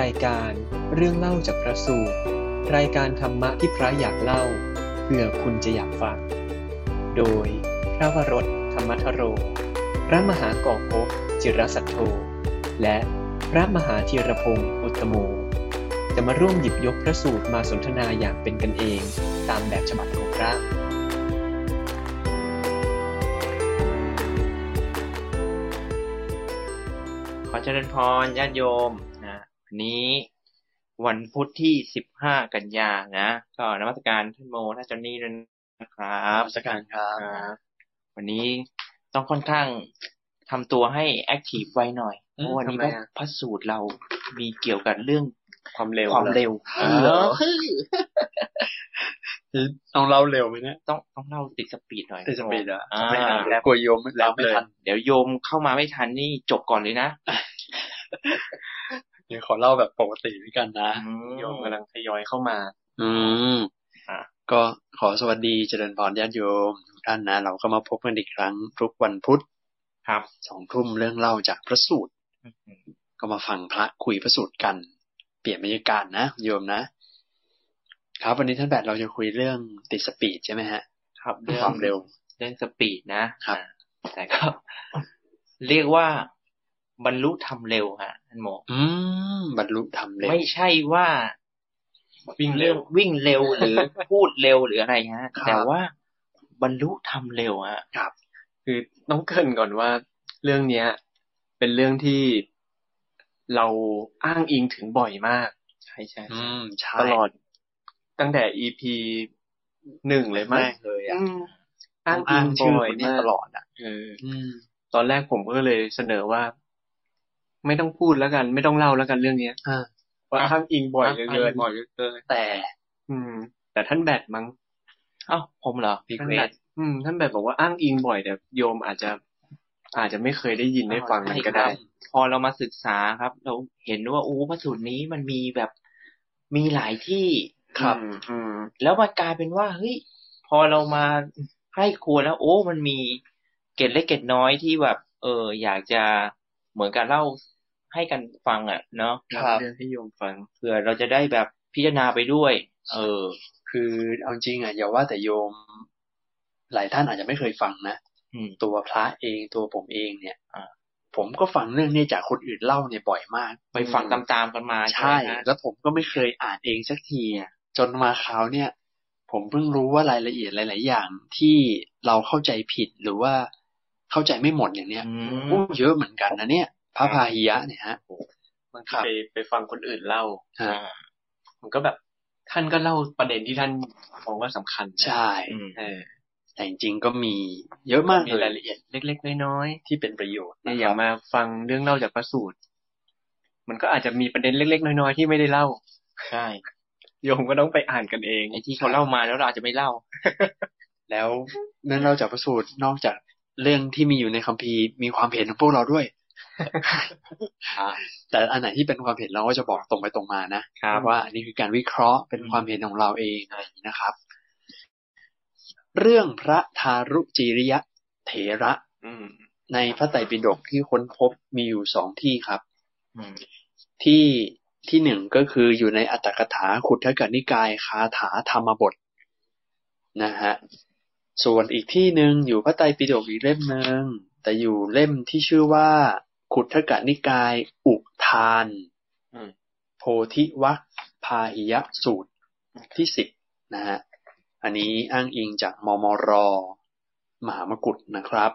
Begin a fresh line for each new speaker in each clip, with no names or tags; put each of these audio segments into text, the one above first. รายการเรื่องเล่าจากพระสูตร รายการธรรมะที่พระอยากเล่า เพื่อคุณจะอยากฟัง โดยพระวรถธรรมทโร พระมหากอกภพจิรสัตโธ และพระมหาธีรพงศ์อุตตโม จะมาร่วมหยิบยกพระสูตรมาสนทนาอย่างเป็นกันเอง ตามแบบฉบับของพระ
ขอเจริญพรญาติโยมนะวันนี้วันพุธที่สิบห้ากันยานะ ก็นมัสการท่านโมท่านจอนนี่ด้วยนะครับ
ราชการครั
อ่า
บ
วันนี้ต้องค่อนข้างทำตัวให้แอคทีฟไวหน่อย
อื
เพ
ม
ราะวันนี้
ทำไมอ่ะ
พระสูตรเรามีเกี่ยวกับเรื่อง
ความเร็ว
ความ
หอ
เร็ว
เออ ต้องเล่าเร็วไหมเนี่ย
ต้องต้องเล่าติดสปีดหน่อย
ติดสปีดเหรอ่ะ
อ่า
ไม่ทันแล้วกลัวโยมแล้วไม่ทัน
เดี๋ยวโยมเข้ามาไม่ทันนี่จบก่อนเลยนะ
เดี๋ยวขอเล่าแบบปกติด้วยกันนะ
อืม
โยมกำลังทยอยเข้ามา อืม
อ่ะ
ก็ขอสวัสดีเจริญพรญาติโยมทุกท่านนะ เราก็มาพบกันอีกครั้งทุกวันพุธ
ครับ
สองทุ่มเรื่องเล่าจากพระสูตร ก็มาฟังพระคุยพระสูตรกัน เปลี่ยนบรรยากาศนะ โยมนะ ครับวันนี้ท่านแบบเราจะคุยเรื่องติดสปีดใช่ไหมฮะ
ครับเรื่อง
ความเร็ว
เรื่องสปีดนะครับ อ่าแต่ก็ เรียกว่าบรรลุทำเร็วฮะท่านหมอ
อืมบรรลุธรรมเร็ว
ไม่ใช่ว่า
วิ่งเร็ว
วิ่งเร็วห รือ พูดเร็วหรืออะไรฮะ
ครับ
แต่ว่าบรรลุทำเร็วฮะ
คือต้องเกรินก่อนว่าเรื่องเนี้ย เป็นเรื่องที่เราอ้างอิงถึงบ่อยมาก
ใช่ใช่
ืมใช่
ตลอดตั้งแต่ EP หนึ่งเลย
แร
มั้ง
กเลยอ่ะ
อืมอ้าง
อ้าง
อิ
ชื่
ง
อ
บ่อย
คนนี้
มาก
ตลอดอ่ะ
เออ
อืม
ตอนแรกผมก็เลยเสนอว่า ไม่ต้องพูดแล้วกัน ไม่ต้องเล่าแล้วกันเรื่องเนี้ย
อ่า
ว่าอ้างอิงบ่อยเหลือเกิน
บ่อยเกิน
แต่
อืม แต่ท่านแบทมั้ง
เอ้าผมเหรอ
พิ
ท่าน
เว
แบ
ส
ทอืม ท่านแบทบอกว่าอ้างอิงบ่อยแต่โยมอาจจะ อาจจะไม่เคยได้ยินได้ฟังมันก็ได้
พอเรามาศึกษาครับ เราเห็นว่าอู้พระสูตรนี้มันมีแบบมีหลายที่
ครับ
อืมอืม
แล้วมันกลายเป็นว่าเฮ้ยพอเรามาให้ครัวแล้ว โอ้มันมีเกร็ดเล็กเกร็ดน้อยที่แบบ เออ อยากจะเหมือนการเล่าให้กันฟังอ่ะ เนาะ
ครับ
เรื่องให้โยมฟัง
เผื่อเราจะได้แบบพิจารณาไปด้วย เออ
คือเอาจริงอ่ะอย่าว่าแต่โยม หลายท่านอาจจะไม่เคยฟังนะ
อืม
ตัวพระเองตัวผมเองเนี่ย
อ่า
ผมก็ฟังเรื่องเนี้จากคนอื่นเล่าเนี่ยบ่อยมาก
ไปฟังตามๆกันมา
ใช่
ไหมฮะ
แล้วผมก็ไม่เคยอ่านเองสักทีอ่ะจนมาคราวเนี่ย ผมเพิ่งรู้ว่ารายละเอียดหลาย ๆ อย่างที่เราเข้าใจผิดหรือว่าเข้าใจไม่หมดอย่างเนี้ย
อื
โอ้
ม
เยอะเหมือนกันนะเนี่ย พระพาหิยะเนี่ยฮะ
บาง
ค
ที
รับ
ไปไปฟังคนอื่นเล่า
ฮะ
มันก็แบบ ท่านก็เล่าประเด็นที่ท่านมองว่าสำคัญนะ
ใช่
อืม
เออ
แต่จริงๆก็มีเยอะมาก
มี
เล
ราย
ย
ละเอียดเล็ก ๆ น้อย
ที่เป็นประโยชน์
ๆ
นะ
เนี่ยอ
ครั
ย่าง
บ
มาฟังเรื่องเล่าจากพระสูตร มันก็อาจจะมีประเด็นเล็ก ๆ น้อยๆที่ไม่ได้เล่า
ใช่
โยมก็ต้องไปอ่านกันเอง
ไอที่เขาเล่ามาแล้วเราอาจจะไม่ เล่า
แล้วเรื่องเราจากพระสูตรนอกจากเรื่องที่มีอยู่ในคัมภีร์มีความเห็นของพวกเราด้วย
อ่า
แต่อันไหนที่เป็นความเห็นเราก็จะบอกตรงไปตรงมานะครับ ว่าอันนี้คือการวิเคราะห์เป็น
อืม
ความเห็นของเราเองอะไรอย่างนี้นะครับ เรื่องพระทารุจิริยะเถระ
อืม
ในพระไตรปิฎกที่ค้นพบมีอยู่สองที่ครับ
อืม
ที่ที่หนึ่งก็คืออยู่ในอัตถกถาขุททกนิกายคาถาธรรมบทนะฮะส่วนอีกที่หนึ่งอยู่พระไตรปิฎกอีกเล่มหนึ่งแต่อยู่เล่มที่ชื่อว่า ขุททกนิกายอุทาน
อืม
โพธิวัคพาหิยสูตรที่สิบนะฮะอันนี้อ้างอิงจากมมร มหามกุฏนะครับ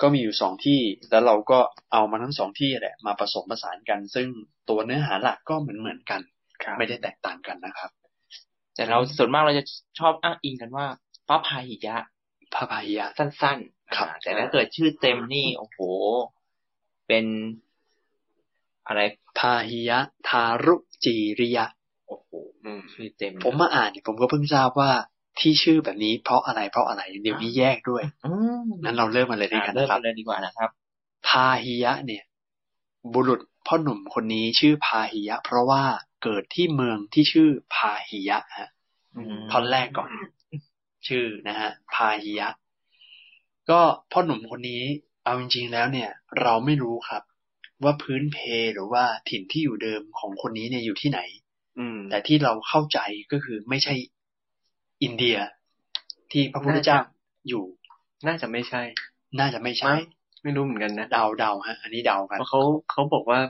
ก็มีอยู่สองที่ แล้วเราก็เอามาทั้งสองที่แหละ มาผสมผสานกัน ซึ่งตัวเนื้อหาหลักก็เหมือนเหมือนๆกัน
ครับ
ไม่ได้แตกต่างกันนะครับ
แต่เราส่วนมากเราจะชอบอ้างอิงกันว่าพระพาหิยะ
พระพายะ
สั้นๆ
ครับ
อ่าแต่ถ้าเกิดชื่อเต็มนี่ โอ้โห เป็นอะไร
พาหิยะ ทารุจีริยะ
โอ้โห
อืม
ชื่อเต็ม
ผมมาอ่านเนี่ยผมก็เพิ่งทราบว่าที่ชื่อแบบนี้เพราะอะไรเพราะอะไรเดี๋ยวนี้แยกด้วย
อืม
นั้นเราเริ่มมาเลยด้วย
อ่ะ
กัน
เริ่ม
นะครั
กับ นเลยดีกว่านะครับ
พาหิยะเนี่ย บุรุษพ่อหนุ่มคนนี้ชื่อพาหิยะ เพราะว่าเกิดที่เมืองที่ชื่อพาหิยะฮะ
อืม
ท่อนแรกก่อน ชื่อนะฮะพาหิยะ ก็พ่อหนุ่มคนนี้เอาจริงๆแล้วเนี่ย เราไม่รู้ครับ ว่าพื้นเพหรือว่าถิ่นที่อยู่เดิมของคนนี้เนี่ยอยู่ที่ไหน
อืม
แต่ที่เราเข้าใจก็คือไม่ใช่อินเดีย ที่พระพุทธเจ้า
น่าจะ
อยู่
น่าจะไม่ใช่
น่าจะไม่ใช่
มั้ง ไม่รู้เหมือนกันนะ
เดาเดาฮะ อันนี้เดากัน
เพราะเขาเขาบอกว่า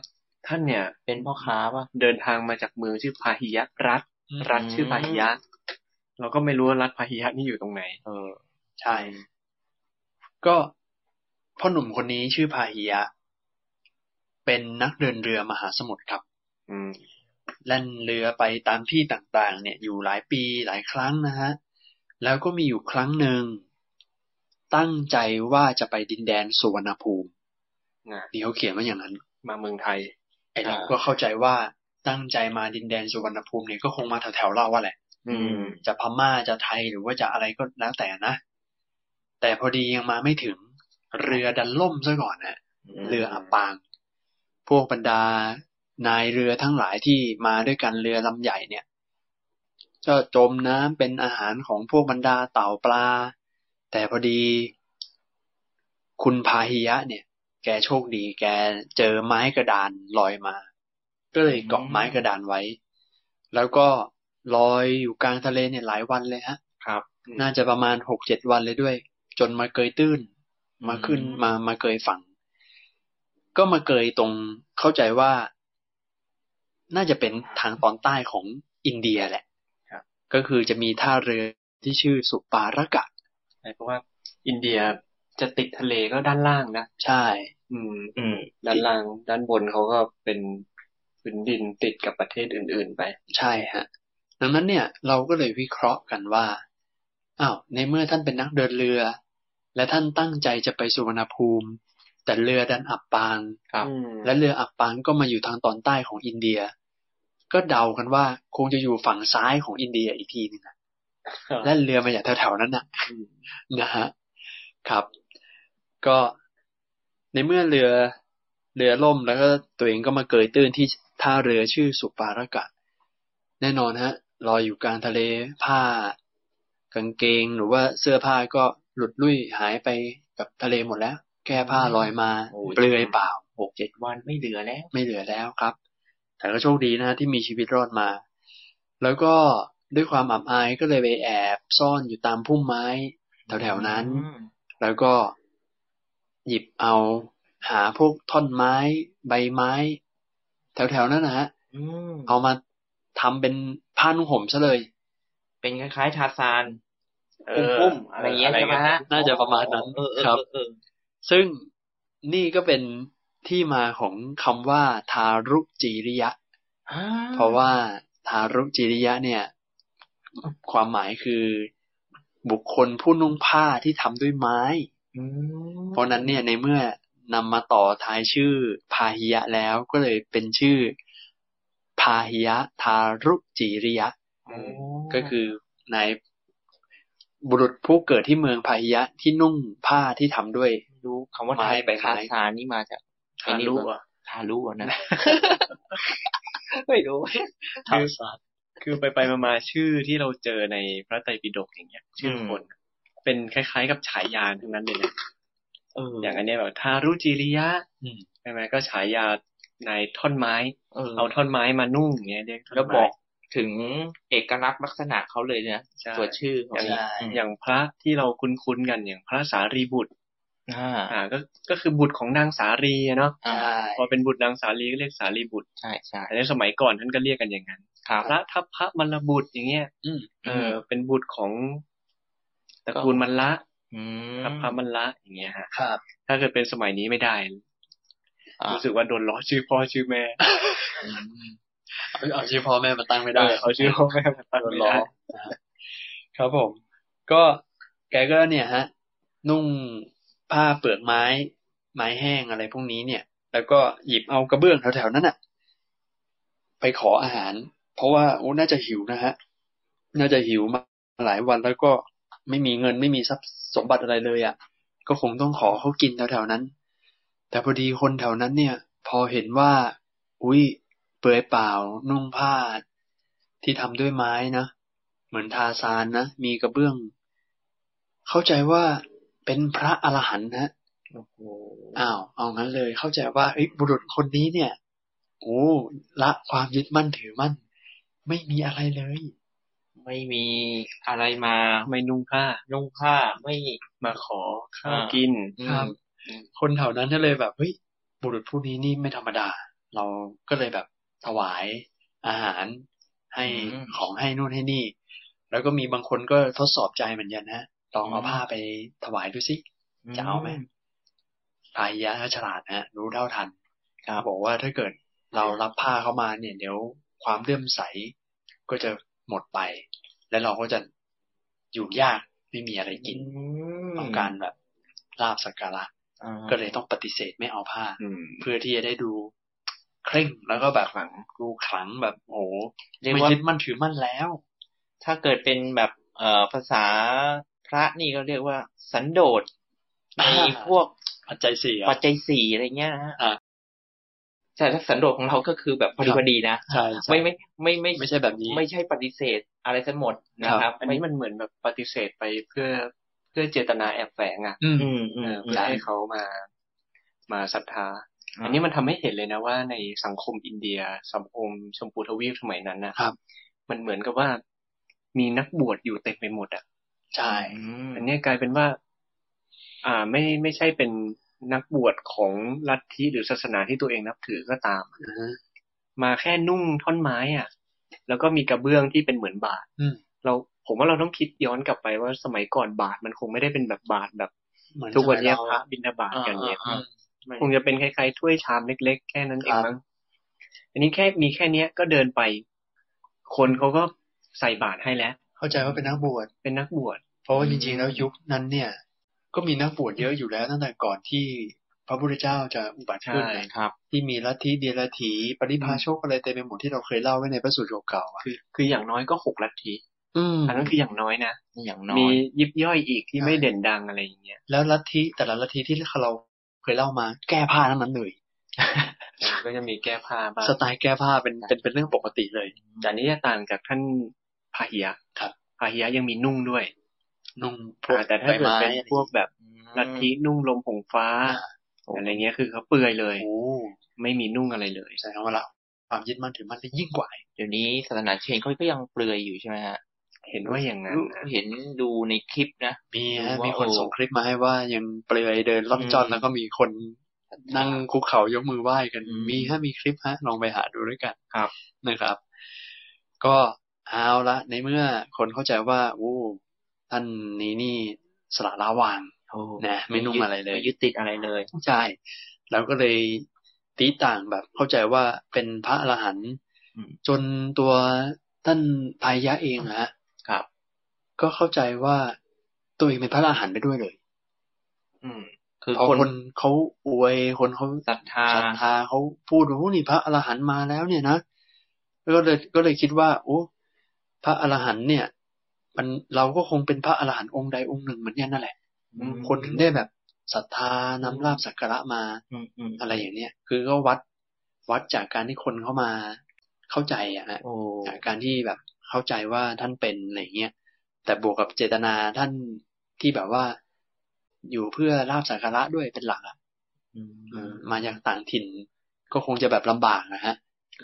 ท่านเนี่ย
เป็นพ่อค้าป่ะ
เดินทางมาจากเมืองชื่อพาหิยะรัฐ รัฐชื่อพาหิยะ เราก็ไม่รู้ว่ารัฐพาหิยะนี่อยู่ตรงไหน
เออ
ใช่ ก็พ่อหนุ่มคนนี้ชื่อพาหิยะ เป็นนักเดินเรือมหาสมุทรครับ
อืม
แล่นเรือไปตามที่ต่างๆ เนี่ยอยู่หลายปีหลายครั้งนะฮะ แล้วก็มีอยู่ครั้งหนึ่ง ตั้งใจว่าจะไปดินแดนสุวรรณภูมิ
น่ะ
นี่เขาเขียนว่าอย่างนั้น
มาเมืองไทย
ไอ้เรา
อ่า
ก็เข้าใจว่าตั้งใจมาดินแดนสุวรรณภูมิเนี่ยก็คงมาแถวๆเราว่าแหละ
อืม
จะพม่าจะไทยหรือว่าจะอะไรก็แล้วแต่นะ แต่พอดียังมาไม่ถึงเรือดันล่มซะก่อนนะ เรืออับปาง พวกบรรดานายเรือทั้งหลายที่มาด้วยกันเรือลำใหญ่เนี่ย ก็จมน้ำเป็นอาหารของพวกบรรดาเต่าปลา แต่พอดี คุณพาหิยะเนี่ย แกโชคดี แกเจอไม้กระดานลอยมา ก็เลยเกาะไม้กระดานไว้ แล้วก็ลอยอยู่กลางทะเลเนี่ยหลายวันเลยฮะ
ครับอืม
น่าจะประมาณหกเจ็ดวันเลยด้วย จนมาเกยตื้น มาขึ้น
อืม
มามาเกยฝั่ง ก็มาเกยตรงเข้าใจว่า น่าจะเป็นทางตอนใต้ของอินเดียแหละ
ครับ
ก็คือจะมีท่าเรือที่ชื่อสุปารกะ
ใช่เพราะว่าอินเดียจะติดทะเลก็ด้านล่างนะ
ใช่
อืม
อืม
ด้านล่างด้านบนเขาก็เป็นพื้นดินติดกับประเทศอื่น ๆ ไป
ใช่ฮะ ดังนั้นเนี่ย เราก็เลยวิเคราะห์กันว่า อ้าว ในเมื่อท่านเป็นนักเดินเรือ และท่านตั้งใจจะไปสุวรรณภูมิ แต่เรือดันอับปาง
ครับ
และเรืออับปางก็มาอยู่ทางตอนใต้ของอินเดีย ก็เดากันว่าคงจะอยู่ฝั่งซ้ายของอินเดียอีกทีหนึงนะครับ และเรือมาจากแถวๆนั้นนะ
อืม
นะฮะครับ ก็ในเมื่อเรือเรือล่มแล้วก็ตัวเองก็มาเกยตื้นที่ท่าเรือชื่อสุปารากะ แน่นอนฮะลอยอยู่กลางทะเลผ้ากางเกงหรือว่าเสื้อผ้าก็หลุดลุ่ยหายไปกับทะเลหมดแล้ว แก้ผ้าลอยมา
โอ้ย
เปลือยเปล่าหกเจ็ด
วันไม่เหลือแล้ว
ไม่เหลือแล้วครับ แต่ก็โชคดีนะฮะที่มีชีวิตรอดมา แล้วก็ด้วยความอับอายก็เลยไปแอบซ่อนอยู่ตามพุ่มไม้ แถวๆนั้น
อืม
แล้วก็หยิบเอาหาพวกท่อนไม้ ใบไม้ แถวๆนั้นนะฮะ
อืม
เอามาทำเป็นผ้านุ่งห่มซะเลย
เป็นคล้ายๆทาซาน
เออ
ปุ้มๆอะไรอย่างเงี้ย
อะไร
ใช่ไหมฮะ
น่าจะประมาณนั้น
เออเออ
ครับ
เออ
ซึ่งนี่ก็เป็นที่มาของคำว่า ทารุจีริยะ
เออ
เพราะว่าทารุจิริยะเนี่ย ความหมายคือบุคคลผู้นุ่งผ้าที่ทำด้วยไม้
อืม
เพราะนั้นเนี่ยในเมื่อนำมาต่อท้ายชื่อพาหิยะแล้วก็เลยเป็นชื่อพาหิยะทารุจิริยะ
โอ้
ก็คือนายบุรุษผู้เกิดที่เมืองพาหิยะที่นุ่งผ้าที่ทำด้วย
รู้คำว่า
ไม้
ทา
ใบไม้
ทาซานนี่มาจาก
ทารุอ่ะ
ทารุอะนะ ไม่รู้ทาซาน
คือไปไปมามาๆชื่อที่เราเจอในพระไตรปิฎกอย่างเงี้ย ชื่อคน เป็นคล้าย ๆ กับฉายาทั้งนั้นเลยนะ
เออ
อย่างอันเนี้ยแบบทารุจิริยะ
อืม
ใช่ไหมก็ฉายานายท่อนไม้
เออ
เอาท่อนไม้มานุ่งอย่างเงี้ยเรียกท่น
แล้ว
ไม้
บอกถึงเอกลักษณ์ลักษณะเขาเลยนะ
ใช่
ตัวชื่อของ
อย่าง
นี้
อืม
อย่างพระที่เราคุ้นๆกันอย่างพระสารีบุตร
อ่า
อ่าก็ก็คือบุตรของนางสารีอะเนาะ
อ่า
ใช่
พอเป็นบุตรนางสาลีก็เรียกสารีบุตร
ใช่ใช่
แต่ในสมัยก่อนท่านก็เรียกกันอย่างนั้น
ครับ
พระทัพพระมลบุตรอย่างเงี้ย
อืม
เออ เป็นบุตรของตระกูล
ก็
มัลละ
อืม
ทัพพระมัลละอย่างเงี้ยฮะ
ครับ
ถ้าเกิดเป็นสมัยนี้ไม่ได้
อ่า
รู้สึกว่าโดนล้อชื่อพ่อชื่อแม่
อืม
เอาเอาชื่อพ่อแม่มาตั้งไม่ได้
เออเอาชื่อพ่อแม่มาตั้ง
โดน
ไม่
ล้อ
ได้
ครับผม ก็แกก็เนี่ยฮะ นุ่งผ้าเปลือกไม้ ไม้แห้งอะไรพวกนี้เนี่ย แล้วก็หยิบเอากระเบื้องแถวๆนั้นน่ะ ไปขออาหาร เพราะว่าโอ้น่าจะหิวนะฮะ น่าจะหิวมาหลายวันแล้วก็ไม่มีเงินไม่มีทรัพย์สมบัติอะไรเลยอะ่ะ ก็คงต้องขอเขากินแถวๆนั้น แต่พอดีคนแถวนั้นเนี่ย พอเห็นว่า อุ้ยเปลือยเปล่า นุ่งผ้า ที่ทำด้วยไม้นะ เหมือนทาซานนะ มีกระเบื้อง เข้าใจว่าเป็นพระอรหันต์นะ
โอ้โห
อ้าวเอางั้นเลยเข้าใจว่าเอ้ยบุรุษคนนี้เนี่ยโอ้ละความยึดมั่นถือมั่น ไม่มีอะไรเลย
ไม่มีอะไรมา
ไม่นุ่งผ้า
นุ่งผ้าไม่
มาขอข้าว
อ่ากิ
กิน
ครับ คนแถวนั้นก็เลยแบบเฮ้ยบุรุษผู้นี้นี่ไม่ธรรมดา เราก็เลยแบบถวายอาหารให้
อืม
ของให้นู่นให้นี่ แล้วก็มีบางคนก็ทดสอบใจเหมือนกันนะลองเอา
อืม
ผ้าไปถวายดูสิ จะเอาไหม พายะฉลาดนะรู้เท่าทัน
ครับ
บอกว่าถ้าเกิดเรารับผ้าเข้ามาเนี่ย เดี๋ยวความเลื่อมใสก็จะหมดไป และเราก็จะอยู่ยากไม่มีอะไรกิน
อืม
ต้องการแบบลาบสักการะ
อ่า
ก็เลยต้องปฏิเสธไม่เอาผ้า
อืม
เพื่อที่จะได้ดูเคร่งแล้วก็แบบ
ขลัง
ดูขลังแบบโอ้โห
เรียก
ไม่
ว่า
ยึดมั่นถือมั่นแล้ว
ถ้าเกิดเป็นแบบเอ่อภาษาพระนี่ก็เรียกว่า สันโดษใน
อ่า
พวก
ปัจจัยสี่เหรอ
ปัจจัยสี่อะไรเงี้ยนะฮะ
อ่า
แต่ถ้าสันโดษของเราก็คือแบบพอดีพอดีนะ
ใช่ใช่
ไม่ไม่ไม่ไม่
ไม่ใช่แบบนี้
ไม่ใช่ปฏิเสธอะไรทั้งหมดนะครับ
อันนี้มันเหมือนแบบปฏิเสธไปเพื่อเพื่อเจตนาแอบแฝงอ่ะ
อืม
อืมอื
เอ
ม
อ
อื
เพื่
ม
อให้เขามามาศรัทธา อันนี้มันทำให้เห็นเลยนะว่าในสังคมอินเดีย สังคมชมพูทวีปสมัยนั้นนะครับ มันเหมือนกับว่ามีนักบวชอยู่เต็มไปหมดอ่ะ
ใช่
อืม
อันเนี้ยกลายเป็นว่า อ่าไม่ไม่ใช่เป็นนักบวชของลัทธิหรือศาสนาที่ตัวเองนับถือก็ตาม
อือฮะ
มาแค่นุ่งท่อนไม้อ่ะ แล้วก็มีกระเบื้องที่เป็นเหมือนบาท
อืม
เราผมว่าเราต้องคิดย้อนกลับไปว่าสมัยก่อนบาทมันคงไม่ได้เป็นแบบบาทแบบ
เหมือน
ทุกวันเนี้ย
ส
พ
มัย
ระ
เรา
บิณฑบาตกันเนี่ย
อืม
คงจะเป็นคล้ายๆถ้วยชามเล็กๆ แค่นั้นเอง
ครับ
มั้ง อันนี้แค่มีแค่เนี้ยก็เดินไป คนเขาก็ใส่บาตรให้แล้ว
เข้าใจว่าเป็นนักบวช
เป็นนักบวช
เพราะว่า
อืม
จริงๆแล้วยุคนั้นเนี่ย ก็มีนักบวชเยอะอยู่แล้วตั้งแต่ก่อนที่พระพุทธเจ้าจะอุบัติขึ้น
ใช่
นะครับ ที่มีลัทธิเดียลัทธิปริพาชกอะไรเต็มไปหมดที่เราเคยเล่าไว้ในพระสูตรเก่าๆอ่ะ
คือ คืออย่างน้อยก็หกลัทธิ
อืม
อันนั้นคืออย่างน้อยนะ
อย่างน้อ
มี
ย
ยิบย่อยอีกที่
ใช่
ไม่เด่นดังอะไรอย่างเงี้ย
แล้วลัทธิแต่ละลัทธิที่เราเคยเล่ามาแก้ผ้าทั้งนั้นเลย
ก็จะมีแก้ผ้าบ้าง
สไตล์แก้ผ้าเป็นเป็นเป็นเรื่องปกติเลย
แต่อันนี้จะต่างจากท่านพาหิยะ
ครับ
พาหิยะยังมีนุ่งด้วย
นุ่งพวก
อ่าแต่ถ้า
ใบ
เกิด
ไม้
เป็นพวกแบบลัทธินุ่งลมผงฟ้า
อ่า
อะไรเงี้ยคือเขาเปลือยเลย
โอ้
ไม่มีนุ่งอะไรเลย
ใช่คำว่าละความยึดมั่นถือมั่นได้ยิ่งกว่าอีก
เดี๋ยวนี้ศาสนาเชนเขาก็ยังเปลือยอยู่ใช่ไหมฮะ
เห็นว่าอย่างนั้นนะ
เห็นดูในคลิปนะ
มีฮะ
ว่ามี
มีคน
โอ้
ส่งคลิปมาให้ว่ายังเปลือยเดินล่อนจอน
อืม
แล้วก็มีคนนั่งคุกเข่ายกมือไหว้กัน
อืม
มีฮะมีคลิปฮะลองไปหาดูด้วยกัน
ครับ
นะครับ ก็เอาละในเมื่อคนเข้าใจว่าโอ้ท่านนี้นี่สละละวาง
โอ้
นะไม่นุ่มอะไรเลย
ม่ยึดติดอะไรเลย
ใช่แล้วก็เลยตีต่างแบบเข้าใจว่าเป็นพระอรหันต์จนตัวท่านพายะเองนะฮะ
ครับ
ก็เข้าใจว่าตัวเองเป็นพระอรหันต์ไปด้วยเลย
อืม คือ
พอ
คน
คนเขาอวยคนเขา
ศรัทธา
ศรัทธาเขาพูดว่าโอ้นี่พระอรหันต์มาแล้วเนี่ยนะก็เลยก็เลยคิดว่า โอ้พระอรหันต์เนี่ย มันเราก็คงเป็นพระอรหันต์องค์ใดองค์หนึ่งเหมือนกันนั่นแหละ
อืม
คนถึงได้แบบศรัทธานำลาบสักการะมา
อืมอืม
อะไรอย่างเนี้ยคือก็วัดวัดจากการที่คนเข้ามาเข้าใจอะฮะ
โอ้
จากการที่แบบเข้าใจว่าท่านเป็นอะไรอย่างเงี้ยแต่บวกกับเจตนาท่านที่แบบว่า อยู่เพื่อลาบสักการะด้วยเป็นหลักอะ
อืม
มาจากต่างถิ่น ก็คงจะแบบลำบากนะฮะ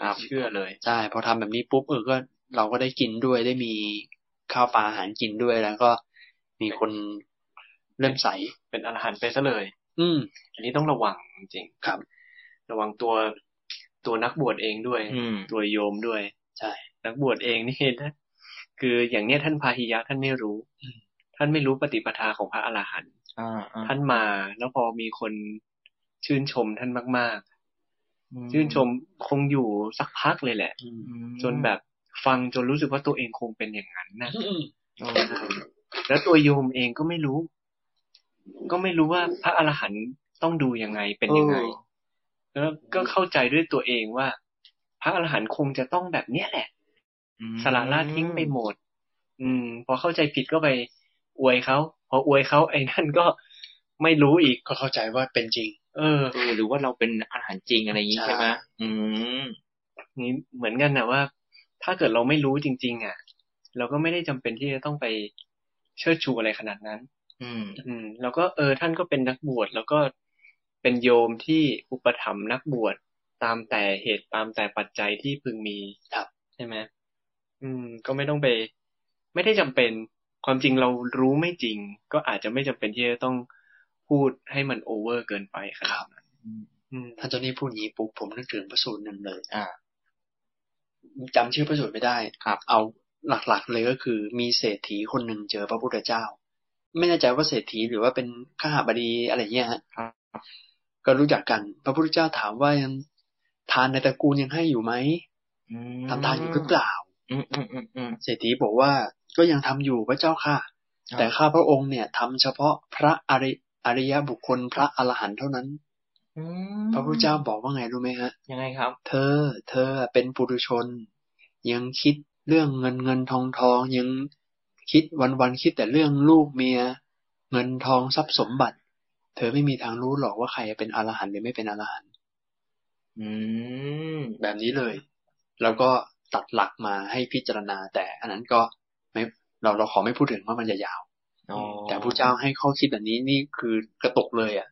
ครับเชื่อเลย
ใช่พอทำแบบนี้ปุ๊บเออก็ เราก็ได้กินด้วยได้มีข้าวปลาอาหารกินด้วยแล้วก็มีคนเริ่มใส
เป็นอรหันต์ไปซะเลย
อืม
อันนี้ต้องระวังจริงๆ
ครับ
ระวังตัวตัวนักบวชเองด้วย
อืม
ตัวโยมด้วย
ใช่
นักบวชเองนี่นะคืออย่างเนี้ยท่านพาหิยะท่านไม่รู้
อืม
ท่านไม่รู้ปฏิปทาของพระอรหันต์
อ่าอ่า
ท่านมาแล้วพอมีคนชื่นชมท่านมาก ๆ ชื่นชมคงอยู่สักพักเลยแหละ
อืม
จนแบบฟังจนรู้สึกว่าตัวเองคงเป็นอย่างนั้นนะ
โอ้
แล้วตัวโยมเองก็ไม่รู้ ก็ไม่รู้ว่าพระอรหันต์ต้องดูยังไงเป็นยังไง แล้วก็เข้าใจด้วยตัวเองว่า พระอรหันต์คงจะต้องแบบเนี้ยแหละ
อืม
สละละทิ้งไปหมด อืม พอเข้าใจผิดก็ไปอวยเขาพออวยเขาไอ้นั่นก็ไม่รู้อีก
ก็เข้าใจว่าเป็นจริง
เออ
เออหรือว่าเราเป็นอาหารจริงอะไรอย่างนี้ใช่ไหม
ใช่
อืม
นี่เหมือนกันนะว่า ถ้าเกิดเราไม่รู้จริง ๆ อ่ะ เราก็ไม่ได้จำเป็นที่จะต้องไปเชิดชูอะไรขนาดนั้น
อืม
อืมแล้วก็เออท่านก็เป็นนักบวชแล้วก็เป็นโยมที่อุปถัมภ์นักบวชตามแต่เหตุตามแต่ปัจจัยที่พึงมี
ครับ
ใช่ไหมอืม ก็ไม่ต้องไป ไม่ได้จำเป็นความจริงเรารู้ไม่จริง ก็อาจจะไม่จำเป็นที่จะต้องพูดให้มันโอเวอร์เกินไปขนาดนั้น
อืม
อืม
ท่านเจ้านี่พูดอย่างนี้ปุ๊บผมนึกถึงพระสูตรหนึ่งเลย
อ่า
จำชื่อพระสูตรไม่ได้
ครับ
เอาหลักๆเลยก็คือมีเศรษฐีคนหนึ่งเจอพระพุทธเจ้า ไม่แน่ใจว่าเศรษฐีหรือว่าเป็นข้าบดีอะไรเงี้ยฮะ
ครับ
ก็รู้จักกัน พระพุทธเจ้าถามว่ายังทานในตระกูลยังให้อยู่ไหม
อืม
ทำทานอยู่หรือเปล่า
อืมอืมอืมอืม
เศรษฐีบอกว่าก็ยังทำอยู่พระเจ้าค่ะ
ครับ
แต่ข้าพระองค์เนี่ยทำเฉพาะพระอริอริยบุคคลพระอรหันต์เท่านั้น
อืม
พระพุทธเจ้าบอกว่าไงรู้ไหมฮะ
ยังไงครับ
เธอ เธอเป็นปุถุชน ยังคิดเรื่องเงินเงินทองทองยังคิดวันวันๆคิดแต่เรื่องลูกเมีย เงินทองทรัพย์สมบัติ เธอไม่มีทางรู้หรอกว่าใครเป็นอรหันต์หรือไม่เป็นอรหันต์
อืม
แบบนี้เลย แล้วก็ตัดหลักมาให้พิจารณา แต่อันนั้นก็ไม่เราเราขอไม่พูดถึงว่ามันจะยาว
อ๋อ
แต่พระเจ้าให้ข้อคิดแบบนี้นี่คือกระตกเลยอ่ะ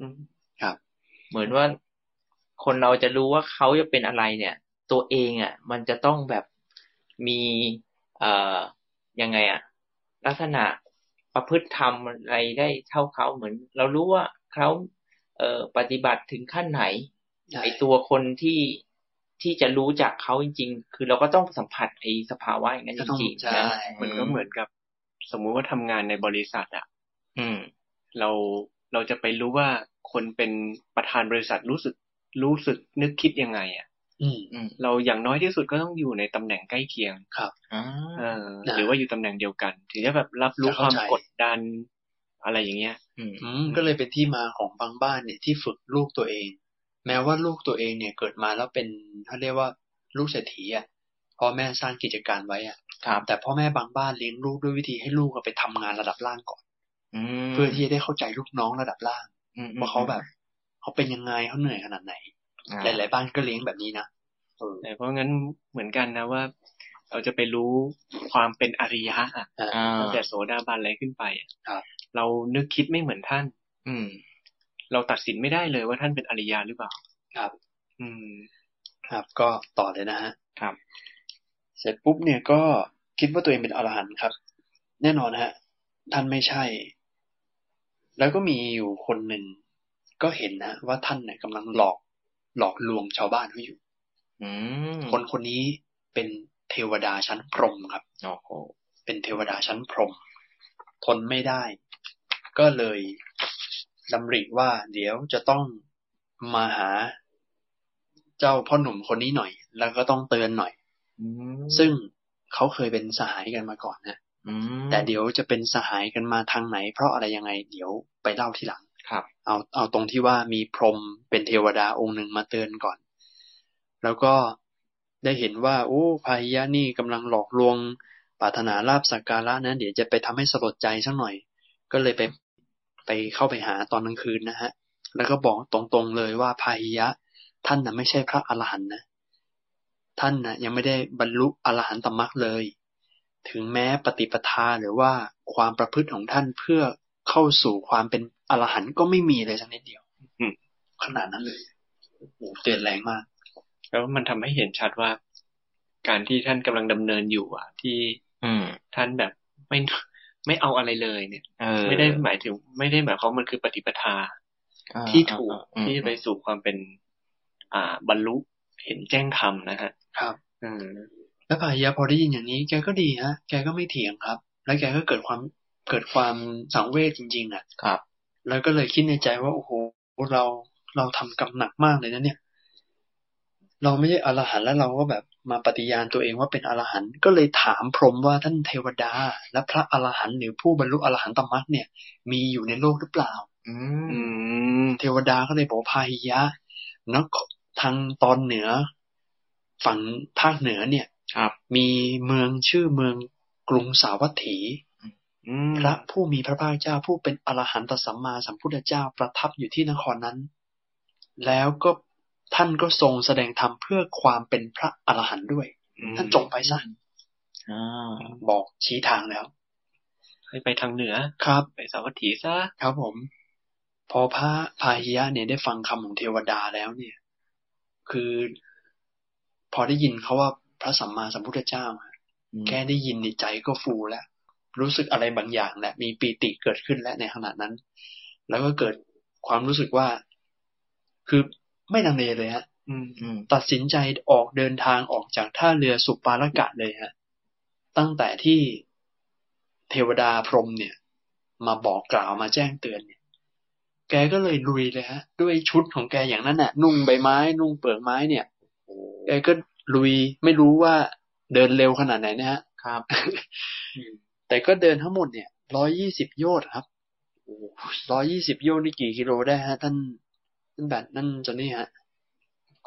อืม
เหมือนว่า คนเราจะรู้ว่าเขาจะเป็นอะไรเนี่ย ตัวเองอ่ะ มันจะต้องแบบมี เอ่อยังไงอ่ะ ลักษณะประพฤติธรรมอะไรได้เท่าเขาเหมือน เรารู้ว่าเขาเอ่อปฏิบัติถึงขั้นไหน ไอตัวคนที่ที่จะรู้จักเขาจริง ๆ คือเราก็ต้องสัมผัสไอสภาวะอย่างนั้น
ก็
จ
ต้อง
ริง
ใช่
ๆนะ
มันก็เหมือนกับ สมมุติว่าทำงานในบริษัทอะ
อืม
เราเราจะไปรู้ว่าคนเป็นประธานบริษัทรู้สึกรู้สึกนึกคิดยังไงอะ
อืม
อืม
เราอย่างน้อยที่สุดก็ต้องอยู่ในตำแหน่งใกล้เคียง
อ่า
เออ
นะ
หรือว่าอยู่ตำแหน่งเดียวกัน ถึงจะแบบรับรู้
จะ
ควา
เข้าม ใจ
กดดันอะไรอย่างเงี้ย
อืม
อืมก็เลยเป็นที่มาของบางบ้านเนี่ยที่ฝึกลูกตัวเอง แม้ว่าลูกตัวเองเนี่ยเกิดมาแล้วเป็นเขาเรียกว่าลูกเศรษฐีอ่ะพ่อแม่สร้างกิจการไว้อ่ะ
ครับ
แต่พ่อแม่บางบ้านเลี้ยงลูกด้วยวิธีให้ลูกอะไปทำงานระดับล่างก่อน
อืม
เพื่อที่จะได้เข้าใจลูกน้องระดับล่าง
อืม
ว่าเขาแบบเขาเป็นยังไงเขาเหนื่อยขนาดไหน
อ่
หลาย ๆ บ้านก็เลี้ยงแบบนี้นะเออ
แต่เพราะงั้นเหมือนกันนะว่า เราจะไปรู้ความเป็นอริยะอะ
อ่า
ตั้งแต่โสดาบันอะไรขึ้นไปอะ
ครับ
เรานึกคิดไม่เหมือนท่าน
อืม
เราตัดสินไม่ได้เลยว่าท่านเป็นอริยะหรือเปล่า
ครับ
อืม
ครับ ก็ต่อเลยนะฮะ
ครับ
เสร็จปุ๊บเนี่ยก็คิดว่าตัวเองเป็นอรหันต์ครับ แน่นอนฮะ ท่านไม่ใช่ แล้วก็มีอยู่คนหนึ่งก็เห็นนะว่าท่านเนี่ยกำลังหลอก หลอกลวงชาวบ้านเขาอยู่
อืม
คนคนนี้เป็นเทวดาชั้นพรหมครับ
โอ้โห
เป็นเทวดาชั้นพรหมทนไม่ได้ ก็เลยดำริว่า เดี๋ยวจะต้องมาหาเจ้าพ่อหนุ่มคนนี้หน่อย แล้วก็ต้องเตือนหน่อย
อืม
ซึ่งเขาเคยเป็นสหายกันมาก่อนนะ
อืม
แต่เดี๋ยวจะเป็นสหายกันมาทางไหน เพราะอะไรยังไง เดี๋ยวไปเล่าทีหลัง
ครับ
เอาเอาตรงที่ว่ามีพรหมเป็นเทวดาองค์หนึ่งมาเตือนก่อน แล้วก็ได้เห็นว่า โอ้พายยะนี่กำลังหลอกลวงปรารถนาลาบสักการะนะเดี๋ยวจะไปทำให้สลดใจสักหน่อย ก็เลยไปไปเข้าไปหาตอนกลางคืนนะฮะ แล้วก็บอกตรงๆเลยว่าพาหิยะ ท่านนะไม่ใช่พระอรหันต์นะ ท่านนะยังไม่ได้บรรลุอรหันตมรรคเลย ถึงแม้ปฏิปทาหรือว่าความประพฤติของท่านเพื่อเข้าสู่ความเป็นอรหันต์ก็ไม่มีเลยสักนิดเดียว
อืม
ขนาดนั้นเลยโอ้โหเตือนแรงมาก
แล้วมันทำให้เห็นชัดว่า การที่ท่านกำลังดำเนินอยู่อ่ะ ที่
อืม
ท่านแบบไม่ไม่เอาอะไรเลยเนี่ย
เออ
ไม่ได้หมายถึงไม่ได้หมายความว่ามันคือปฏิปทา
อ่า
ที่ถูก
อืม
ที่จะไปสู่ความเป็น อ่าบรรลุเห็นแจ้งธรรมนะฮะ
ครับ
อืม
แล้วพาหิยะพอได้ยินอย่างนี้ แกก็ดีฮะ แกก็ไม่เถียงครับ แล้วแกก็เกิดความเกิดความสังเวชจริงๆอ่ะ
ครับ
แล้วก็เลยคิดในใจว่าโอ้โหเราเราทำกรรมหนักมากเลยนะเนี่ย เราไม่ใช่อรหันต์แล้วเราก็แบบมาปฏิญาณตัวเองว่าเป็นอรหันต์ก็เลยถามพรหมว่าท่านเทวดา และพระอรหันต์หรือผู้บรรลุอรหันตมรรคเนี่ย มีอยู่ในโลกหรือเปล่า
อื
อื
ม
ม
เทวดาก็เลยบอกว่าพาหิยะนครทางตอนเหนือ ฝั่งภาคเหนือเนี่ย
ครับ
มีเมืองชื่อเมืองกรุงสาวัตถี
อืม
พระผู้มีพระภาคเจ้าผู้เป็นอรหันตสัมมาสัมพุทธเจ้าประทับอยู่ที่นครนั้น แล้วก็ท่านก็ทรงแสดงธรรมเพื่อความเป็นพระอรหันต์ด้วย
อืม
ท่านจงไปซะ
อ่า
บอกชี้ทางแล้ว
ให้ไปทางเหนือ
ครับ
ไปสาวัตถีซะ
ครับผม พอพระพาหิยะเนี่ยได้ฟังคำของเทวดาแล้วเนี่ย คือ พอได้ยินเขาว่าพระสัมมาสัมพุทธเจ้าอะ
อืม
แค่ได้ยินในใจก็ฟูแล้ว รู้สึกอะไรบางอย่างแหละ มีปีติเกิดขึ้นและในขณะนั้น แล้วก็เกิดความรู้สึกว่า คือไม่ลังเลเลยฮะ
อืม
อืม
ตัดสินใจออกเดินทางออกจากท่าเรือสุปาลกะเลยฮะ ตั้งแต่ที่เทวดาพรหมเนี่ย มาบอกกล่าวมาแจ้งเตือนเนี่ย แกก็เลยลุยเลยฮะ ด้วยชุดของแกอย่างนั้นน่ะ นุ่งใบไม้ นุ่งเปลือกไม้เนี่ยแกก็ลุยไม่รู้ว่าเดินเร็วขนาดไหนนะฮะ
ครับ
แต่ก็เดินทั้งหมดเนี่ยร้อยี่สิบโยชน์ครับร้อยี่สิบโยชน์นี่กี่กิโลได้ฮะ ท่านท่านแบบนั่นจนนี่ฮะ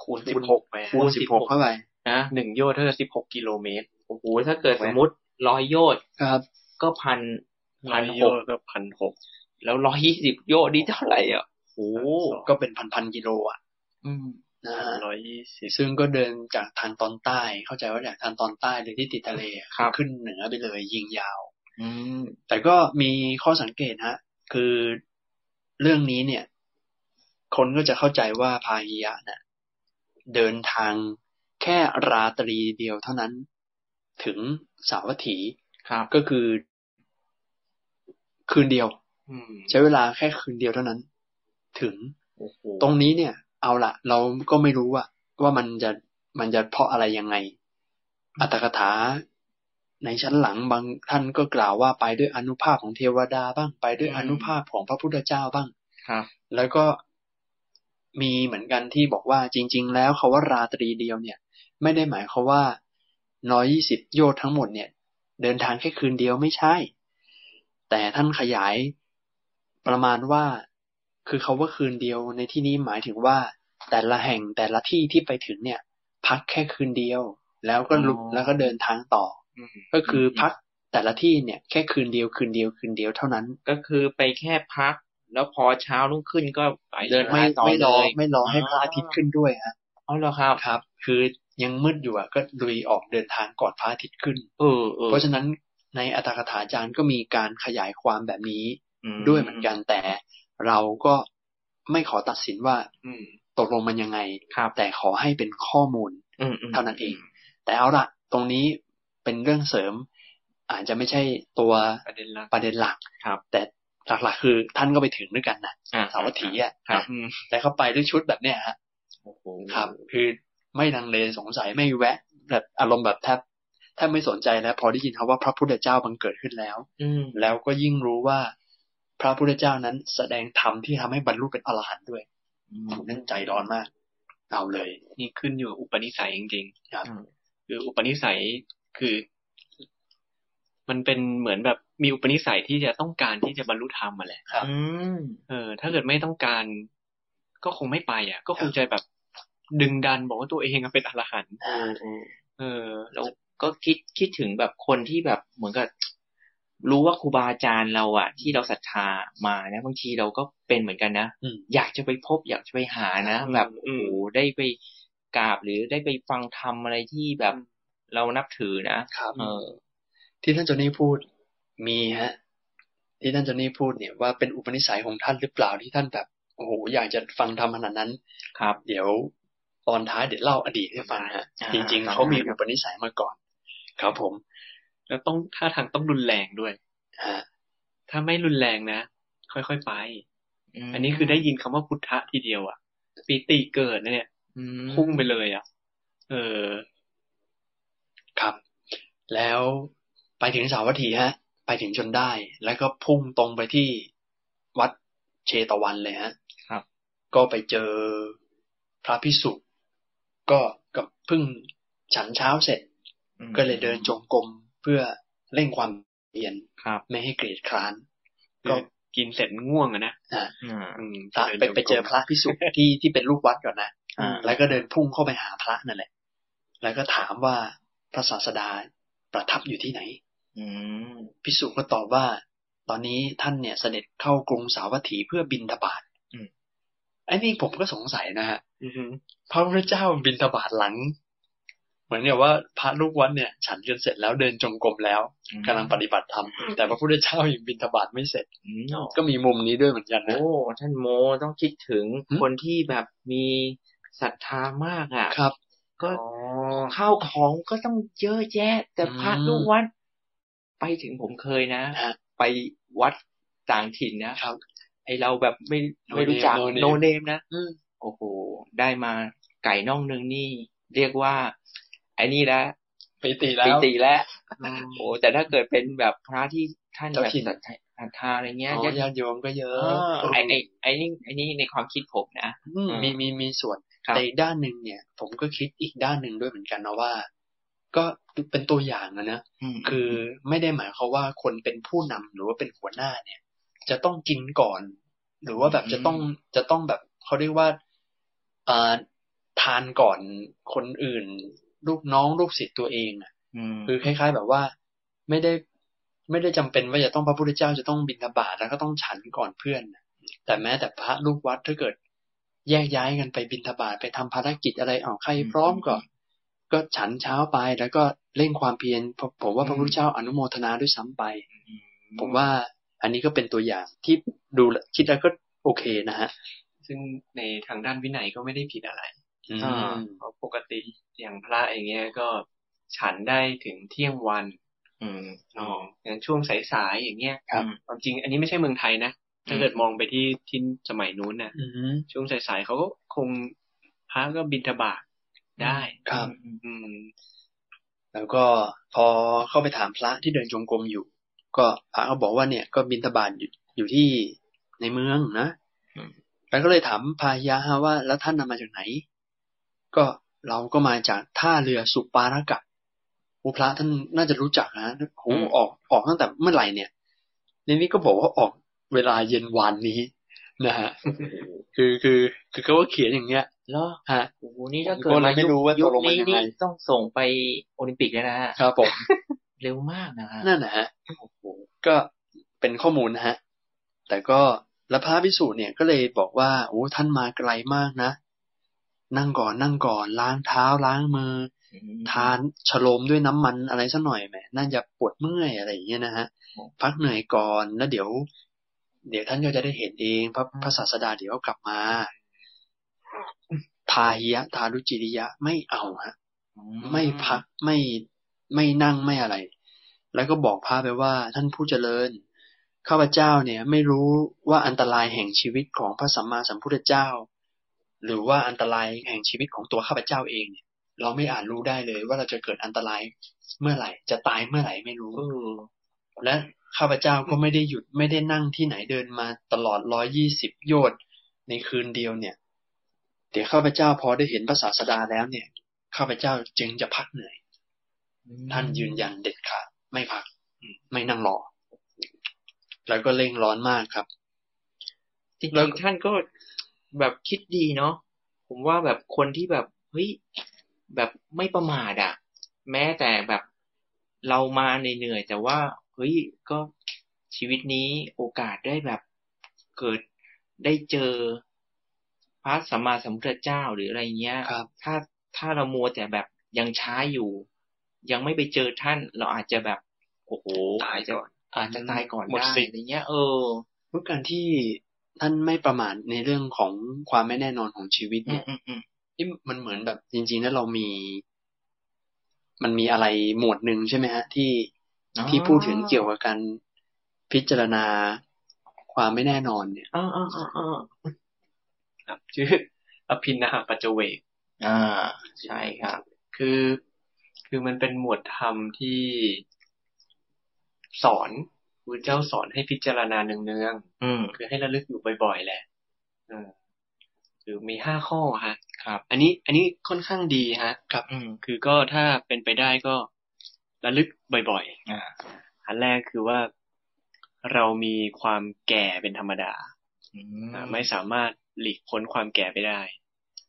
คูณ
คู
สิ
ณ
บหกไป
คูณสิบหกเข้าไป
นะ
หนึ่งโยเทอร์สิบหกกิโลเมตร
โอ้โหถ้าเกิดสมมติร้อยโยชน์
ครับ
ก็พัน
ร้
พั
อน ย
ห
โย
ก
ก็พันหก
แล้วร้อยยี่สิบโยชน์นี่เท่าไหร่อ่ะโอ้โห
ก็เป็นพันพันๆกิโลอ่ะ
อืม
นะฮะ
ร้อยยี่สิบ
ซึ่งก็เดินจากทางตอนใต้ เข้าใจว่าจากทางตอนใต้หรือที่ติดทะเลอะ
ครับ
ขึ้นเหนือไปเลยยิงยาว
อืม
แต่ก็มีข้อสังเกตฮะ คือเรื่องนี้เนี่ย คนก็จะเข้าใจว่าพาหิยะน่ะเดินทางแค่ราตรีเดียวเท่านั้น ถึงสาวัตถี
ครับ
ก็คือ คืนเดียว
อืม
ใช้เวลาแค่คืนเดียวเท่านั้น ถึง
โอ้โห
ตรงนี้เนี่ย เอาละเราก็ไม่รู้ว่าว่ามันจะมันจะเพราะอะไรยังไง อัตถกถา ในชั้นหลังบางท่านก็กล่าวว่าไปด้วยอนุภาพของเทวดาบ้างไปด้วยอนุภาพของพระพุทธเจ้าบ้าง
ครับ
แล้วก็มีเหมือนกันที่บอกว่าจริง ๆ แล้วคาว่าราตรีเดียวเนี่ย ไม่ได้หมายความว่าน้อยยี่สิบโยชน์ทั้งหมดเนี่ย เดินทางแค่คืนเดียวไม่ใช่ แต่ท่านขยายประมาณว่า คือคาว่าคืนเดียวในที่นี้หมายถึงว่า แต่ละแห่งแต่ละที่ที่ไปถึงเนี่ย พักแค่คืนเดียว แล้วก็ลุก
อ๋อ
แล้วก็เดินทางต่อ
อืม
ก็คือพักแต่ละที่เนี่ย แค่คืนเดียวคืนเดียวคืนเดียวเท่านั้น
ก็คือไปแค่พัก แล้วพอเช้ารุ่งขึ้นก็ไปเดิน
ไม่
ทางต่อ
ไม่ร
เล
อย ไม่รอให้พระอาทิตย์ขึ้นด้วยฮะ
อ๋อเหรอครับ
ครับ คือยังมืดอยู่อะก็ลุยออกเดินทางก่อนพระอาทิตย์ขึ้น
เออเออ
เพราะฉะนั้นในอัตถกถาจารย์ก็มีการขยายความแบบนี้
อื
ด้วยเหมือนกันแต่ เราก็ไม่ขอตัดสินว่า
อืม
ตกลงมันยังไง
ครับ
แต่ขอให้เป็นข้อมูล
อืมอืม
เท่านั้นเอง แต่เอาละตรงนี้เป็นเรื่องเสริม อาจจะไม่ใช่ตัว
ประเด็นหลัก
ประเด็นหลัก
ครับ
แต่หลักๆคือท่านก็ไปถึงด้วยกันนะ
อ่
สาวัตถีอ่ะ
ครับ
อืม
แต่เขาไปด้วยชุดแบบเนี้ยฮะ
โอ้โห
ครับคือไม่ลังเลสงสัยไม่แวะ แบบอารมณ์แบบแทบแทบไม่สนใจแล้ว พอได้ยินคำว่าพระพุทธเจ้าบังเกิดขึ้นแล้ว
อืม
แล้วก็ยิ่งรู้ว่า พระพุทธเจ้านั้นแสดงธรรมที่ทำให้บรรลุเป็นอรหันต์ด้วยผมนั่นใจร้อนมาก เอาเลย
นี่ขึ้นอยู่กับอุปนิสัยจริงๆ
ครับ
คืออุปนิสัยคือ มันเป็นเหมือนแบบมีอุปนิสัยที่จะต้องการที่จะบรรลุธรรมมาแหละ
อืม
เออ ถ้าเกิดไม่ต้องการ ก็คงไม่ไปอ่ะ ก็คงจะแบบดึงดันบอกว่าตัวเองอะเป็นอรหันต์
อ่า
เออ
แล้วก็คิดคิดถึงแบบคนที่แบบเหมือนกับรู้ว่าครูบาอาจารย์เราอะที่เราศรัทธามานะบางทีเราก็เป็นเหมือนกันนะ
อืม
อยากจะไปพบอยากจะไปหานะ แบบโอ้โหได้ไปกราบหรือได้ไปฟังธรรมอะไรที่แบบเรานับถือนะครับ เออ
ที่ท่านโจนี่พูดมีฮะ ที่ท่านโจนี่พูดเนี่ยว่าเป็นอุปนิสัยของท่านหรือเปล่าที่ท่านแบบโอ้โหอยากจะฟังธรรมขนาดนั้น
ครับ
เดี๋ยวตอนท้ายเดี๋ยวเล่าอดีตให้ฟังฮะ
อ่า
จริง
ครับ
ๆเขามีอุปนิสัยมาก่อน ครับผม
แล้วต้องท่าทางต้องรุนแรงด้วย
ฮะ
ถ้าไม่รุนแรงนะ ค่อยๆไป
ม
อันนี้คือได้ยินคำว่าพุทธะทีเดียวอ่ะปีติเกิดนะเนี่ย
อืม
พุ่งไปเลยอ่ะ เออ
ครับ แล้วไปถึงสาวัตถีฮะ ไปถึงจนได้ แล้วก็พุ่งตรงไปที่วัดเชตวันเลยฮะ
ครับ
ก็ไปเจอพระพิสุก็กับเพิ่งฉันเช้าเสร็จ
อืม
ก็เลยเดินจงกรมเพื่อเร่งความเพียร
ครับ
ไม่ให้เกรียดคร้าน
คื
ก็
อกินเสร็จง่วงอะนะ
อืม
อืม
พระไป
ดิน
ไปเจอพระพิสุที่ที่เป็นลูกวัดก่อนนะ
อ่า
แล้วก็เดินพุ่งเข้าไปหาพระนั่นแหละ แล้วก็ถามว่าพระศาสดาประทับอยู่ที่ไหน
อืม
ภิกษุก็ตอบว่า ตอนนี้ท่านเนี่ยเสด็จเข้ากรุงสาวัตถีเพื่อบินทบาทไอ้นี่ผมก็สงสัยนะฮะ
อือฮึ
พระพุทธเจ้าบินทบาทหลัง เหมือนกับว่าพระลูกวัดเนี่ย ฉันจนเสร็จแล้วเดินจงกรมแล้วกำลังปฏิบัติธรรมแต่พระพุทธเจ้ายังบิณฑบาตไม่เสร็จ
อืม
ก็มีมุมนี้ด้วยเหมือนกันนะ
โอ้ ท่านโมต้องคิดถึง
หืม
คนที่แบบมีศรัทธามากอ่ะ
ครับ
ก็
อ๋อ
ข้าวของก็ต้องเยอะแยะ แต่พระ
อืม
ลูกวัด ไปถึงผมเคยนะ
ฮะ
ไปวัดต่างถิ่นนะครับไอเราแบบไม่
No
ไม่รู้จัก
name, no
โน
name
เนมนะ
อืม
โอ้โห ได้มาไก่น่องนึงนี่ เรียกว่า ไอ้นี่ละ
ปีติแล้ว
ปีติแล้ว
อ๋อ
โอ้แต่ถ้าเกิดเป็นแบบพระที่ท่าน
เจ้า
แบบ
ถิ่น
ศรัทธาศรัทธาอะไรเงี้ย
อ๋อ
ญาติ
ญาติโยมก็เยอะ
เออไอไอไอนี่ไอนี่ในความคิดผมนะ
อืมมีมีมีส่วน
ครับ
แต่อีกด้านหนึ่งเนี่ย ผมก็คิดอีกด้านหนึ่งด้วยเหมือนกันนะว่า ก็เป็นตัวอย่างนะนะ
ม
คือไม่ได้หมายความว่าคนเป็นผู้นำหรือว่าเป็นหัวหน้าเนี่ย จะต้องกินก่อน หรือว่าแบบ
อืม
จะต้องจะต้องแบบเขาเรียกว่าเอ่อทานก่อนคนอื่น ลูกน้องลูกศิษย์ตัวเองอะ
ม
คือคล้าย ๆ แบบว่าไม่ได้ไม่ได้จำเป็นว่าจะต้องพระพุทธเจ้าจะต้องบิณฑบาตแล้วก็ต้องฉันก่อนเพื่อนน่ะแต่แม้แต่พระลูกวัดถ้าเกิด แยกย้ายกันไปบิณฑบาตไปทำภารกิจอะไรเอาใครพร้อมก่อนก็ฉันเช้าไปแล้วก็เร่งความเพียรผมผมว่าพระพุทธเจ้าอนุโมทนาด้วยซ้ำไป ผมว่าอันนี้ก็เป็นตัวอย่างที่ดูแล้วคิดแล้วก็โอเคนะฮะ
ซึ่งในทางด้านวินัยก็ไม่ได้ผิดอะไร
อืม
อ่า
เพราะปกติอย่างพระอย่างเงี้ยก็ฉันได้ถึงเที่ยงวัน
อืม
อ๋ออย่างช่วงสายๆอย่างเงี้ย
ครับ
ความจริงอันนี้ไม่ใช่เมืองไทยนะ ถ้าเกิดมองไปที่ที่สมัยนู้นนะ
อืม
ช่วงสายๆเขาก็คงพระก็บิณฑบาตได้
ครับ
อืม
แล้วก็พอเข้าไปถามพระที่เดินจงกรมอยู่ ก็พระก็บอกว่าเนี่ยก็บินทบาทอยู่อยู่ที่ในเมืองนะ
อืม
แล้วก็เลยถามพายาฮะว่าแล้วท่านนะมาจากไหน ก็เราก็มาจากท่าเรือสุปาระกะโอุพระท่านน่าจะรู้จักนะโหออกออกตั้งแต่เมื่อไหร่เนี่ยในนี้ก็บอกว่าออกเวลาเย็นวานนี้นะฮะ คือคือคือเขาก็เขียนอย่างเงี้ย
แล้ว
ฮะ
โอ้โหนี่ถ้าเกิด
ผมก็เล
มา
ยไม่
ยุค
รู้ว่า
ยุค
ตกลงมัน
นี้
ยังไง
นี่ต้องส่งไปโอลิมปิกแล้วนะฮะ
ครับผม
เร็วมากนะฮะ
นั่นนะฮะก็เป็นข้อมูลนะฮะ แต่ก็แล้วพระพิสูจน์เนี่ยก็เลยบอกว่าโอ้ท่านมาไกลมากนะ นั่งก่อนนั่งก่อนล้างเท้าล้างมือ
อืม
ทานฉโลมด้วยน้ำมันอะไรสักหน่อยแหมน่าจะปวดเมื่อยอะไรอย่างเงี้ยนะฮะ
ครับ
พักเหนื่อยก่อนแล้วเดี๋ยว เดี๋ยวท่านก็จะได้เห็นเองพระพระศาสดาเดี๋ยวก็กลับมา ทาหิยะ ทารุจิริยะไม่เอาฮะ ไม่พักไม่ไม่นั่งไม่อะไร แล้วก็บอกพระไปว่าท่านผู้เจริญข้าพเจ้าเนี่ย ไม่รู้ว่าอันตรายแห่งชีวิตของพระสัมมาสัมพุทธเจ้า หรือว่าอันตรายแห่งชีวิตของตัวข้าพเจ้าเองเนี่ย เราไม่อาจรู้ได้เลยว่าเราจะเกิดอันตรายเมื่อไหร่ จะตายเมื่อไหร่ไม่รู้
เออ
และข้าพเจ้าก็ไม่ได้หยุดไม่ได้นั่งที่ไหนเดินมาตลอดร้อยี่สิบโยชน์ในคืนเดียวเนี่ย เดี๋ยวข้าพเจ้าพอได้เห็นพระศาสดาแล้วเนี่ย ข้าพเจ้าจึงจะพักเหนื่อย ท่านยืนยันเด็ดขาดไม่พักอืมไม่นั่งรอ แล้วก็เร่งร้อนมากครับ
จริง
แล้ว
ๆท่านก็แบบคิดดีเนาะผมว่าแบบคนที่แบบเฮ้ยแบบไม่ประมาทอ่ะ แม้แต่แบบเรามาเหนื่อยๆแต่ว่าเฮ้ยก็ชีวิตนี้โอกาสได้แบบเกิดได้เจอพระสัมมาสัมพุทธเจ้าหรืออะไรเงี้ย
ครับ
ถ้าถ้าเรามัวแต่แบบยังช้าอยู่ ยังไม่ไปเจอท่าน เราอาจจะแบบโอ้โห
ตา
อา
ย
จจะ
ก่อน
อาจจะตายก่อน
หมด
ได้
สิทธิ์
อะไรเงี้ยเออ
เมื่อการที่ท่านไม่ประมาทในเรื่องของความไม่แน่นอนของชีวิต
อืม
เนี่ย
อืมอืม
นี่มันเหมือนแบบ จริงๆแล้วเรามี มันมีอะไรหมวดหนึ่งใช่ไหมฮะ ที่ที่พูดถึงเกี่ยวกับการพิจารณาความไม่แน่นอนเนี่ย
อ่าอ่าอ่าอ่า
ครับชื่ออภินนาหปัจเจเวก
อ่าใช่ครับ
คือ คือมันเป็นหมวดธรรมที่สอนพระเจ้าสอนให้พิจารณาเนือง
อืม
ๆคือให้ระลึกอยู่บ่อยๆแหละเออคือมีห้าข้อฮะ
ครับ
อันนี้ อันนี้ค่อนข้างดีฮะ
ครับ
อืม
คือก็ถ้าเป็นไปได้ก็ระลึกบ่อย
อ่า
ๆ อันแรกคือว่าเรามีความแก่เป็นธรรมดา
อื
อ่าไม่สามารถหลีกพ้นความแก่ไปได้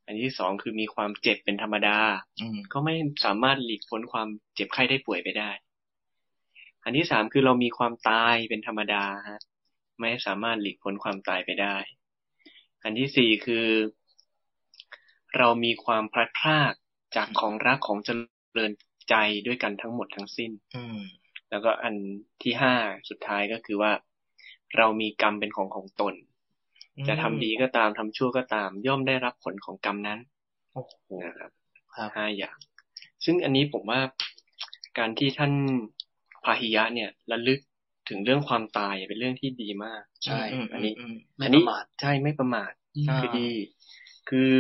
อันที่สองคือมีความเจ็บเป็นธรรมดา
อืม
ก็ไม่สามารถหลีกพ้นความเจ็บไข้ได้ป่วยไปได้ อันที่สามคือเรามีความตายเป็นธรรมดาฮะ ไม่สามารถหลีกพ้นความตายไปได้ อันที่สี่คือ เรามีความพลัดพรากจากของรักของเจ ลินใจด้วยกันทั้งหมดทั้งสิ้น
อืม
แล้วก็อันที่ห้าสุดท้ายก็คือว่า เรามีกรรมเป็นของของตน
อืม
จะทำดีก็ตามทำชั่วก็ตาม ย่อมได้รับผลของกรรมนั้น
โอ้โห
นะครับ
ครับ
ห้าอย่าง ซึ่งอันนี้ผมว่าการที่ท่านพาหิยะเนี่ยระลึกถึงเรื่องความตายเป็นเรื่องที่ดีมาก
ใช่
ม
อันนี้
มม
ไม่
อัน
ป
นี้
ระมาท
ใช่ไม่ประมาท
อ่า
คือดี คือ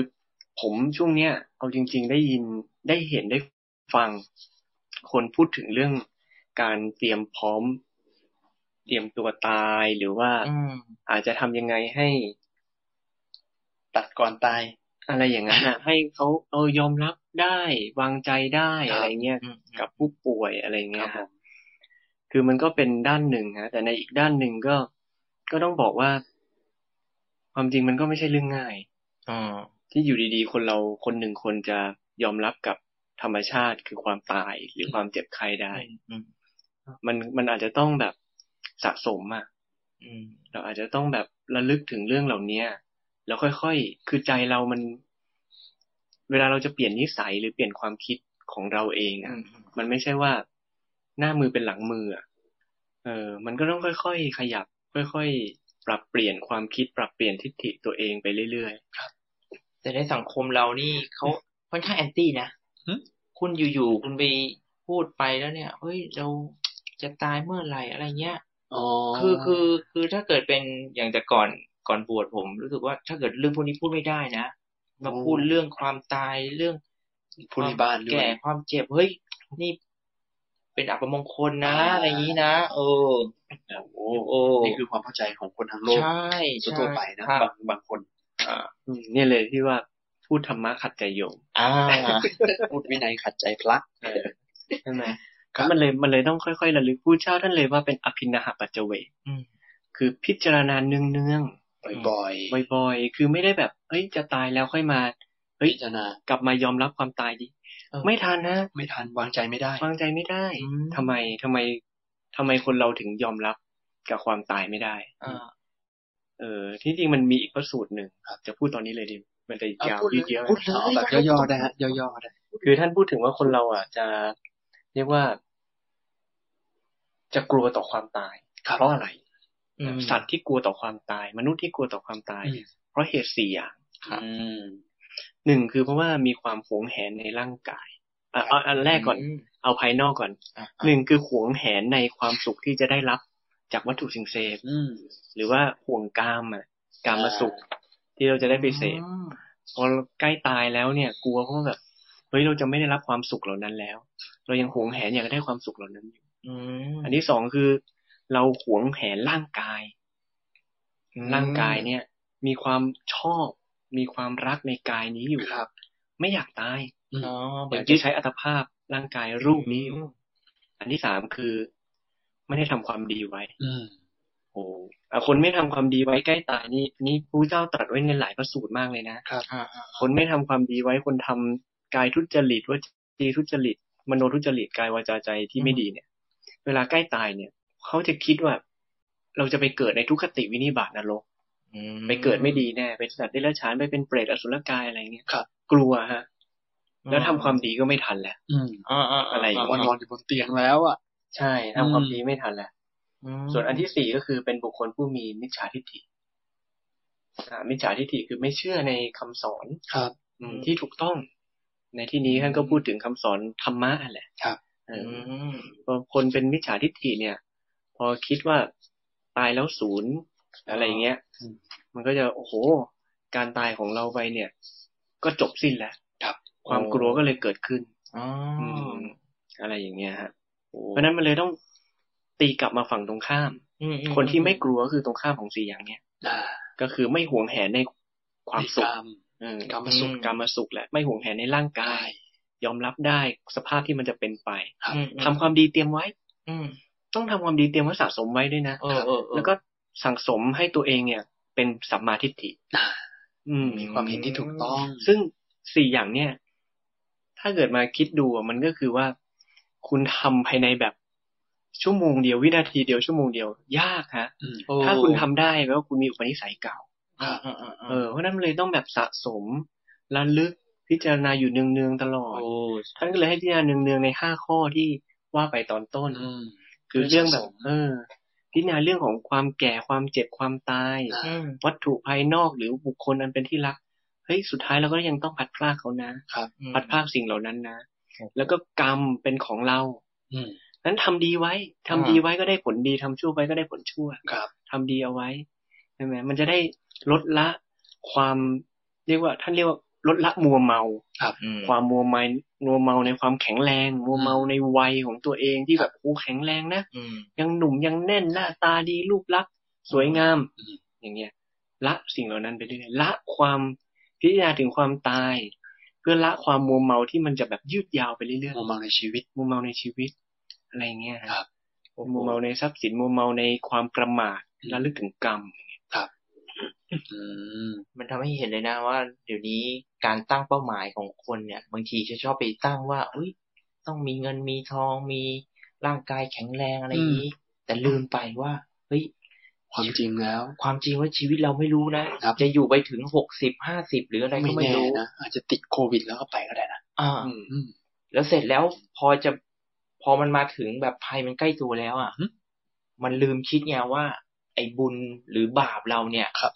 ผมช่วงเนี้ย เอาจริง ๆ ได้ยินได้เห็นได้ฟัง คนพูดถึงเรื่องการเตรียมพร้อม เตรียมตัวตายหรือว่า
อืม
อาจจะทำยังไงให้
ตัดก่อนตาย
อะไรอย่างนั้น นะให้เขาเออยอมรับได้วางใจได้
ครับ
อะไรเงี้ย
อืม
กับผู้ป่วยอะไรเงี้ย
ครับ
คือมันก็เป็นด้านหนึ่งฮะแต่ในอีกด้านหนึ่งก็ก็ต้องบอกว่า ความจริงมันก็ไม่ใช่เรื่องง่าย
อืม
ที่อยู่ดีๆ คนเราคนหนึ่งคนจะยอมรับกับธรรมชาติคือความตายหรือความเจ็บไข้ได้
อืม
มันมันอาจจะต้องแบบสะสมอะ
อืม
เราอาจจะต้องแบบระลึกถึงเรื่องเหล่านี้แล้วค่อยๆ คือใจเรามัน เวลาเราจะเปลี่ยนนิสัยหรือเปลี่ยนความคิดของเราเอง
อื
อะ
ม
มันไม่ใช่ว่าหน้ามือเป็นหลังมืออะเออ มันก็ต้องค่อยๆขยับ ค่อยๆ ปรับเปลี่ยนความคิดปรับเปลี่ยนทิฏฐิตัวเองไปเรื่อย
แต่ในสังคมเรานี่เขาค่อนข้างแอนตี้นะ
หึ
คุณอยู่ๆคุณไปพูดไปแล้วเนี่ยเฮ้ยเราจะตายเมื่อไหร่อะไรเงี้ย
อ๋อ
คือคือคือถ้าเกิดเป็นอย่างแต่ก่อนก่อนบวชผม รู้สึกว่าถ้าเกิดเรื่องพวกนี้พูดไม่ได้นะมาพูดเรื่องความตายเรื่อง
ผู้ริบ้านด้วย
แก่ความเจ็บเฮ้ยนี่ เป็นอัปมงคลนะ
อ่า
อะไรอย่างนี้นะเออ
โอ้
โอ้
นี่คือความเข้าใจของคนทั้งโลก
ใช่ใช่
ทั่วๆไปนะ
ครับ
บางบางคน
ๆอืมเนี่ยเลยที่ว่าพูดธรรมะขัดใจโยม
อ่า
พูดวินัยขัดใจพระ
ใช่ไหม
ครับ
มันเลยมันเลยต้องค่อยๆระลึกพูดเจ้าท่านเลยว่าเป็นอภินหาปัจเจเวก
อืม
คือพิจารณาเนือง
บ่อย
ๆบ่อยๆ คือไม่ได้แบบเฮ้ยจะตายแล้วค่อยมา
ๆพิจารณาก
ลับมายอมรับความตายดิไม่ทันนะ
ไม่ทันวางใจไม่ได้
วางใจไม่ได้
อืม
ทำไมทำไมทำไมคนเราถึงยอมรับกับความตายไม่ได้
อ่า
เออ ที่จริงมันมีอีกพระสูตรหนึ่งจะพูดตอนนี้เลยดิมันจะยาวยืดเยอะนะ
พูดเลยเอาแบบย่อๆได้ฮะย่อๆได้
คือท่านพูดถึงว่าคนเราอ่ะจะเรียกว่า จะกลัวต่อความตาย
ครับ
เพราะอะไร
อืม
สัตว์ที่กลัวต่อความตาย มนุษย์ที่กลัวต่อความตาย เพราะเหตุสี่อย่าง
ครับอืม
หนึ่งคือเพราะว่ามีความหวงแหนในร่างกายอ่ะเอาอันแรกก่อน เอาภายนอกก่อน
อ่ะ
หนึ่งคือหวงแหนในความสุขที่จะได้รับจากวัตถุสิ่งเสพ
อืม
หรือว่าห่วงกามอ่ะกามสุข ที่เราจะได้ไปเสพพอใกล้ตายแล้วเนี่ย กลัวเพราะว่าแบบเฮ้ยเราจะไม่ได้รับความสุขเหล่านั้นแล้ว เรายังหวงแหนอยากได้ความสุขเหล่านั้นอยู่
อืม
อันที่สองคือ เราหวงแหนร่างกาย
อืม
ร่างกายเนี่ย มีความชอบ มีความรักในกายนี้อยู่
ครับ
ไม่อยากตาย
อ๋อเหมือย
อาน ก
ยึ
จะ
ด
ใช้อัตภาพร่างกายรูปนี้อยู่อันที่สามคือ ไม่ได้ทำความดีไว้
อืม
โอ้อ่ะคนไม่ทำความดีไว้ใกล้ตายนี่นี่พระเจ้าตรัสไว้ในหลายพระสูตรมากเลยนะ
ครับ
อ่าอ่า
คนไม่ทำความดีไว้คนทำกายทุจริตวจีทุจริต มโนทุจริตกายวาจาใจที่ไม่ดีเนี่ย เวลาใกล้ตายเนี่ย เขาจะคิดว่า เราจะไปเกิดในทุกขติวินิบาตนรก
อืม
ไปเกิดไม่ดีแน่เป็นสัตว์เดรัจฉานไปเป็นเปรตอสุรกายอะไรเงี้ย
ครับ
กลัวฮะ แล้วทำความดีก็ไม่ทันแหละ
อืม
อ่าา
อะไร
ว่านอนอยู่บนเตียงแล้วอ่ะ
ใช่ทำความดีไม่ทันแหละ
อืม
ส่วนอันที่สี่ก็คือเป็นบุคคลผู้มีมิจฉาทิฏฐิอ่ามิจฉาทิฏฐิคือไม่เชื่อในคำสอน
ครับ
อืมที่ถูกต้อง ในที่นี้ท่านก็พูดถึงคำสอนธรรมะนั่นแหละ
ครับ
เอ
อื
อ
ม
พอคนเป็นมิจฉาทิฏฐิเนี่ย พอคิดว่าตายแล้วศูนย์อะไรอย่างเงี้ย
อืม
มันก็จะโอ้โห การตายของเราไปเนี่ย ก็จบสิ้นแล้ว
ครับ
ความกลัวก็เลยเกิดขึ้น
อ๋อ
อื
อ
ม อะไรอย่างเงี้ยฮะ
โอ้
เพราะฉะนั้นมันเลยต้องตีกลับมาฝั่งตรงข้าม
อืมอื
คนที่ไม่กลัวก็คือตรงข้ามของสี่อย่างเนี้ย
อ่า
ก็คือไม่หวงแหนในความสุข
ในกร
เออก
รามสุข
กรรมสุขแหละ ไม่หวงแหนในร่างกาย ยอมรับได้สภาพที่มันจะเป็นไป
ครับ
อืม
ทำความดีเตรียมไว้
อืม
ต้องทำความดีเตรียมไว้สะสมไว้ด้วยนะ
เออเออเออ
แล้วก็สั่งสมให้ตัวเองเนี่ย เป็นสัมมาทิฏฐิ
อ่า
อืม
มีความเห็นที่ถูกต้อง
ซึ่งสี่อย่างเนี่ย ถ้าเกิดมาคิดดูอะมันก็คือว่า คุณทำภายในแบบชั่วโมงเดียววินาทีเดียวชั่วโมงเดียวยากฮะ
อืม
โอ้
ถ้าคุณทำได้แปลว่าคุณมีอุปนิสัยเก่า
อ่าอ่าอ่า
เออเพราะฉะนั้นมันเลยต้องแบบสะสมระลึก พิจารณาอยู่เนืองๆตลอด
โอ้
ท่านก็เลยให้พิจารณาเนืองๆในห้าข้อที่ว่าไปตอนต้น
อืม
คือเรื่องแบบ
เรื่องสะสม
เออ พิจารณาเรื่องของความแก่ความเจ็บความตาย
อืม
วัตถุภายนอกหรือบุคคลอันเป็นที่รักเฮ้ยสุดท้ายเราก็ยังต้องพัดพรากเขานะ พัดพรากสิ่งเหล่านั้นนะ แล้วก็กรรมเป็นของเรา
อืม
นั้นทำดีไว้ทำ
อ่า
ดีไว้ก็ได้ผลดีทำชั่วไว้ก็ได้ผลชั่ว
ครับ
ทำดีเอาไว้ใช่ไหมมันจะได้ลดละความเรียกว่า ท่านเรียกว่าลดละมัวเมา
อืม
ความมัวเมามัวเมาในความแข็งแรง มัวเมาในวัยของตัวเองที่แบบโอ้แข็งแรงนะ
อืม
ยังหนุ่มยังแน่นหน้าตาดีรูปลักษณ์สวยงาม
อืม
อย่างเงี้ย ละสิ่งเหล่านั้นไปเรื่อยละความพิจารณาถึงความตาย เพื่อละความมัวเมาที่มันจะแบบยืดยาวไปเรื่อย
มุมมองในชีวิต
ๆมัวเมาในชีวิต อะไรอย่างเงี้ย
ครับ
มัวเมาในทรัพย์สินมัวเมาในความประมาทระลึกถึงกรรม
อืม
มันทำให้เห็นเลยนะว่าเดี๋ยวนี้การตั้งเป้าหมายของคนเนี่ย บางทีจะชอบไปตั้งว่าอุ้ยต้องมีเงินมีทองมีร่างกายแข็งแรงอะไรอย่างนี้ แต่ลืมไปว่าเฮ้ย
ความจริงแล้ว
ความจริงว่าชีวิตเราไม่รู้นะ
ครับ
จะอยู่ไปถึงหกสิบห้าสิบหรืออะไรก็
ไม่
ไม่
แน่
รู้
นะอาจจะติดโควิดแล้วก็ไปก็ได้นะ
อ่า
อืม
แล้วเสร็จแล้วพอจะพอมันมาถึงแบบภัยมันใกล้ตัวแล้วอ่ะ
อืม
มันลืมคิดไงว่า ไอ้บุญหรือบาปเราเนี่ย
ครับ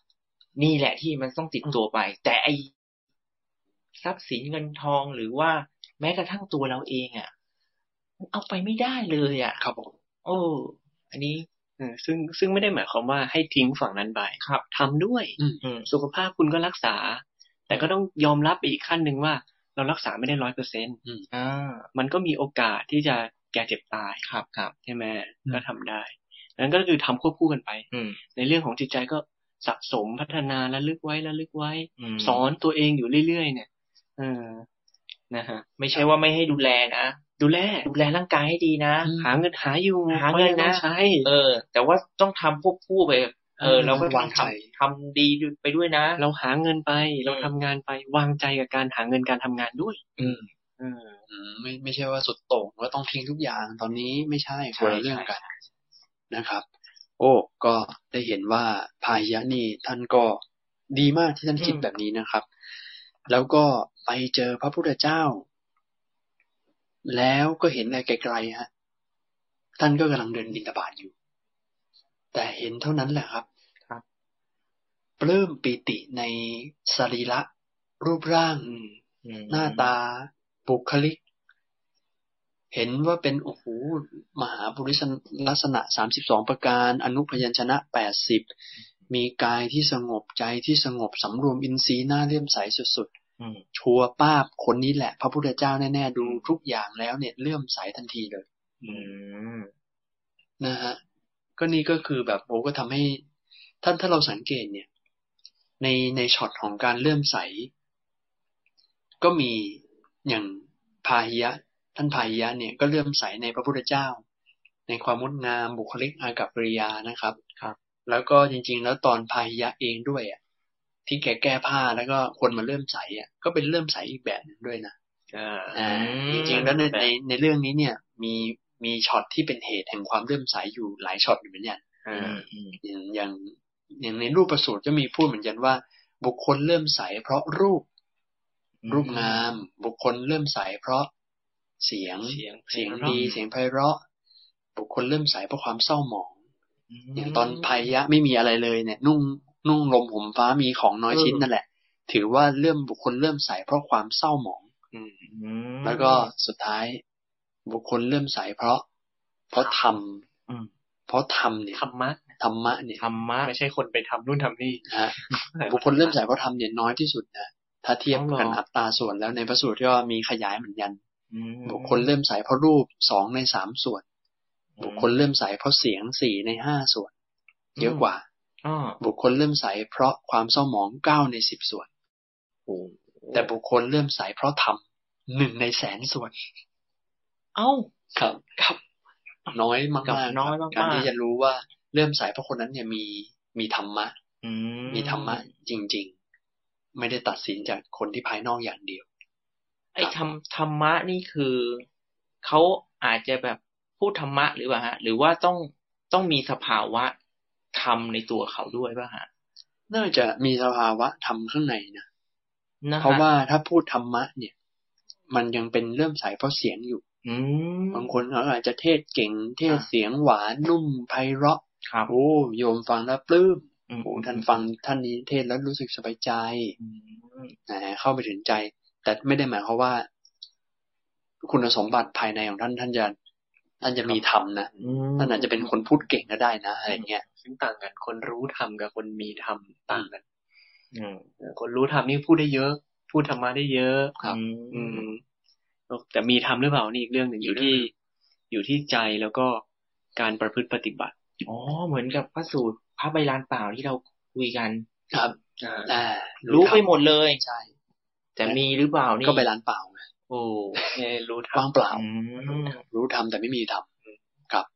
นี่แหละที่มันต้องติดตัวไป แต่ไอ้ทรัพย์สินเงินทองหรือว่าแม้กระทั่งตัวเราเองอ่ะมันเอาไปไม่ได้เลยอ่ะ
ครับผม
โอ้อันนี้
เออซึ่งซึ่งไม่ได้หมายความว่าให้ทิ้งฝั่งนั้นไป
ครับ
ทำด้วย
อืม
อืม
สุขภาพคุณก็รักษา แต่ก็ต้องยอมรับไปอีกขั้นหนึ่งว่า เรารักษาไม่ได้ร้อยเปอร์เซ็นต์
อ่า
มันก็มีโอกาสที่จะแก่เจ็บตาย
ครับครับ
ใช่ไหม
อืม
ก็ทำได้ นั้นก็คือทำควบคู่กันไป
อืม
ในเรื่องของจิตใจก็สะสมพัฒนาระลึกไว้ระลึกไว้
ม
สอนตัวเองอยู่เรื่อยๆ เนี่ยเออนะฮะ
ไม่ใช่ว่าไม่ให้ดูแลนะ
ดูแล
ดูแลร่างกายให้ดีนะ
อืม
หาเงินหาอยู่
หาเงินนะ
พรยัต้อใช้
เออ แต่ว่าต้องทำควบคู่ไปเออ
อืม
เราก็ต้อ
วาง ง
ท
ใจ
ำทำดีไปด้วยนะ
เราหาเงินไป
อืม
เราทำงานไปวางใจกับการหาเงินการทำงานด้วย
อืม
เออ
อืมไม่ไม่ใช่ว่าสุดโต่งว่าต้องทิ้งทุกอย่างตอนนี้ไม่ใช่
ใช่
คนละเรื่องกันนะครับ โอ้ ก็ได้เห็นว่าพายยะนี่ท่านก็ดีมากที่ท่านคิด
อืม
แบบนี้นะครับ แล้วก็ไปเจอพระพุทธเจ้า แล้วก็เห็นในไกลๆฮะ ท่านก็กำลังเดินบินตบาตอยู่ แต่เห็นเท่านั้นแหละครับ
ครับ
ปลื้มปีติในสรีระรูปร่าง
อืม
อืม
หน้าตาบุคลิก เห็นว่าเป็นโอ้โหมหาบุริสลักษณะสามสิบสองประการ อนุพยัญชนะแปดสิบมีกายที่สงบใจที่สงบสำรวมอินทรีย์หน้าเลื่อมใสสุด
อืม
ๆ ชัวร์ป้าบคนนี้แหละ พระพุทธเจ้าแน่ๆ ดูทุกอย่างแล้วเนี่ยเลื่อมใสทันทีเลย
อืม
นะฮะก็นี่ก็คือแบบโอ้ก็ทำให้ท่านถ้าเราสังเกตเนี่ย ในในช็อตของการเลื่อมใส ก็มีอย่างพาหิยะ ท่านพาหิยะเนี่ยก็เลื่อมใสในพระพุทธเจ้า ในความงดงามบุคลิกอากับกริยานะครับ
ครับ
แล้วก็จริง ๆ แล้วตอนพาหิยะเองด้วยอ่ะที่แกแก้ผ้าแล้วก็คนมาเลื่อมใสอ่ะก็เป็นเลื่อมใสอีกแบบหนึงด้วยนะ
อ่า
อ่า
อืม
จริงๆแล้วใน
แบบ
ในในเรื่องนี้เนี่ยมีมีช็อตที่เป็นเหตุแห่งความเลื่อมใสอยู่หลายช็อตอยู่เหมือนกัน
อ่า
อืม
อย่างอย่างอย่างในรูปประสูตรก็มีพูดเหมือนกันว่า บุคคลเลื่อมใสเพราะรูปรูปงาม บุคคลเลื่อมใสเพราะเสียง
เสียง
เสียง
ไพเราะ
ดีเสียงไพเราะ บุคคลเลื่อมใสเพราะความเศร้าหมอง
ม
อย่างตอนภัยยะไม่มีอะไรเลยเนี่ย นุ่งนุ่งลมห่มฟ้ามีของน้อย
เออ
ชิ้นนั่นแหละ ถือว่าเลื่อมบุคคลเลื่อมใสเพราะความเศร้าหมอง
อืม
อืม
แล้วก็สุดท้ายบุคคลเลื่อมใสเพราะ เพราะธรรม
อืม
เพราะธรรมเนี่ย
ธรรมะ
ธรรมะเนี่ย
ธรรมะ
ไม่ใช่คนไปทำนู่นทำนี่
นะฮะบุคคลเลื่อมใสเพราะธรรมเนี่ยน้อยที่สุดนะถ้าเทียบ
อ๋อเหรอ
กันอัตราส่วนแล้วในพระสูตรก็มีขยายเหมือนกัน
อืม
บุคคลเลื่อมใสเพราะรูปสองในสามส่วน บุคคลเลื่อมใสเพราะเสียงสี่ในห้าส่วน เยอะกว่า
อ้อ
บุคคลเลื่อมใสเพราะความเศร้าหมองเก้าในสิบส่วน
โอ้
แต่บุคคลเลื่อมใสเพราะธรรมหนึ่งในแสนส่วน
เอ้า
ครับครับ น้อยมาก
กับ
ๆครับ
น้อยมากๆ
การที่จะรู้ว่าเริ่อมสายเพราะคนนั้นเนี่ยมีมีธรรมะ
อื
มีธรรมะจริง ๆ ไม่ได้ตัดสินจากคนที่ภายนอกอย่างเดียว
ไอ้ธรรมธรรมะนี่คือเขาอาจจะแบบพูดธรรมะหรือเปล่าฮะ หรือว่าต้องต้องมีสภาวะธรรมในตัวเขาด้วยป่ะฮะ
น่าจะมีสภาวะธรรมข้างในนะ
นะฮะ
เพราะว่าถ้าพูดธรรมะเนี่ย มันยังเป็นเริ่มสายเพราะเสียงอยู่
อืม
บางคนเขาอาจจะเทศเก่ง เทศ
อ่า
เสียงหวานนุ่มไพเราะ
ครับ
โอ้โยมฟังแล้วปลื้ม
อืม
โอ้ท่านฟังท่านนี้เทศแล้วรู้สึกสบายใจ
อืม
นะฮะเข้าไปถึงใจ แต่ไม่ได้หมายความว่า คุณสมบัติภายในของท่านท่านจะท่านจะมีธรรมนะ
อืม
ท่านอาจจะเป็นคนพูดเก่งก็ได้นะอะไรอย่างเงี้ย
ซึ่งต่างกันคนรู้ธรรมกับคนมีธรรมต่างกัน
อืม
เออคนรู้ธรรมนี่พูดได้เยอะ พูดธรรมะได้เยอะ
ครับ
อืมแต่มีทำหรือเปล่านี่อีกเรื่องหนึ่งอยู่ที่ อยู่ที่ใจแล้วก็การประพฤติปฏิบัติ
อ๋อเหมือนกับพระสูตรพระใบลานเปล่าที่เราคุยกัน
ครับอ่า
รู้
รู้
ไปหมดเลย
ใช่
แต่มีหรือเปล่านี่
ก็ไปร้านเปล่าไง
โอ้
เออรู้ธรรม
ว่างเปล่า
อืม
รู้ทำแต่ไม่มีทำครับ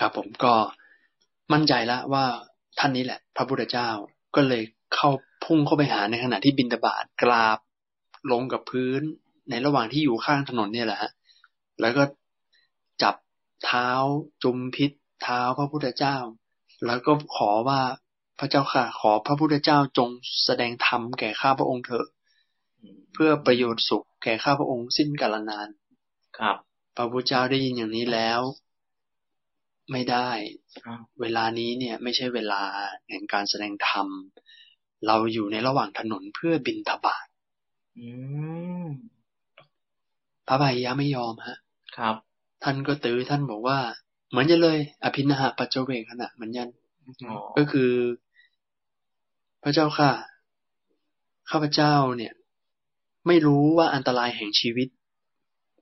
ครับผมก็มั่นใจแล้วว่าท่านนี้แหละ พระพุทธเจ้าก็เลยเข้าพุ่งเข้าไปหาในขณะที่บินตาบาตกราบลงกับพื้น ในระหว่างที่อยู่ข้างถนนเนี่ยแหละฮะแล้วก็จับเท้าจุมพิษเท้าพระพุทธเจ้า แล้วก็ขอว่าพระเจ้าค่ะ ขอพระพุทธเจ้าจงแสดงธรรมแก่ข้าพระองค์เถอะเพื่อประโยชน์สุขแก่ข้าพระองค์สิ้นกาลนาน
ครับ
พระพุทธเจ้าได้ยินอย่างนี้แล้ว ไม่ได้
อ้าว
เวลานี้เนี่ยไม่ใช่เวลาแห่งการแสดงธรรม เราอยู่ในระหว่างถนนเพื่อบินทบาท
อืม
พระพายะไม่ยอมฮะ
ครับ
ท่านก็ตื้อท่านบอกว่า เหมือนจะเลย อภินหะปัจเจเวกขณะเหมือนยัน
อ๋อ
ก็คือ พระเจ้าค่ะ ข้าพเจ้าเนี่ย ไม่รู้ว่าอันตรายแห่งชีวิต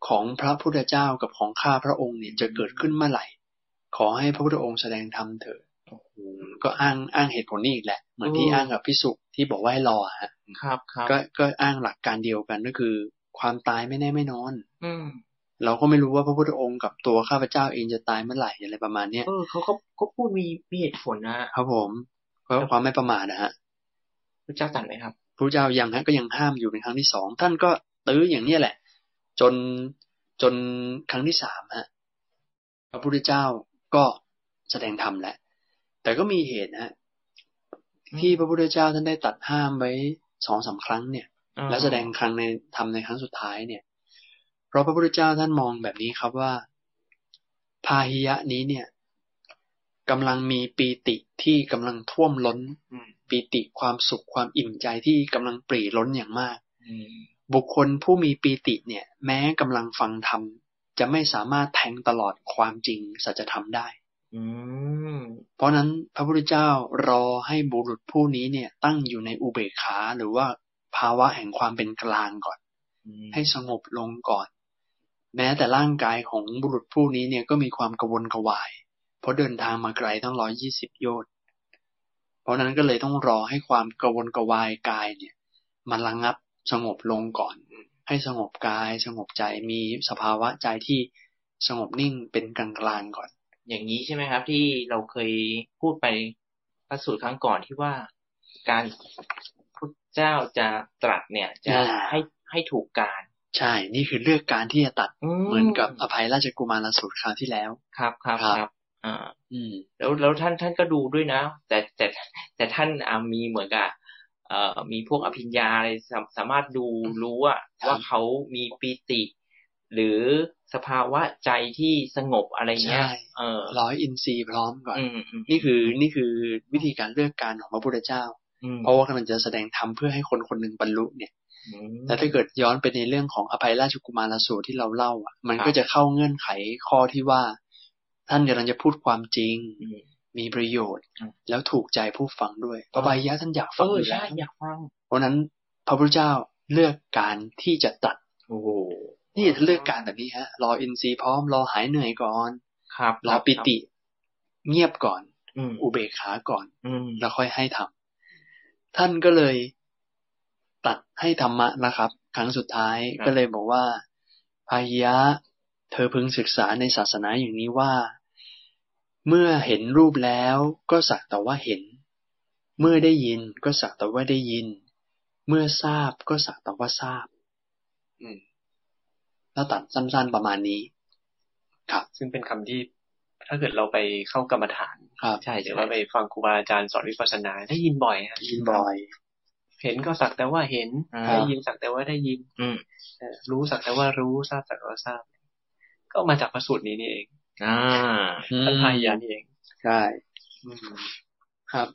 ของพระพุทธเจ้ากับของข้าพระองค์เนี่ยจะเกิดขึ้นเมื่อไหร่ ขอให้พระพุทธองค์แสดงธรรมเถิดก็อ้างอ้างเหตุผลนี่อีกแหละ เหมือนที่อ้างกับพิสุที่บอกว่าให้รออะฮะ
ครับครับ
ก็ก็อ้างหลักการเดียวกันก็คือ ความตายไม่แน่ไม่นอน
อืม
เราก็ไม่รู้ว่าพระพุทธองค์กับตัวข้าพเจ้าเองจะตายเมื่อไหร่อะไรประมาณเนี้ย
เออเขาก็ก็พูดมีมีเหตุผลนะครับ
ผมก็ความไม่ประมาทนะฮะ
พระเจ้าตรัดไหมครับ
พระเจ้ายังฮะก็ยังห้ามอยู่เป็นครั้งที่สองท่านก็ตื้ออย่างเนี้ยแหละ จนจนครั้งที่สามฮะพระพุทธเจ้าก็แสดงธรรมแหละ แต่ก็มีเหตุนะฮะที่พระพุทธเจ้าท่านได้ตัดห้ามไว้สองสามครั้งเนี่ย และแสดงครั้งในทำในครั้งสุดท้ายเนี่ย เพราะพระพุทธเจ้าท่านมองแบบนี้ครับว่า พาหิยะนี้เนี่ยกำลังมีปีติที่กำลังท่วมล้น
อืม
ปีติความสุขความอิ่มใจที่กำลังปรีล้นอย่างมาก
อืม
บุคคลผู้มีปีติเนี่ย แม้กำลังฟังธรรมจะไม่สามารถแทงตลอดความจริงสัจธรรมได้
อืม
เพราะนั้นพระพุทธเจ้ารอให้บุรุษผู้นี้เนี่ย ตั้งอยู่ในอุเบกขาหรือว่าภาวะแห่งความเป็นกลางก่อน
อืม
ให้สงบลงก่อน แม้แต่ร่างกายของบุรุษผู้นี้เนี่ยก็มีความกระวนกระวาย เพราะเดินทางมาไกลตั้งร้อยยี่สิบโยชน์เพราะนั้นก็เลยต้องรอให้ความกระวนกระวายกายเนี่ย มันระงงับสงบลงก่อน ให้สงบกาย สงบใจมีสภาวะใจที่สงบนิ่งเป็นกลางกลางๆก่อน
อย่างนี้ใช่ไหมครับ ที่เราเคยพูดไปพระสูตรครั้งก่อนที่ว่า การพระเจ้าจะตรัสเนี่ย จะ
อ่า
ให้ให้ถูกการ
ใช่ นี่คือเลือกการที่จะตัดเหมือนกับอภัยราชกุมารสูตรคราวที่แล้ว
ครับครับ
ครับ
ครับ อ่า
อืม
แล้วแล้วท่านท่านก็ดูด้วยนะ แต่แต่แต่ท่านอ่ามีเหมือนกับเอ่อมีพวกอภิญญาอะไรสาสามารถดูรู้ว่า
ครับ
ว่าเขามีปีติ หรือสภาวะใจที่สงบอะไรเงี้
ใช่
ย เออ
ร้อยอินทรีย์พร้อมก่อน
อืมอืม
นี่คือนี่คือวิธีการเลือกการของพระพุทธเจ้า
อืม
เพราะว่ากำลังจะแสดงธรรมเพื่อให้คนคนหนึ่งบรรลุเนี่ย
อืม
แล้วถ้าเกิดย้อนไปในเรื่องของอภัยราชกุมารสูตรที่เราเล่าอ่ะ มัน
ครับ
ก็จะเข้าเงื่อนไขข้อที่ว่า ท่านกำลังจะพูดความจริง
อืม
มีประโยชน์
ครับ
แล้วถูกใจผู้ฟังด้วยพระบายะท่านอยาก
เอ
ฟัง
อ
อยู่
ใช่
แล้ว
อยากฟัง
เพราะฉะนั้นพระพุทธเจ้าเลือกการที่จะตัด
โอ้โห
นี่ท่านเลือกการแบบนี้ฮะ รออินทรีย์พร้อมรอหายเหนื่อยก่อน
ครับ
รอปิติ เงียบก่อน
อืม
อุเบกขาก่อน
อืม
แล้วค่อยให้ทำท่านก็เลยตัดให้ธรรมะนะครับ ครั้งสุดท้ายก็เลยบอกว่าพายยะ เธอพึงศึกษาในศาสนาอย่างนี้ว่า เมื่อเห็นรูปแล้วก็สักแต่ว่าเห็น เมื่อได้ยินก็สักแต่ว่าได้ยิน เมื่อทราบก็สักแต่ว่าทราบ อืม แล้วตัดสั้นๆประมาณนี้
ซึ่งเป็นคำที่ ถ้าเกิดเราไปเข้ากรรมฐาน
ครับ
ใช่
หรื
ใช่
อว่าไปฟังครูบาอาจารย์สอนวิปัสสนาได้ยินบ่อยฮะ
ยินบอย
เห็นก็สักแต่ว่าเห็น
อ่า
ได้ยินสักแต่ว่าได้ยิน
อืม
เอ่อรู้สักแต่ว่ารู้ทราบสักแต่ว่าทราบ ก็มาจากพระสูตรนี้นี่เอง
อ่า
พระพายานี่เอง
ใช่
อืม
ครับ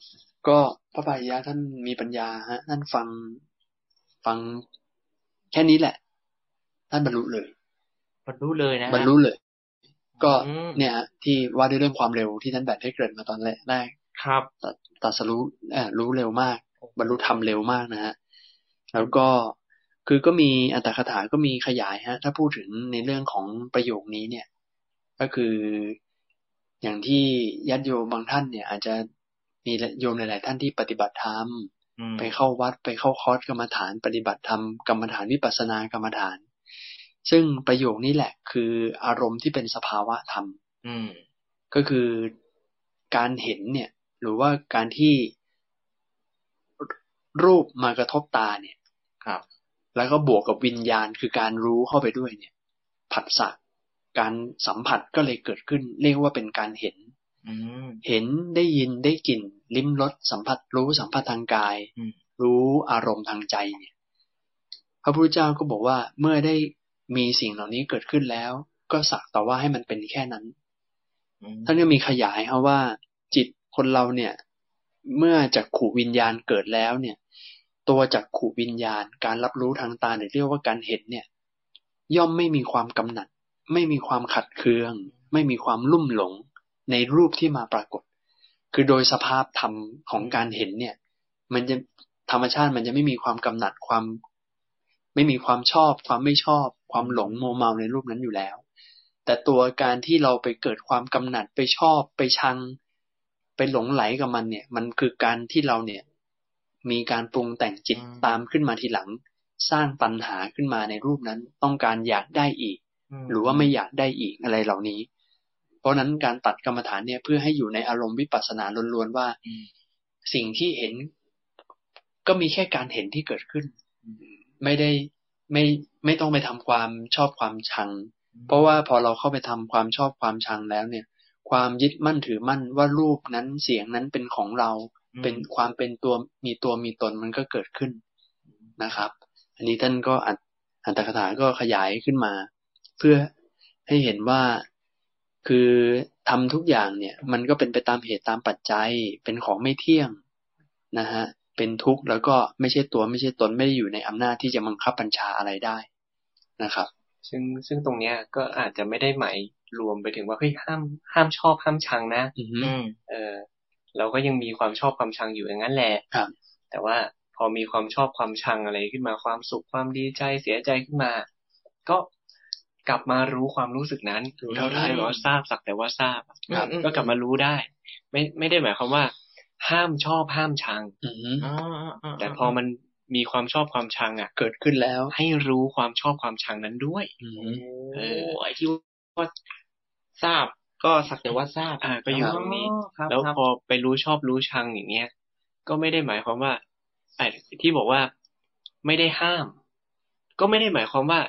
ก็พระปายะท่านมีปัญญาฮะท่านฟังฟังแค่นี้แหละ ท่านบรรลุเลย
บรรลุเลยนะฮะ
บรรลุเลย ก็
อืม
เนี่ยฮะที่ว่าด้วยเรื่องความเร็วที่ท่านแบทให้เกริดมาตอนแรก
ครับ
ตรัสรู้เอ่อรู้เร็วมาก บรรลุธรรมเร็วมากนะฮะ แล้วก็คือก็มีอัตถคถาก็มีขยายฮะ ถ้าพูดถึงในเรื่องของประโยคนี้เนี่ย ก็คืออย่างที่ญาติโยมบางท่านเนี่ย อาจจะมีโยมหลาย ๆ ท่านที่ปฏิบัติธรรม
อืม
ไปเข้าวัดไปเข้าคอร์สกรรมฐาน ปฏิบัติธรรมกรรมฐานวิปัสสนากรรมฐาน ซึ่งประโยคนี้แหละ คืออารมณ์ที่เป็นสภาวะธรรม
อืม
ก็คือการเห็นเนี่ย หรือว่าการที่รูปมากระทบตาเนี่ย
ครับ
แล้วก็บวกกับวิญญาณคือการรู้เข้าไปด้วยเนี่ย ผัสสะการสัมผัสก็เลยเกิดขึ้น เรียกว่าเป็นการเห็น
อืม
เห็นได้ยินได้กลิ่น ลิ้มรสสัมผัสรู้สัมผัสทางกาย
อืม
รู้อารมณ์ทางใจเนี่ย พระพุทธเจ้าก็บอกว่าเมื่อได้มีสิ่งเหล่านี้เกิดขึ้นแล้ว ก็สักแต่ว่าให้มันเป็นแค่นั้น
อืม
ท่านก็มีขยายครับว่าจิตคนเราเนี่ย เมื่อจักขูวิญญาณเกิดแล้วเนี่ย ตัวจักขูวิญญาณการรับรู้ทางตาหรือเรียกว่าการเห็นเนี่ย ย่อมไม่มีความกำหนัด ไม่มีความขัดเคือง ไม่มีความลุ่มหลงในรูปที่มาปรากฏ คือโดยสภาพธรรมของการเห็นเนี่ย มันจะธรรมชาติมันจะไม่มีความกำหนัดความ ไม่มีความชอบ ความไม่ชอบ ความหลงโมวเมาในรูปนั้นอยู่แล้ว แต่ตัวการที่เราไปเกิดความกำหนัดไปชอบไปชัง ไปหลงไหลกับมันเนี่ย มันคือการที่เราเนี่ย มีการปรุงแต่งจิตตามขึ้นมาทีหลัง สร้างปัญหาขึ้นมาในรูปนั้น ต้องการอยากได้อีก หรือว่าไม่อยากได้อีกอะไรเหล่านี้ เพราะฉะนั้นการตัดกรรมฐานเนี่ยเพื่อให้อยู่ในอารมณ์วิปัสสนาล้วนๆว่า สิ่งที่เห็น ก็มีแค่การเห็นที่เกิดขึ้น ไม่ได้ไม่ไม่ต้องไปทำความชอบความชัง เพราะว่าพอเราเข้าไปทำความชอบความชังแล้วเนี่ย ความยึดมั่นถือมั่นว่ารูปนั้นเสียงนั้นเป็นของเรา เป็นความเป็นตัวมีตัวมีตนมันก็เกิดขึ้นนะครับ อันนี้ท่านก็อัดอัตถกถาก็ขยายขึ้นมา เพื่อให้เห็นว่าคือทำทุกอย่างเนี่ย มันก็เป็นไปตามเหตุตามปัจจัย เป็นของไม่เที่ยงนะฮะเป็นทุกข์แล้วก็ไม่ใช่ตัวไม่ใช่ตนไม่ได้อยู่ในอำนาจที่จะบังคับบัญชาอะไรได้นะครับ
ซึ่งซึ่งตรงเนี้ยก็อาจจะไม่ได้หมายรวมไปถึงว่าเฮ้ยห้ามห้ามชอบห้ามชังนะ
อือฮึ
อืม
เออเราก็ยังมีความชอบความชังอยู่อย่างนั้นแหละ
ครับ
แต่ว่าพอมีความชอบความชังอะไรขึ้นมาความสุขความดีใจเสียใจขึ้นมา ก็กลับมารู้ความรู้สึกนั้น
รู้เท่าทัน
หรือว่าทราบสักแต่ว่าทราบ
ครับ
ก็กลับมารู้ได้ ไม่ไม่ได้หมายความว่า ห้ามชอบห้ามชัง
อือฮึ
อ่าา
แต่พอมันมีความชอบความชังอ่ะ
เกิดขึ้นแล้ว
ให้รู้ความชอบความชังนั้นด้วย
อือฮึ
เอ
โอ้
อ
ไอที่ว่าทราบก็สักแต่ว่าทราบ
อ่าก็อยู่ตรงนี้
ครับ
แล้ว
ครับ
พอไปรู้ชอบรู้ชังอย่างเงี้ย ก็ไม่ได้หมายความว่าไอ้ที่บอกว่าไม่ได้ห้าม ก็ไม่ได้หมายความว่า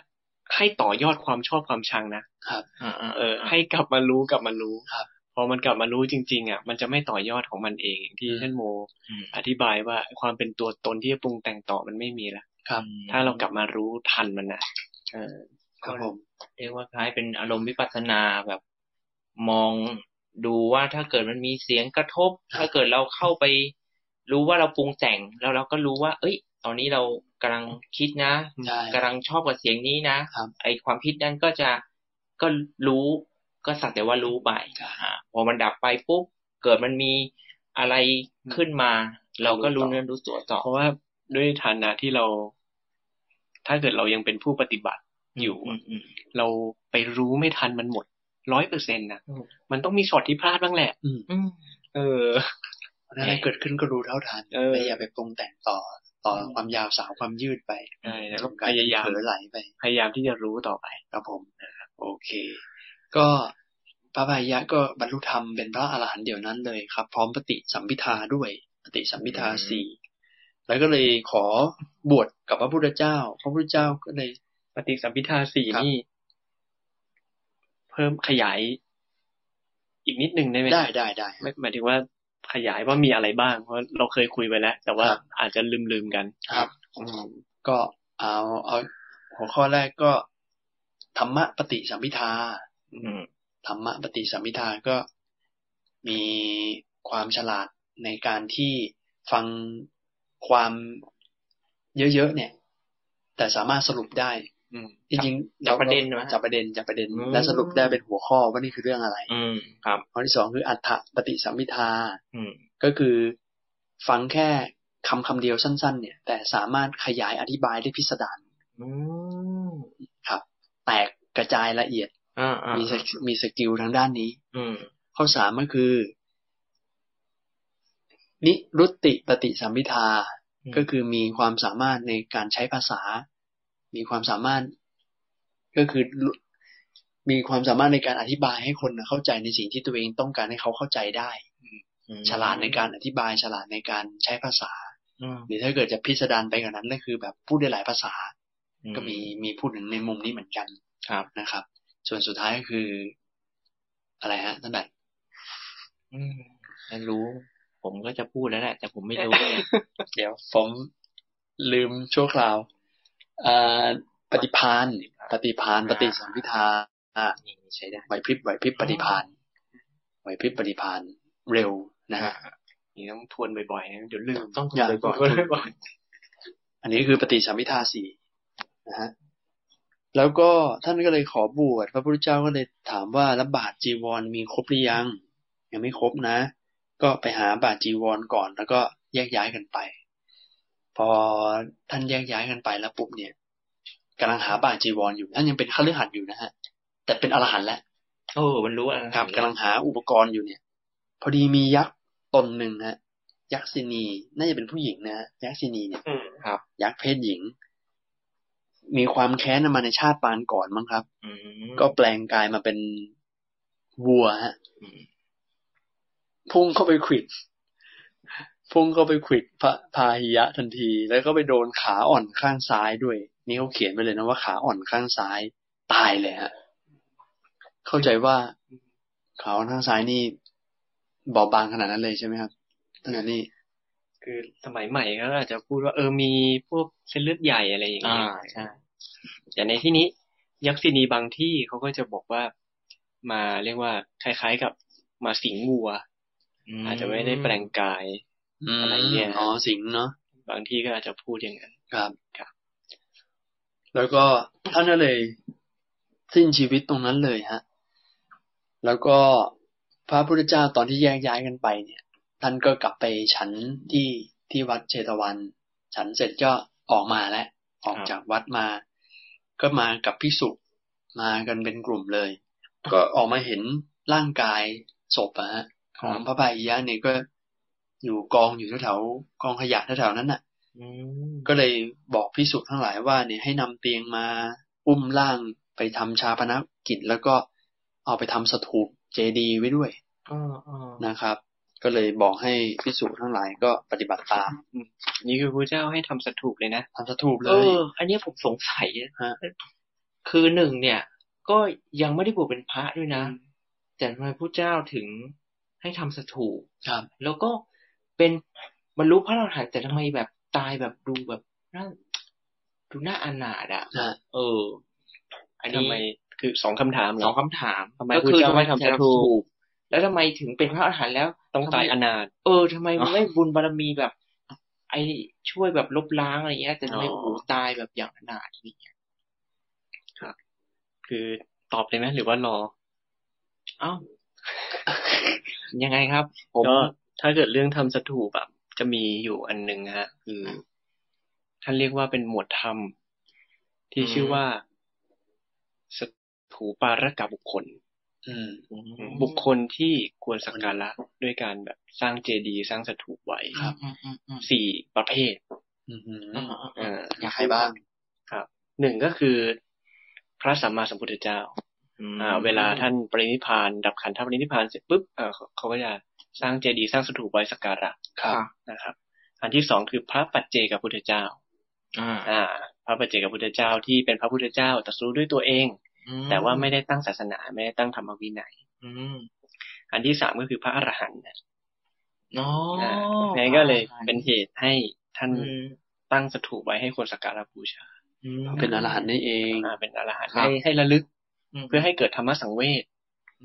ให้ต่อยอดความชอบความชังนะ
อ่าอ่า
เออ ให้กลับมารู้กลับมารู้
ครับ
พอมันกลับมารู้จริง ๆ อ่ะ มันจะไม่ต่อยอดของมันเองอย่างที่
อืม
ท่านโม
อืม
อธิบายว่าความเป็นตัวตนที่จะปรุงแต่งต่อมันไม่มีละ
ครับ
ถ้าเรากลับมารู้ทันมันนะ
เออ
ครับผม
เรียกว่าคล้ายเป็นอารมณ์วิปัสสนาแบบ มองดูว่าถ้าเกิดมันมีเสียงกระทบ ถ้าเกิดเราเข้าไป รู้ว่าเราปรุงแต่งแล้วเราก็รู้ว่า เอ้ย ตอนนี้เรากำลังคิดนะ
ใช่
กำลังชอบกับเสียงนี้นะครับ ไอความคิดนั้นก็จะก็รู้ก็สักแต่ว่ารู้ไป
ใช่
อ่าพอมันดับไปปุ๊บเกิดมันมีอะไรขึ้นมา เราก็รู้เนื้อรู้ตัวต่อ
เพราะว่าด้วยฐานะที่เรา ถ้าเกิดเรายังเป็นผู้ปฏิบัติอยู่อะ
มอืม
เราไปรู้ไม่ทันมันหมดร้อยเปอร์เซ็นต์นะ
อืม
มันต้องมีช็อตที่พลาดบ้างแหละ
อืม
อืม
เออ
อะไรเกิดขึ้นก็รู้เท่าทัน
เออ
และอย่าไปปรุงแต่งต่อต่อความยาวสาวความยืดไป
ใช่แล้วก็
จนร
พยายาม
เผลอไหลไป
พยายามที่จะรู้ต่อไป
ครับผมโอเค ก็พระพายะก็บรรลุธรรมเป็นพระอรหันต์เดี๋ยวนั้นเลยครับ พร้อมปฏิสัมพิทาด้วยปฏิสัมพิทาสี่แล้วก็เลยขอบวชกับพระพุทธเจ้า พระพุทธเจ้าก็เลย
ปฏิสัมพิทาสี่
ครับ
นี่ เพิ่มขยาย อีกนิดหนึ่งได้ไหม
ได้ได้ได้
ไม่หมายถึงว่า ขยายว่ามีอะไรบ้าง เพราะเราเคยคุยไปแล้ว แต่ว่าอาจจะลืมๆกัน
ครับอืมก็เอาเอาหัวข้อแรกก็ธรรมปฏิสัมพิทา
อืม
ธรรมปฏิสัมพิทาก็มีความฉลาดในการที่ฟังความเยอะๆเนี่ย แต่สามารถสรุปได้
อืม
จริงๆ
จับประเด็นนะ
จับประเด็นจับประเด็น
อืม
และสรุปได้เป็นหัวข้อว่านี่คือเรื่องอะไร
อืมครับ
ข้อที่สองคืออัฏฐปฏิสัมพิทา
อืม
ก็คือฟังแค่คำคำเดียวสั้น ๆ เนี่ย แต่สามารถขยายอธิบายได้พิสดาร
อืม
แตกกระจายละเอียด
อ่าอ่า
มีสกมีสกิลทางด้านนี้
อืม
ข้อสามก็คือ นิรุตติปฏิสัมพิทา
อืม
ก็คือมีความสามารถในการใช้ภาษา มีความสามารถ ก็คือรู้มีความสามารถในการอธิบายให้คนน่ะเข้าใจในสิ่งที่ตัวเองต้องการให้เขาเข้าใจได้
อืม
ฉลาดในการอธิบาย ฉลาดในการใช้ภาษา
อืม
หรือถ้าเกิดจะพิสดารไปกว่านั้นก็คือแบบพูดได้หลายภาษา
อื
ก็มีมีพูดถึงในมุมนี้เหมือนกัน
ครับ
นะครับ ส่วนสุดท้ายก็คือ อะไรฮะท่านแบบ
อืมแล้วรู้ ผมก็จะพูดแล้วแหละแต่ผมไม่รู้เนี่ย
เดี๋ยวผมลืมชั่วคราวเอ่อปฏิพานปฏิพานปฏิสัมพิทา
นี่ใช้ได้
ไหวพริบไหวพริบปฏิพานไหวพริบปฏิพานเร็วนะฮะ
นี่ต้องทวนบ่อยๆนะเดี๋ยวลืม
ต้อง
อย่าง
บ่อย
อันนี้คือปฏิสัมพิทาสี่นะฮะแล้วก็ท่านก็เลยขอบวชพระพุทธเจ้าก็เลยถามว่าแล้วบาทจีวรมีครบหรือยัง ยังไม่ครบนะ ก็ไปหาบาทจีวรก่อน แล้วก็แยกย้ายกันไป พอท่านแยกย้ายกันไปแล้วปุ๊บเนี่ยกำลังหาบาทจีวรออยู่ท่านยังเป็นขฤหัสถ์อยู่นะฮะ แต่เป็นอรหันต์แล้ว
ๆเออมันรู้อะไร
ครับกำลังหาอุปกรณ์อยู่เนี่ย พอดีมียักษ์ตนหนึ่งฮะ ยักษินีน่าจะเป็นผู้หญิงนะฮะยักษินีเนี่ย
อืมครับ
ยักษ์เพศหญิง มีความแค้นมาในชาติปางก่อนมั้งครับ
อืม
ก็แปลงกายมาเป็นวัวฮะ
อืม
พุ่งเข้าไปขวิดพุ่งเข้าไปขวิดพระพาหิยะทันที แล้วก็ไปโดนขาอ่อนข้างซ้ายด้วย นี่เขาเขียนไปเลยนะว่าขาอ่อนข้างซ้าย ตายเลยฮะ เข้าใจว่า ขาอ่อนข้างซ้ายนี่บอบบางขนาดนั้นเลยใช่ไหมครับขนาดนี้
คือสมัยใหม่ก็อาจจะพูดว่าเออมีพวกเส้นเลือดใหญ่อะไรอย่าง
อ่า
เงี้ย
ใช่
แต่ในที่นี้ยักษินีบางที่เขาก็จะบอกว่ามาเรียกว่าคล้ายๆกับมาสิงวัว
ม
อาจจะไม่ได้แปลงกาย
ม
อะไรเนี่ย
อ๋อสิงห์เนาะ
บางที่ก็อาจจะพูดอย่างนั้น
ครับ
ครับ
แล้วก็ท่านก็เลย สิ้นชีวิตตรงนั้นเลยฮะ แล้วก็พระพุทธเจ้าตอนที่แยกย้ายกันไปเนี่ย ท่านก็กลับไปฉันที่ที่วัดเชตวัน ฉันเสร็จก็ออกมาแล้ว ออกจากวัดมา ก็มากับพิสุมากันเป็นกลุ่มเลย ก็ออกมาเห็นร่างกายศพอะฮะของพระพายยะเนี่ยก็อยู่กองอยู่แถวๆกองขยะแถวๆนั้นน่ะ
อืม
ก็เลยบอกพิสุทั้งหลายว่าเนี่ยให้นำเตียงมาอุ้มร่างไปทำชาปนกิจ แล้วก็เอาไปทำสถูปเจดีย์ไว้ด้วย
อ่าอ่า
นะครับ ก็เลยบอกให้พิสุทั้งหลายก็ปฏิบัติตาม
นี่คือพระเจ้าให้ทำสถูปเลยนะ
ทำสถูปเล
เอย อ อันเนี้ยผมสงสัยนะ
ฮะ
คือหนึ่งเนี่ย ก็ยังไม่ได้บวชเป็นพระด้วยนะ แต่ทำไมพระเจ้าถึงให้ทำสถูป
ครับ
แล้วก็เป็นบรรลุพระอรหันต์แต่ทำไมแบบตายแบบดูแบบน่าดูน่าอนาถอ่ะ
นะ
เออ อัน
ทำ
นี้
ไมคือสองคำถามเหร
ส
อ
องคำถาม
ทำไม
ก็
พระ
คือ
เจ้าไม่ทำสถูป
แล้วทำไมถึงเป็นพระอรหันต์แล้ว
ต้องตาย
ทำไม
อนาถ
เออทำไมมันไม่บุญบารมีแบบ ไอ้ช่วยแบบลบล้างอะไรเงี้ย แต่ทำไม
อ๋อ
โอ้โหตายแบบอย่างอนาถอย่างเงี้ย
คือตอบเลยไหมหรือว่ารอ
เอ้า ยังไงครับ ผม
ก็ถ้าเกิดเรื่องทำสถูปแบบจะมีอยู่อันหนึ่งฮะ คือท่านเรียกว่าเป็นหมวดธรรม ที่ชื่อว่าสถูปารกบุคคล
อืม
บุคคลที่ควรสักการะด้วยการแบบสร้างเจดีย์สร้างสถูปไว้
ครับ
อืมอืมอืม
สี่ประเภท
อืมอืม
อืมอืม
เอ่อ
มีใครบ้าง
หนึ่งก็คือ พระสัมมาสัมพุทธเจ้า อ่า เวลาท่านปรินิพพาน ดับขันธปรินิพพานเสร็จปุ๊บเอ่อเขาเขาก็จะสร้างเจดีย์สร้างสถูปไว้สักการะ
ครับ
นะครับอันที่สองคือพระปัจเจกพุทธเจ้า
อ่า
อ่า พระปัจเจกพุทธเจ้าที่เป็นพระพุทธเจ้าตรัสรู้ด้วยตัวเอง
อืม
แต่ว่าไม่ได้ตั้งศาสนาไม่ได้ตั้งธรรมวินัย
อืม
อันที่สามก็คือพระอรหันต์นะ
อ๋อ
อ่านั่นก็เลยเป็นเหตุให้ท่าน
อืม
ตั้งสถูปไว้ให้คนสักการะบูชา
อืม
เป็นอรหันต์นี่เอง
อ่าเป็นอรหันต์
ครับ
ให้ให้ระลึกเพื่อให้เกิดธรรมสังเวช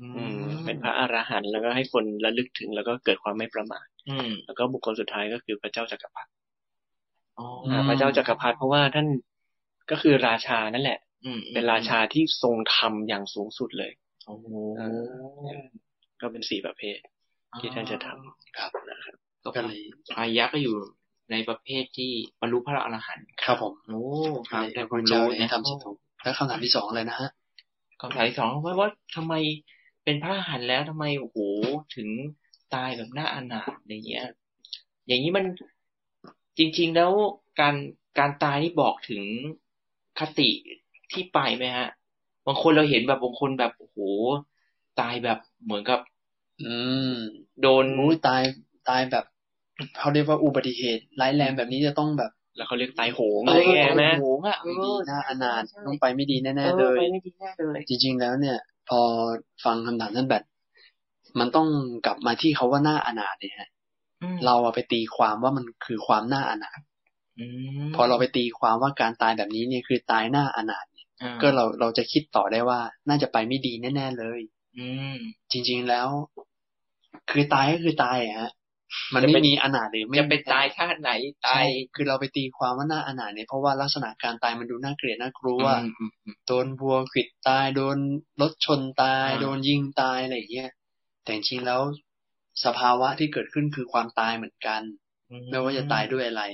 อื
อืม
ม
เป็นพระอรหันต์แล้วก็ให้คนระลึกถึงแล้วก็เกิดความไม่ประมาท
อืม
แล้วก็บุคคลสุดท้ายก็คือพระเจ้าจักรพรรดิ
อ๋อ
อ่าพระเจ้าจักรพรรดิเพราะว่าท่านก็คือราชานั่นแหละ
อืม
เป็นราชาที่ทรงธรรมอย่างสูงสุดเลย
โอ้โห
เอ ก็เป็นสี่ประเภท ที่ท่านจะทำ
ครับ
ก็
ก็เลย
พายักษ์ก็อยู่ในประเภทที่บรรลุพระอรหันต์
ครับผม
โอ้ค
ก็
รับ
เลย
ได้ค
พ
วา
ระ
ม
เจ้า
รู้
ได้
นะ
ทำสถูปแล้วคำถามที่สองเลยนะฮะ
คำถามที่สองว่าว่าทำไมเป็นพระอรหันต์แล้วทำไมโอ้โหถึงตายแบบหน้าอนาถอย่างเงี้ย อย่างนี้มันจริง ๆแล้วการการตายนี่บอกถึงคติที่ไปไหมฮะ บางคนเราเห็นแบบบางคนแบบโอ้โหตายแบบเหมือนกับ
อืม
โดน
โอ้ยตายตายแบบเขาเรียกว่าอุบัติเหตุร้ายแรงแบบนี้จะต้องแบบ
แล้วเขาเรียกไตายโหง
เ
อะไรเงี้ย
ตา
ไหม
โหงอ่ะเอ
ไม่ดี
อ
หน้าอนาถ
ใช่
ต้องไปไม่ดีแน่
ออ
ๆเลย
ไปไม่ดีแน่เลย
จริง ๆ แล้วเนี่ย พอฟังคำถามท่านแบบ มันต้องกลับมาที่เขาว่าหน้าอนาถเนี่ยฮะเราอะไปตีความว่ามันคือความหน้าอนาถ
อืม
พอเราไปตีความว่าการตายแบบนี้เนี่ยคือตายหน้าอนาถเนี่ย
อ่า
ก็เราเราจะคิดต่อได้ว่า น่าจะไปไม่ดีแน่ๆเลย
อืม
จริง ๆแล้ว คือตายก็คือตายอะฮะ มัน
จะ
ไม่
เป็น
มีอนาถหรือไม่
จะ
มี
เป็น
อ
ตาย
ถ
ท่าไหนตา
ใช่
ย
คือเราไปตีความว่าน่าอนาถเนี่ยเพราะว่าลักษณะการตายมันดูน่าเกลียดน่ากลัว
อืมอืมอืม
โดนบัวขวิดตาย โดนรถชนตาย
อ่า
โดนยิงตายอะไรอย่างเงี้ย แต่จริงๆแล้วสภาวะที่เกิดขึ้นคือความตายเหมือนกัน ไม่ว่าจะตายด้วยอะไร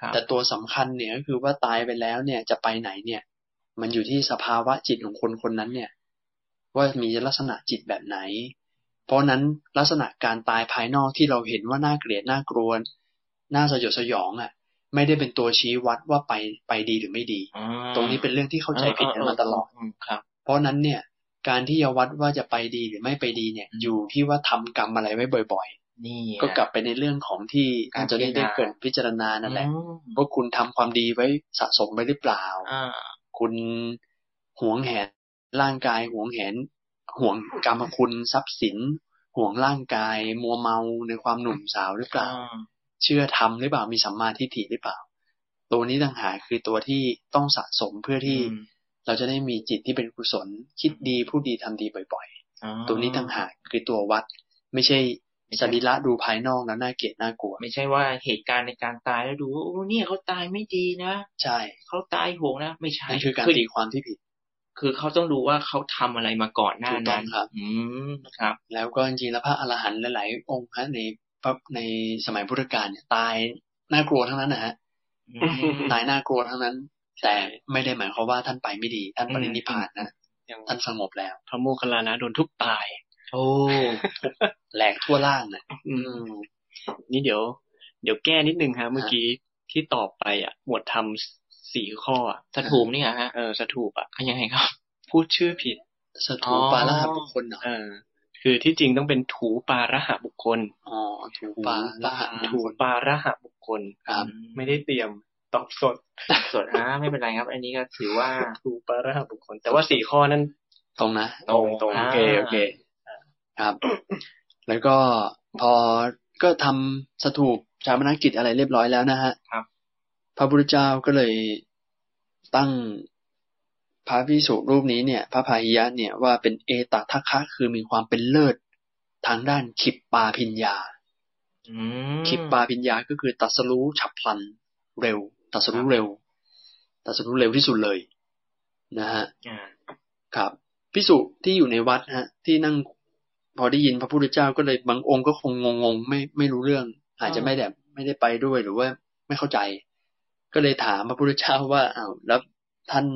ครับ
แต่ตัวสำคัญเนี่ยก็คือว่าตายไปแล้วเนี่ยจะไปไหนเนี่ย มันอยู่ที่สภาวะจิตของคนคนนั้นเนี่ย ว่ามีลักษณะจิตแบบไหน เพราะฉะนั้นลักษณะการตายภายนอกที่เราเห็นว่าน่าเกลียดน่ากลัวน่าสยดสยองอ่ะ ไม่ได้เป็นตัวชี้วัดว่าไปไปดีหรือไม่ดี
อ่า
ตรงนี้เป็นเรื่องที่เข้าใจผิดกันมาตลอด
มครับ
เพราะฉะนั้นเนี่ย การที่จะวัดว่าจะไปดีหรือไม่ไปดีเนี่ย
อืม
อยู่ที่ว่าทำกรรมอะไรไว้บ่อย
นี่
ๆ ก็กลับไปในเรื่องของที่อาจจะได้เกิดพิจารณานั่นแหละ
อืม
ว่าคุณทำความดีไว้สะสมไว้หรือเปล่า
อ่า
คุณหวงแหนร่างกายหวงแหนหวงกรรมคุณทรัพย์สินหวงร่างกาย มัวเมาในความหนุ่มสาวหรือเปล่า
อ่า
เชื่อธรรมหรือเปล่ามีสัมมาทิฏฐิหรือเปล่า ตัวนี้ต่างหากคือตัวที่ต้องสะสมเพื่อที่
อืม
เราจะได้มีจิตที่เป็นกุศล คิดดีพูดดีทำดีบ่อย
อ่า
ๆ ตัวนี้ต่างหากคือตัววัด ไม่ใช่สรีระดูภายนอกแล้วน่าเกลียดน่ากลัว
ไม่ใช่ว่าเหตุการณ์ในการตายแล้วดูว่าโอ้เนี่ยเขาตายไม่ดีนะ
ใช่
เขาตายโหงนะไม่ใช่
นั่นคือการตีความที่ผิด
คือเขาต้องดูว่าเขาทำอะไรมาก่อนหน้า
ถูกต้อ
นั้
ง
น
ครับ
อืมครับ
แล้วก็จริงๆแล้วพระอรหันต์หลายๆองค์ฮะในพระในสมัยพุทธกาลเนี่ยตายน่ากลัวทั้งนั้นนะฮะ
อืม
ตายน่ากลัวทั้งนั้น แต่ไม่ได้หมายความว่าท่านไปไม่ดี ท่านปรินิพพานนะ
อย่าง
ท่านสงบแล้ว
พระโมคคัลลานะโดนทุบตาย
โอ้
แหลกทั่วล่างนะ
อืม นี่เดี๋ยว เดี๋ยวแก้นิดนึงฮะเมื่อกี้ที่ตอบไปอ่ะ หมวดธรรมสี่ข้ออ่ะ
สถูมนี่เหรอฮะ
เออสถูปอ่ะ
อ่ะยังไงครับ
พูดชื่อผิด
สถูปาราหะบุคคลเหรอ
เออ คือที่จริงต้องเป็นถูปาระหะบุคคล
อ๋อถูปาราหะบุค
ถู
คล
ปาระหะบุคคล
ครับ
ไม่ได้เตรียมตอบสด
สดอ่าไม่เป็นไรครับ อันนี้ก็ถือว่า
ถูปาระหะบุคคล แต่ว่าสี่ข้อนั้น
ตรงนะ
ตรงตรง
โอเคโอเคครับ แล้วก็พอก็ทำสถูปชาปนกิจอะไรเรียบร้อยแล้วนะฮะ
ครับ
พระพุทธเจ้าก็เลยตั้งพระพิสุรูปนี้เนี่ย พระพาหิยะเนี่ยว่าเป็นเอตทัคคะคือมีความเป็นเลิศทางด้านขิปปาพิญญา
อืม
ขิปปาพิญญาก็คือตรัสรู้ฉับพลันเร็วตรัสรู้เร็วตรัสรู้เร็วที่สุดเลยนะฮะ
อ่า
ครับพิสุที่อยู่ในวัดฮะ ที่นั่งพอได้ยินพระพุทธเจ้าก็เลยบางองค์ก็คงงงๆไม่ไม่รู้เรื่อง อาจจะไม่แบบไม่ได้ไปด้วยหรือว่าไม่เข้าใจ ก็เลยถามพระพุทธเจ้าว่าอ้าวแล้วท่าน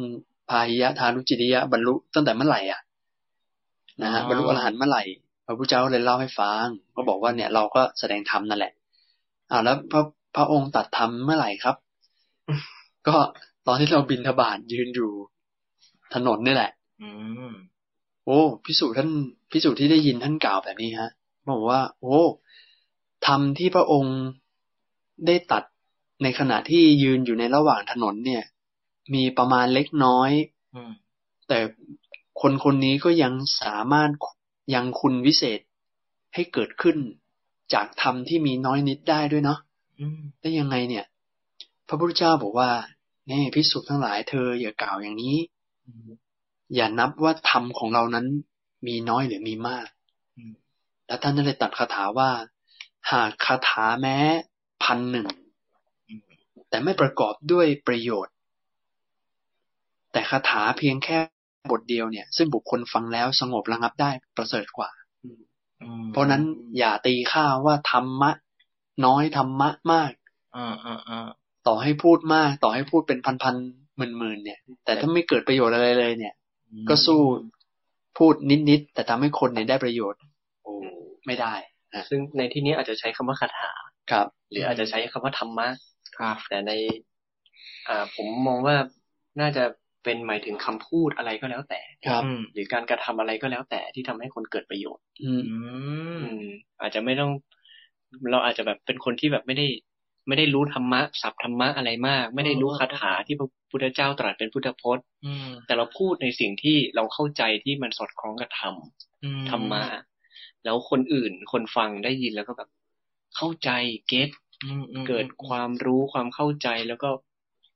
พาหิยะทานุจิริยะบรรลุตั้งแต่เมื่อไหร่อ่ะนะฮะบรรลุอรหันต์เมื่อไหร่พระพุทธเจ้าเลยเล่าให้ฟังก็บอกว่าเนี่ยเราก็แสดงธรรมนั่นแหละอ้าวแล้วพระพระองค์ตัดธรรมเมื่อไหร่ครับ ก็ตอนที่เราบินทบาทยืนอยู่ถนนนี่แหละ
อืม
โอ้พิสูจน์ท่านพิสูจน์ที่ได้ยินท่านกล่าวแบบนี้ฮะบอกว่า โอ้ธรรมที่พระองค์ได้ตัดในขณะที่ยืนอยู่ในระหว่างถนนเนี่ย มีประมาณเล็กน้อย
อืม
แต่คนคนนี้ก็ยังสามารถยังคุณวิเศษให้เกิดขึ้น จากธรรมที่มีน้อยนิดได้ด้วยเนาะ
อืม
ได้ยังไงเนี่ย พระพุทธเจ้าบอกว่าแน่พิสุทั้งหลายเธออย่ากล่าวอย่างนี้ อย่านับว่าธรรมของเรานั้นมีน้อยหรือมีมาก แล้วท่านได้เลยตรัดคาถาว่า หากคาถาแม้พันหนึ่ง แต่ไม่ประกอบด้วยประโยชน์ แต่คาถาเพียงแค่บทเดียวเนี่ย ซึ่งบุคคลฟังแล้วสงบระงับได้ประเสริฐกว่า
อืม
เพราะฉะนั้นอย่าตีค่าว่าธรรมะ น้อยธรรมะมาก
อ่าอ่าอ่า
ต่อให้พูดมาก ต่อให้พูดเป็นพันๆหมื่นๆเนี่ย แต่ถ้าไม่เกิดประโยชน์อะไรเลยเนี่ย ก็สู้พูดนิดๆแต่ทำให้คนเนี่ยได้ประโยชน์
โอ้
ไม่ได้นะ
ซึ่งในที่นี้อาจจะใช้คำว่าคาถา
ครับ
หรืออาจจะใช้คำว่าธรรมะ
ครับ
แต่ใน อ่า ผมมองว่าน่าจะเป็นหมายถึงคำพูดอะไรก็แล้วแต่
ครับ
อืม
หรือการกระทำอะไรก็แล้วแต่ที่ทำให้คนเกิดประโยชน์
อืม
อืม
อืม อาจจะไม่ต้อง เราอาจจะแบบเป็นคนที่แบบไม่ได้ ไม่ได้รู้ธรรมะศัพท์ธรรมะอะไรมาก ไม่ได้รู้คาถาที่พระพุทธเจ้าตรัสเป็นพุทธพจน์
อืม
แต่เราพูดในสิ่งที่เราเข้าใจที่มันสอดคล้องกับธรรม
อืม
ธรรมะแล้วคนอื่นคนฟังได้ยินแล้วก็แบบ เข้าใจเก็ต
อืมอืม
เกิดความรู้ความเข้าใจแล้วก็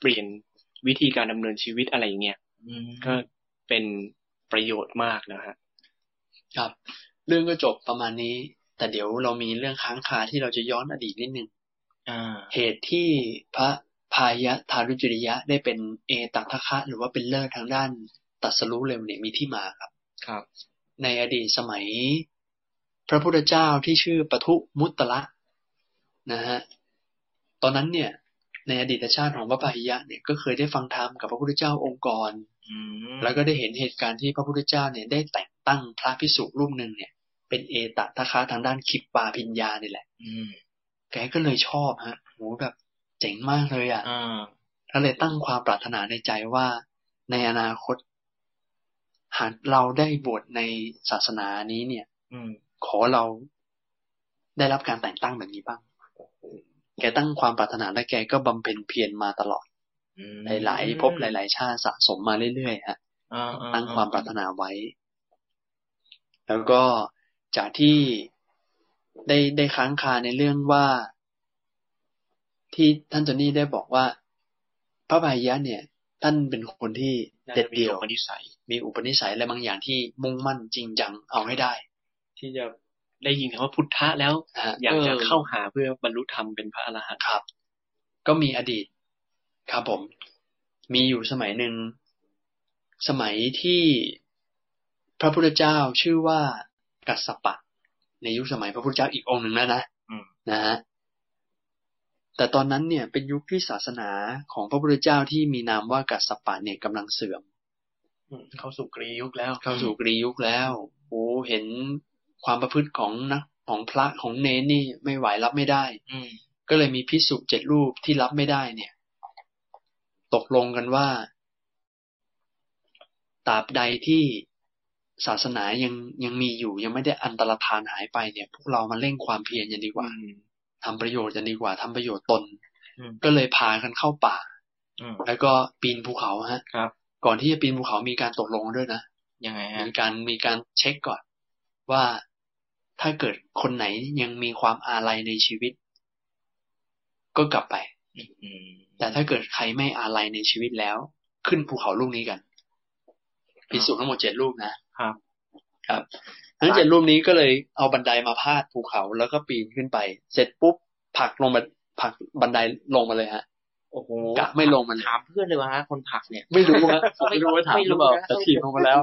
เปลี่ยนวิธีการดำเนินชีวิตอะไรอย่างเงี้ย
อืม
ก็เป็นประโยชน์มากนะฮะ
ครับ เรื่องก็จบประมาณนี้ แต่เดี๋ยวเรามีเรื่องค้างคาที่เราจะย้อนอดีตนิดนึง
อ่า
เหตุที่พระพายะทารุจิริยะได้เป็นเอตังคคะ หรือว่าเป็นเลิศทางด้านตรัสรู้เร็วเนี่ยมีที่มาครับ
ครับ
ในอดีตสมัย พระพุทธเจ้าที่ชื่อปทุมุตตละนะฮะตอนนั้นเนี่ย ในอดีตชาติของพระพายะเนี่ยก็เคยได้ฟังธรรมกับพระพุทธเจ้าองค์กร
อืม
แล้วก็ได้เห็นเหตุการณ์ที่พระพุทธเจ้าเนี่ยได้แต่งตั้งพระภิกษุรูปหนึ่งเนี่ย เป็นเอตตะคะทางด้านขิปปาพิญญานี่แหละ
อืม
แกก็เลยชอบฮะโหแบบเจ๋งมากเลยอ่ะ
อ่า
ก็เลยตั้งความปรารถนาในใจว่าในอนาคต หากเราได้บวชในศาสนานี้เนี่ย
อืม
ขอเราได้รับการแต่งตั้งแบบนี้บ้าง แกตั้งความปรารถนาและแกก็บำเพ็ญเพียรมาตลอด
อืม
หลายๆภพหลาย ๆ ชาติสะสมมาเรื่อยๆฮะ
อ่าอ่
ตั้งความปรารถนาไว้ แล้วก็จากที่ได้ได้ค้างคาในเรื่องว่า ที่ท่านจอนนี่ได้บอกว่า พระพายะเนี่ย ท่านเป็นคนที่
น่า
เด็ด
จะมี
เดี่ยว
อุปนิสัย
มีอุปนิสัยและบางอย่างที่มุ่งมั่นจริงจังเอาให้ได้
ที่จะได้ยินคำว่าพุทธะแล้ว
นะฮะ
อยากจะเข้าหาเพื่อบรรลุธรรมเป็นพระอรหันต์
ครับ ก็มีอดีต ครับผม มีอยู่สมัยหนึ่ง สมัยที่พระพุทธเจ้าชื่อว่ากัสสปะ ในยุคสมัยพระพุทธเจ้าอีกองค์หนึ่งแล้วนะนะฮะแต่ตอนนั้นเนี่ยเป็นยุคที่ศาสนาของพระพุทธเจ้าที่มีนามว่ากัสสปะเนี่ยกำลังเสื่อม
อืมเข้าสู่กรียุคแล้ว
เข้าสู่กรียุคแล้วโอ้เห็นความประพฤติของนะของพระของเนนนี่ไม่ไหวรับไม่ได้
อืม
ก็เลยมีพิสุเจ็ดรูปที่รับไม่ได้เนี่ย ตกลงกันว่าตราบใดที่ศาสนายังยังมีอยู่ ยังไม่ได้อันตรธานหายไปเนี่ย พวกเรามาเร่งความเพียรกันดีกว่าทำประโยชน์กันดีกว่าทำประโยชน์ตน ก็เลยพากันเข้าป่า
อืม
แล้วก็ปีนภูเขาฮะ
ครับ
ก่อนที่จะปีนภูเขามีการตกลงกันด้วยนะ
ยังไงฮะ
มีการมีการเช็คก่อนว่าถ้าเกิดคนไหนยังมีความอาลัยในชีวิต ก็กลับไป
อืม
แต่ถ้าเกิดใครไม่อาลัยในชีวิตแล้ว ขึ้นภูเขาลูกนี้กันพิสูจน์ทั้งหมดเจ็ดรูปนะครับ ครับ ทั้งเจ็ดรูปนี้ก็เลยเอาบันไดมาพาดภูเขาแล้วก็ปีนขึ้นไป เสร็จปุ๊บผลักลงมาผลักบันไดลงมาเลยฮะ
โอ้โห
กะไม่ลงมาเลย
ถามเพื่อนเลยวะฮะคนผลักเนี่ย
ไม่รู้ว่าไม่รู้ว่าถามหรือเปล่า
ไม่รู้นะ
แต่ถีบลงมาแล้ว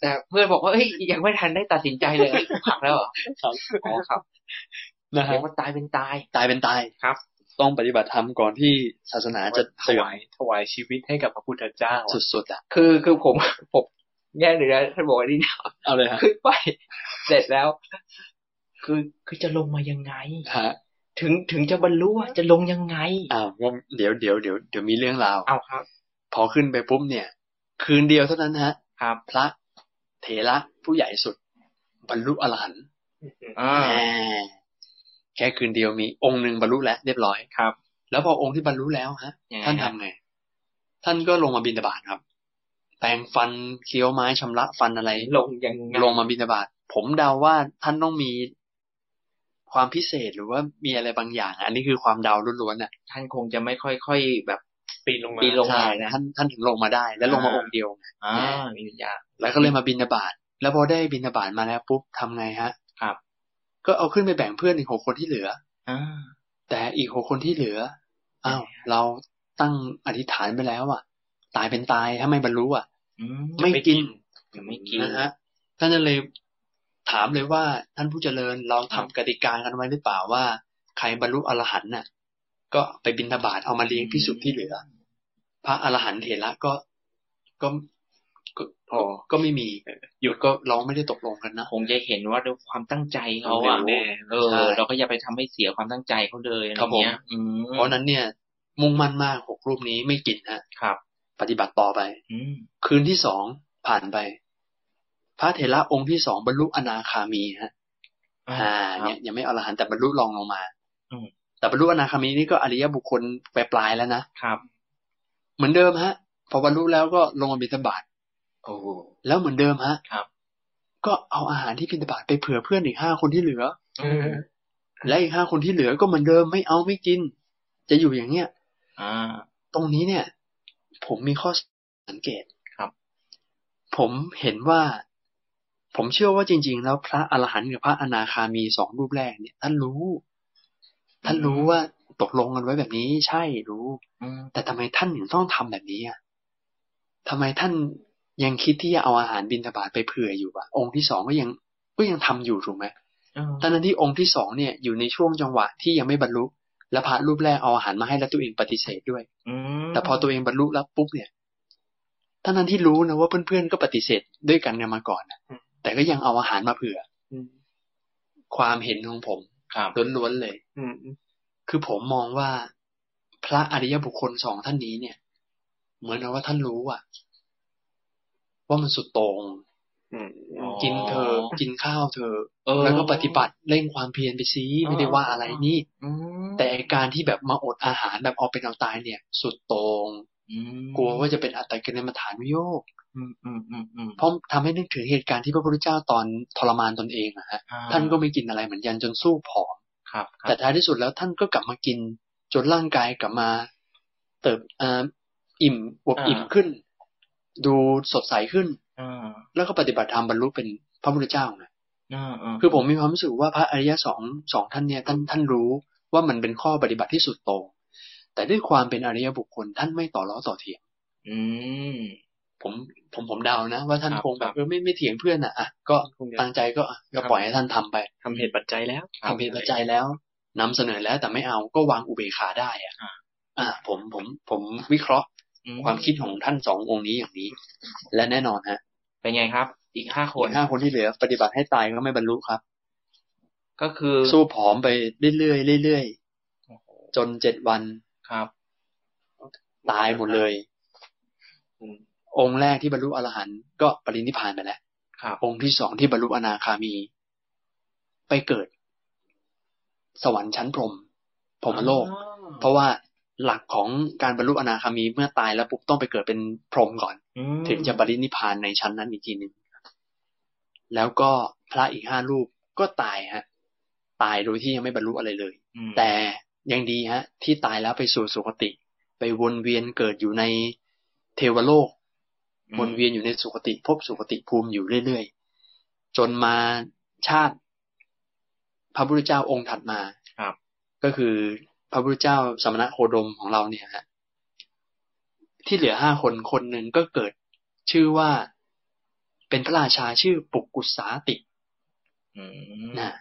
แต่เพื่อนบอกว่าเอ้ยยังไม่ทันได้ตัดสินใจเลยเอ้ยผลักแล้วเหรอ
ครับ
อ๋อครับ
นะ
เดี๋ย
ฮะ
วมันตายเป็นตาย
ตายเป็นตาย
ครับ
ต้องปฏิบัติธรรมก่อนที่ศาสนาจะ
ถ
เสื่อม
วายถวายชีวิตให้กับพระพุทธเจ้าอะ
สุดๆอ่ะ
คือคือผมผมแย่เลยนะท่านบอกว่านี่นะ
เอาเลยฮะ
ขึ้นไป เสร็จแล้ว คือคือจะลงมายังไง
ฮะ
ถึงถึงจะบรรลุอะจะลงยังไง
อ้าวงั้นเดี๋ยวเดี๋ยวเดี๋ยวเดี๋ยวมีเรื่องราว
เอาครับ
พอขึ้นไปปุ๊บเนี่ย คืนเดียวเท่านั้นฮะ
ครับ
พระเถระผู้ใหญ่สุด บรรลุอรหันต์
อ่า
แหมแค่คืนเดียวมีองค์หนึ่งบรรลุแล้วเรียบร้อย
ครับ
แล้วพอองค์ที่บรรลุแล้วฮะ
ยังไง
ท่าน
ฮะ
ทำไง ท่านก็ลงมาบินตาบาตครับ แปรงฟันเคี้ยวไม้ชำระฟันอะไร
ลงยังไง
ลงมาบินตาบาตผมเดาว่าท่านต้องมี ความพิเศษหรือว่ามีอะไรบางอย่างอะอันนี้คือความเดาล้วนๆน่ะ
ท่านคงจะไม่ค่อยค่อยแบบ
ปีนลงมา
ปีนลง
ใช่
ได้นะ
ท่านท่านถึงลงมาได้ และลงมาองค์เดียว
อ่ามีวิญญาณ
แล้วก็เลยมาบินาบาตแล้วพอได้บินาบาตมาแล้วปุ๊บทำไงฮะ
ครับ
ก็เอาขึ้นไปแบ่งเพื่อนอีกหกคนที่เหลือ
อ่า
แต่อีกหกคนที่เหลือ อ้าว เราตั้งอธิษฐานไปแล้วอ่ะ ตายเป็นตายถ้าไม่บรรลุอ่ะ
อืม
ไม่กิน
ยังไม่กิน
นะฮะ ท่านจะเลยถามเลยว่าท่านผู้เจริญเราทำกติกากันไว้หรือเปล่าว่า ใครบรรลุอรหันต์น่ะ ก็ไปบิณฑบาตเอามาเลี้ยงพิสุทธิ์ที่เหลือ พระอรหันต์เถระก็ก็ก็
อ๋อ
ก็ไม่มีหยุดก็เราไม่ได้ตกลงกันนะ
คงจะเห็นว่าด้วยความตั้งใจเขาอ่ะ
แน่
เอ
ใช่
อ เราก็อย่าไปทำให้เสียความตั้งใจเขาเลยอะไร
ครับผม
เงี้ยอืม
เพราะฉะนั้นเนี่ย มุ่งมั่นมากหกรูปนี้ไม่กินฮะ
ครับ
ปฏิบัติต่อไป
อืม
คืนที่สองผ่านไป พระเถระองค์ที่สองบรรลุอนาคามีฮะ
อ่า
อ่าเนี่ยยังไม่อรหันต์แต่บรรลุรองลงมา
อืม
แต่บรรลุอนาคามีนี่ก็อริยบุคคลปลายๆแล้วนะครับ เหมือนเดิมฮะ พอบรรลุแล้วก็ลงมาบิณฑบาต
โอ้
แล้วเหมือนเดิมฮะ
ครับ
ก็เอาอาหารที่บิณฑบาตไปเผื่อเพื่อนอีกห้าคนที่เหลือ
อืม
และอีกห้าคนที่เหลือก็เหมือนเดิมไม่เอาไม่กิน จะอยู่อย่างเนี้ย
อ่า
ตรงนี้เนี่ย ผมมีข้อสังเกต
ครับ
ผมเห็นว่า ผมเชื่อว่าจริง ๆ แล้วพระอรหันต์กับพระอนาคามีสองรูปแรกเนี่ยท่านรู้ ท่านรู้ว่าตกลงกันไว้แบบนี้ ใช่รู้
อืม
แต่ทำไมท่านถึงต้องทำแบบนี้อ่ะทำไมท่านยังคิดที่จะเอาอาหารบิณฑบาตไปเผื่ออยู่อ่ะ องค์ที่สองก็ยังก็ยังทำอยู่ถูกไหม
เออ
ทั้งๆที่องค์ที่สองเนี่ยอยู่ในช่วงจังหวะที่ยังไม่บรรลุและพระรูปแรกเอาอาหารมาให้แล้วตัวเองปฏิเสธด้วย
อืม
แต่พอตัวเองบรรลุแล้วปุ๊บเนี่ยท่านนั้นที่รู้นะว่าเพื่อนๆก็ปฏิเสธด้วยกันกันมาก่อนนะ
อืม
แต่ก็ยังเอาอาหารมาเผื่อ ความเห็นของผม
ครับ
ล้วนๆเลย
อืม
คือผมมองว่าพระอริยบุคคลสองท่านนี้เนี่ย เหมือนกับว่าท่านรู้อะว่ามันสุดโตง่ง
อืม
กินเธอะกินข้าวเธอะ
เออ
แล้วก็ปฏิบัติเร่งความเพียรไปซิไม่ได้ว่าอะไรนี่
อืม
แต่การที่แบบมาอดอาหารแบบเอาเป็นเอาตายเนี่ย สุดโตง่ง
อืม
กลัวว่าจะเป็นอัตตกิลมฐานวิโยค
อืมอืมอืมอืม
เพราะทำให้นึกถึงเหตุการณ์ที่พระพุทธเจ้าตอนทรมานตนเองอะฮะ
อ่
ท่านก็ไม่กินอะไรเหมือนยันจนสู้ผอม
ครับครับ
แต่ท้ายที่สุดแล้วท่านก็กลับมากิน จนร่างกายกลับมา เติบอ่าอิ่มอวบ
อ่า
อิ่มขึ้น ดูสดใสขึ้น
อ่า
แล้วก็ปฏิบัติธรรมบรรลุเป็นพระพุทธเจ้าไง
อ่าา
คือผมมีความรู้สึกว่าพระอริยสองสองท่านเนี่ยท่านท่านรู้ว่ามันเป็นข้อปฏิบัติที่สุดโต่งแต่ด้วยความเป็นอริยบุคคลท่านไม่ต่อล้อต่อเถียง
อืม
ผมผมผมเดานะ ว่าท่าน
ครับ
คง
ค
แบ
รับ บ
เออไม่ไม่เถียงเพื่อนอ่ะอ่ะก็
คงจะ
ตั้งใจก็อ่ะก็ปล่อยให้ท่านทำไป
ทำเหตุปัจจัยแล้ว
ทำเหตุปัจจัยแล้วนำเสนอแล้วแต่ไม่เอาก็วางอุเบกขาได้อ่ะอ่ะผมผมผมวิเคราะห์
อื
ความคิดของท่านสององค์นี้อย่างนี้ และแน่นอนฮะ
เป็นไงครับ อีกห้าค
คน
น
ห้าคนที่เหลือ ปฏิบัติให้ตายก็ไม่บรรลุครับ
ก็คือ
สู้ผอมไปเรื่อยๆเรื่อยๆจนเจ็ดวัน
ครับ
ตายหมดเลยองค์แรกที่บรรลุอรหันต์ก็ปรินิพพานไปแล้ว
ครับ
องค์ที่สองที่บรรลุอนาคามี ไปเกิด สวรรค์ชั้นพรหมพรหมโลก
อ่า
เพราะว่าหลักของการบรรลุอนาคามีเมื่อตายแล้วปุ๊บต้องไปเกิดเป็นพรหมก่อน
อืม
ถึงจะบรินิพพานในชั้นนั้นอีกทีหนึ่งแล้วก็พระอีกห้ารูปก็ตายฮะ ตายโดยที่ยังไม่บรรลุอะไรเลย
อืม
แต่ยังดีฮะ ที่ตายแล้วไปสู่สุคติ ไปวนเวียนเกิดอยู่ในเทวโลก
อืม
วนเวียนอยู่ในสุคติภพสุคติภูมิอยู่เรื่อยๆ จนมาชาติ พระพุทธเจ้าองค์ถัดมา
ครับ
ก็คือพระพุทธเจ้าสมณะโคดมของเราเนี่ยฮะที่เหลือห้าคนคนหนึ่งก็เกิดชื่อว่าเป็นพระราชาชื่อปุกกุสาติ
อืม
นะ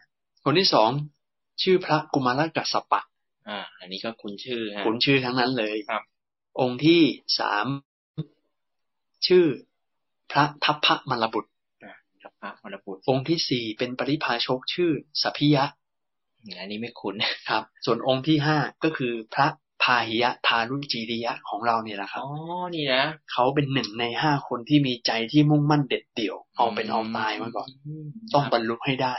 คนที่สองชื่อพระกุมารกัสสปะ
อ่า อันนี้ก็คุณชื่อฮะ
ผมชื่อทั้งนั้นเลย
ครับ
องค์ที่สามชื่อพระทัพพระมลบุตร
ครับพระวรบุตร
องค์ที่สี่เป็นปริพาชกชื่อสัพพิยะ
อืมอันนี้ไม่คุ้น
ครับ ส่วนองค์ที่ห้าก็คือพระพาหิยะทารุจีริยะของเราเนี่ยแหละครั
อ๋
บ
อนี่นะ
เขาเป็นหนึ่งในห้าคนที่มีใจที่มุ่งมั่นเด็ดเดี่ยวเอาเป็นเอาตายมาก่อน
ม
ต้อง
ครับ
บรรลุให้ได้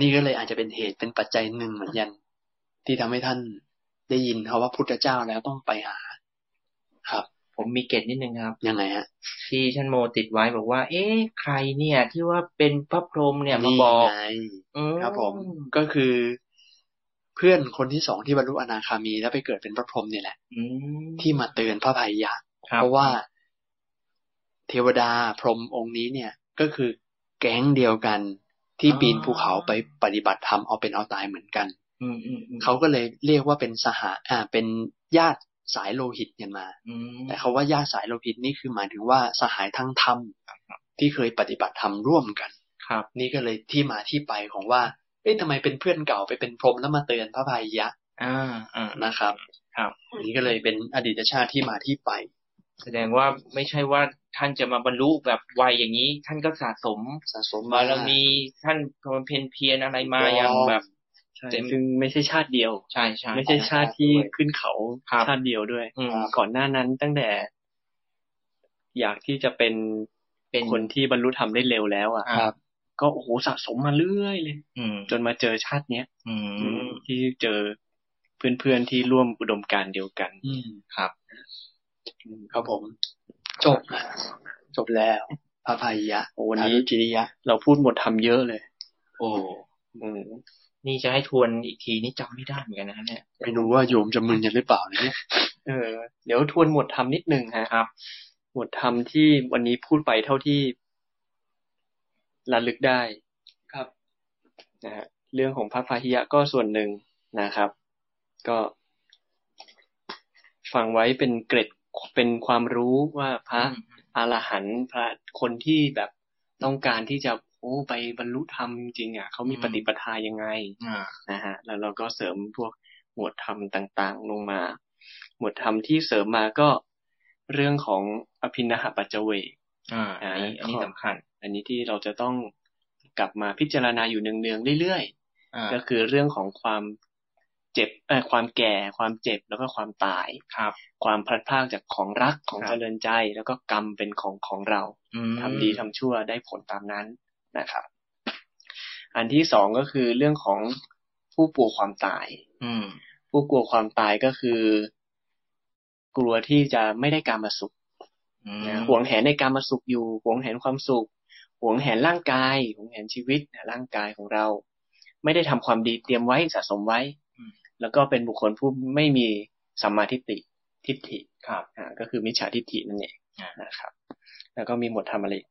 นี่ก็เลยอาจจะเป็นเหตุเป็นปัจจัยหนึ่งเหมือนกันที่ทำให้ท่านได้ยินเขาว่าพุทธเจ้าแล้วต้องไปหา ครับ ผ
ผมมีเกตนิดนึงครับ
ยังไงฮะ
ที่ท่านโมติดไว้บอกว่า เอ๊ะใครเนี่ย ที่ว่าเป็นพระพรหมเนี่ยมา
นี่
บอก
ไง
อื
ครับผม ก็คือเพื่อนคนที่สองที่บรรลุอนาคามีแล้วไปเกิดเป็นพระพรหมเนี่ยแหละ
อืม
ที่มาเตือนพระภัยยะ
ครับ
เพราะว่าเทวดาพรหมองค์นี้เนี่ย ก็คือแก๊งเดียวกันที่ปีนภูเขาไปปฏิบัติธรรมเอาเป็นเอาตายเหมือนกัน
อืมอืมอืม
เขาก็เลยเรียกว่าเป็นสหาอ่า เป็นญาติสายโลหิตกันมา
อืม
แต่เขาว่าญาติสายโลหิตนี่คือหมายถึงว่าสหายทั้งธรรมที่เคยปฏิบัติธรรมร่วมกัน
ครับ
นี่ก็เลยที่มาที่ไปของว่า เอ๊ะทำไมเป็นเพื่อนเก่าไปเป็นพรหมแล้วมาเตือนพระพายยะ
อ่าอ่า
นะครับ
ครับ
นี่ก็เลยเป็นอดีตชาติที่มาที่ไป
แสดงว่าไม่ใช่ว่าท่านจะมาบรรลุแบบวัยอย่างนี้ ท่านก็สะสม
สะสม
บารมีท่านความเพียรเพียรอะไรมาอย่างแบบ
ใช่
เต็ม
ซึ่งไม่ใช่ชาติเดียว
ใช่ใช่
ไม่ใช่ชาติที่ขึ้นเขา
ครับ
ชาติเดียวด้วย
อืม
ก่อนหน้านั้นตั้งแต่ อยากที่จะเป็น
เป็น
คนที่บรรลุธรรมได้เร็วแล้วอ่ะ
ครับ
ก็โอ้โหสะสมมาเรื่อยเลย
อืม
จนมาเจอชาติเนี้ย
อืม
ที่เจอเพื่อนๆที่ร่วมอุดมการณ์เดียวกัน
อืม
ครับ
ครับผม จบ จบแล้วพระพายยะ
โอ้วันนี้
ทารุจิริยะ
เราพูดหมดทำเยอะเลย
โอ้
อืม
นี่จะให้ทวนอีกทีนี่จำไม่ได้เหมือนกันนะเนี่ย
ไม่รู้ว่าโยมจะมึนกันหรือเปล่าเนี่ย
เออ เดี๋ยวทวนหมวดธรรมนิดนึงฮะ
ครับ
หมวดธรรมที่วันนี้พูดไปเท่าที่ระลึกได้
ครับ
นะฮะเรื่องของพระพาหิยะก็ส่วนหนึ่งนะครับ ก็ฟังไว้เป็นเกร็ดเป็นความรู้ว่าพระ
อืม
อรหันต์พระคนที่แบบต้องการที่จะโอ้ไปบรรลุธรรมจริงๆอ่ะเขามีปฏิปทายังไง
อ่า
นะฮะแล้วเราก็เสริมพวกหมวดธรรมต่างๆ ลงมา หมวดธรรมที่เสริมมาก็เรื่องของอภินหปัจจเวก
อ่า อันนี้อันนี้
ครับ
สำคัญ
อันนี้ที่เราจะต้องกลับมาพิจารณาอยู่เนืองๆเรื่อย
อ่า
ๆก็คือเรื่องของความเจ็บเอ่อความแก่ ความเจ็บแล้วก็ความตาย
ครับ
ความพลัดพรากจากของรักของ
ครับ
เจริญใจ แล้วก็กรรมเป็นของของเรา
อืม
ทำดีทำชั่วได้ผลตามนั้นนะครับ อันที่สองก็คือเรื่องของผู้กลัวความตาย
อืม
ผู้กลัวความตายก็คือ กลัวที่จะไม่ได้การมาสุข
อืม
นะหวงแหนในการมาสุขอยู่หวงแหนความสุขหวงแหนร่างกายหวงแหนชีวิตนะร่างกายของเรา ไม่ได้ทำความดีเตรียมไว้สะสมไว้ แล้วก็เป็นบุคคลผู้ไม่มีสัมมาทิฏฐิทิฏฐิ
ครับ
อ่าก็คือมิจฉาทิฏฐินั่นเอง
อ่าน
นะครับ แล้วก็มีหมวดธรรมอะไรอีก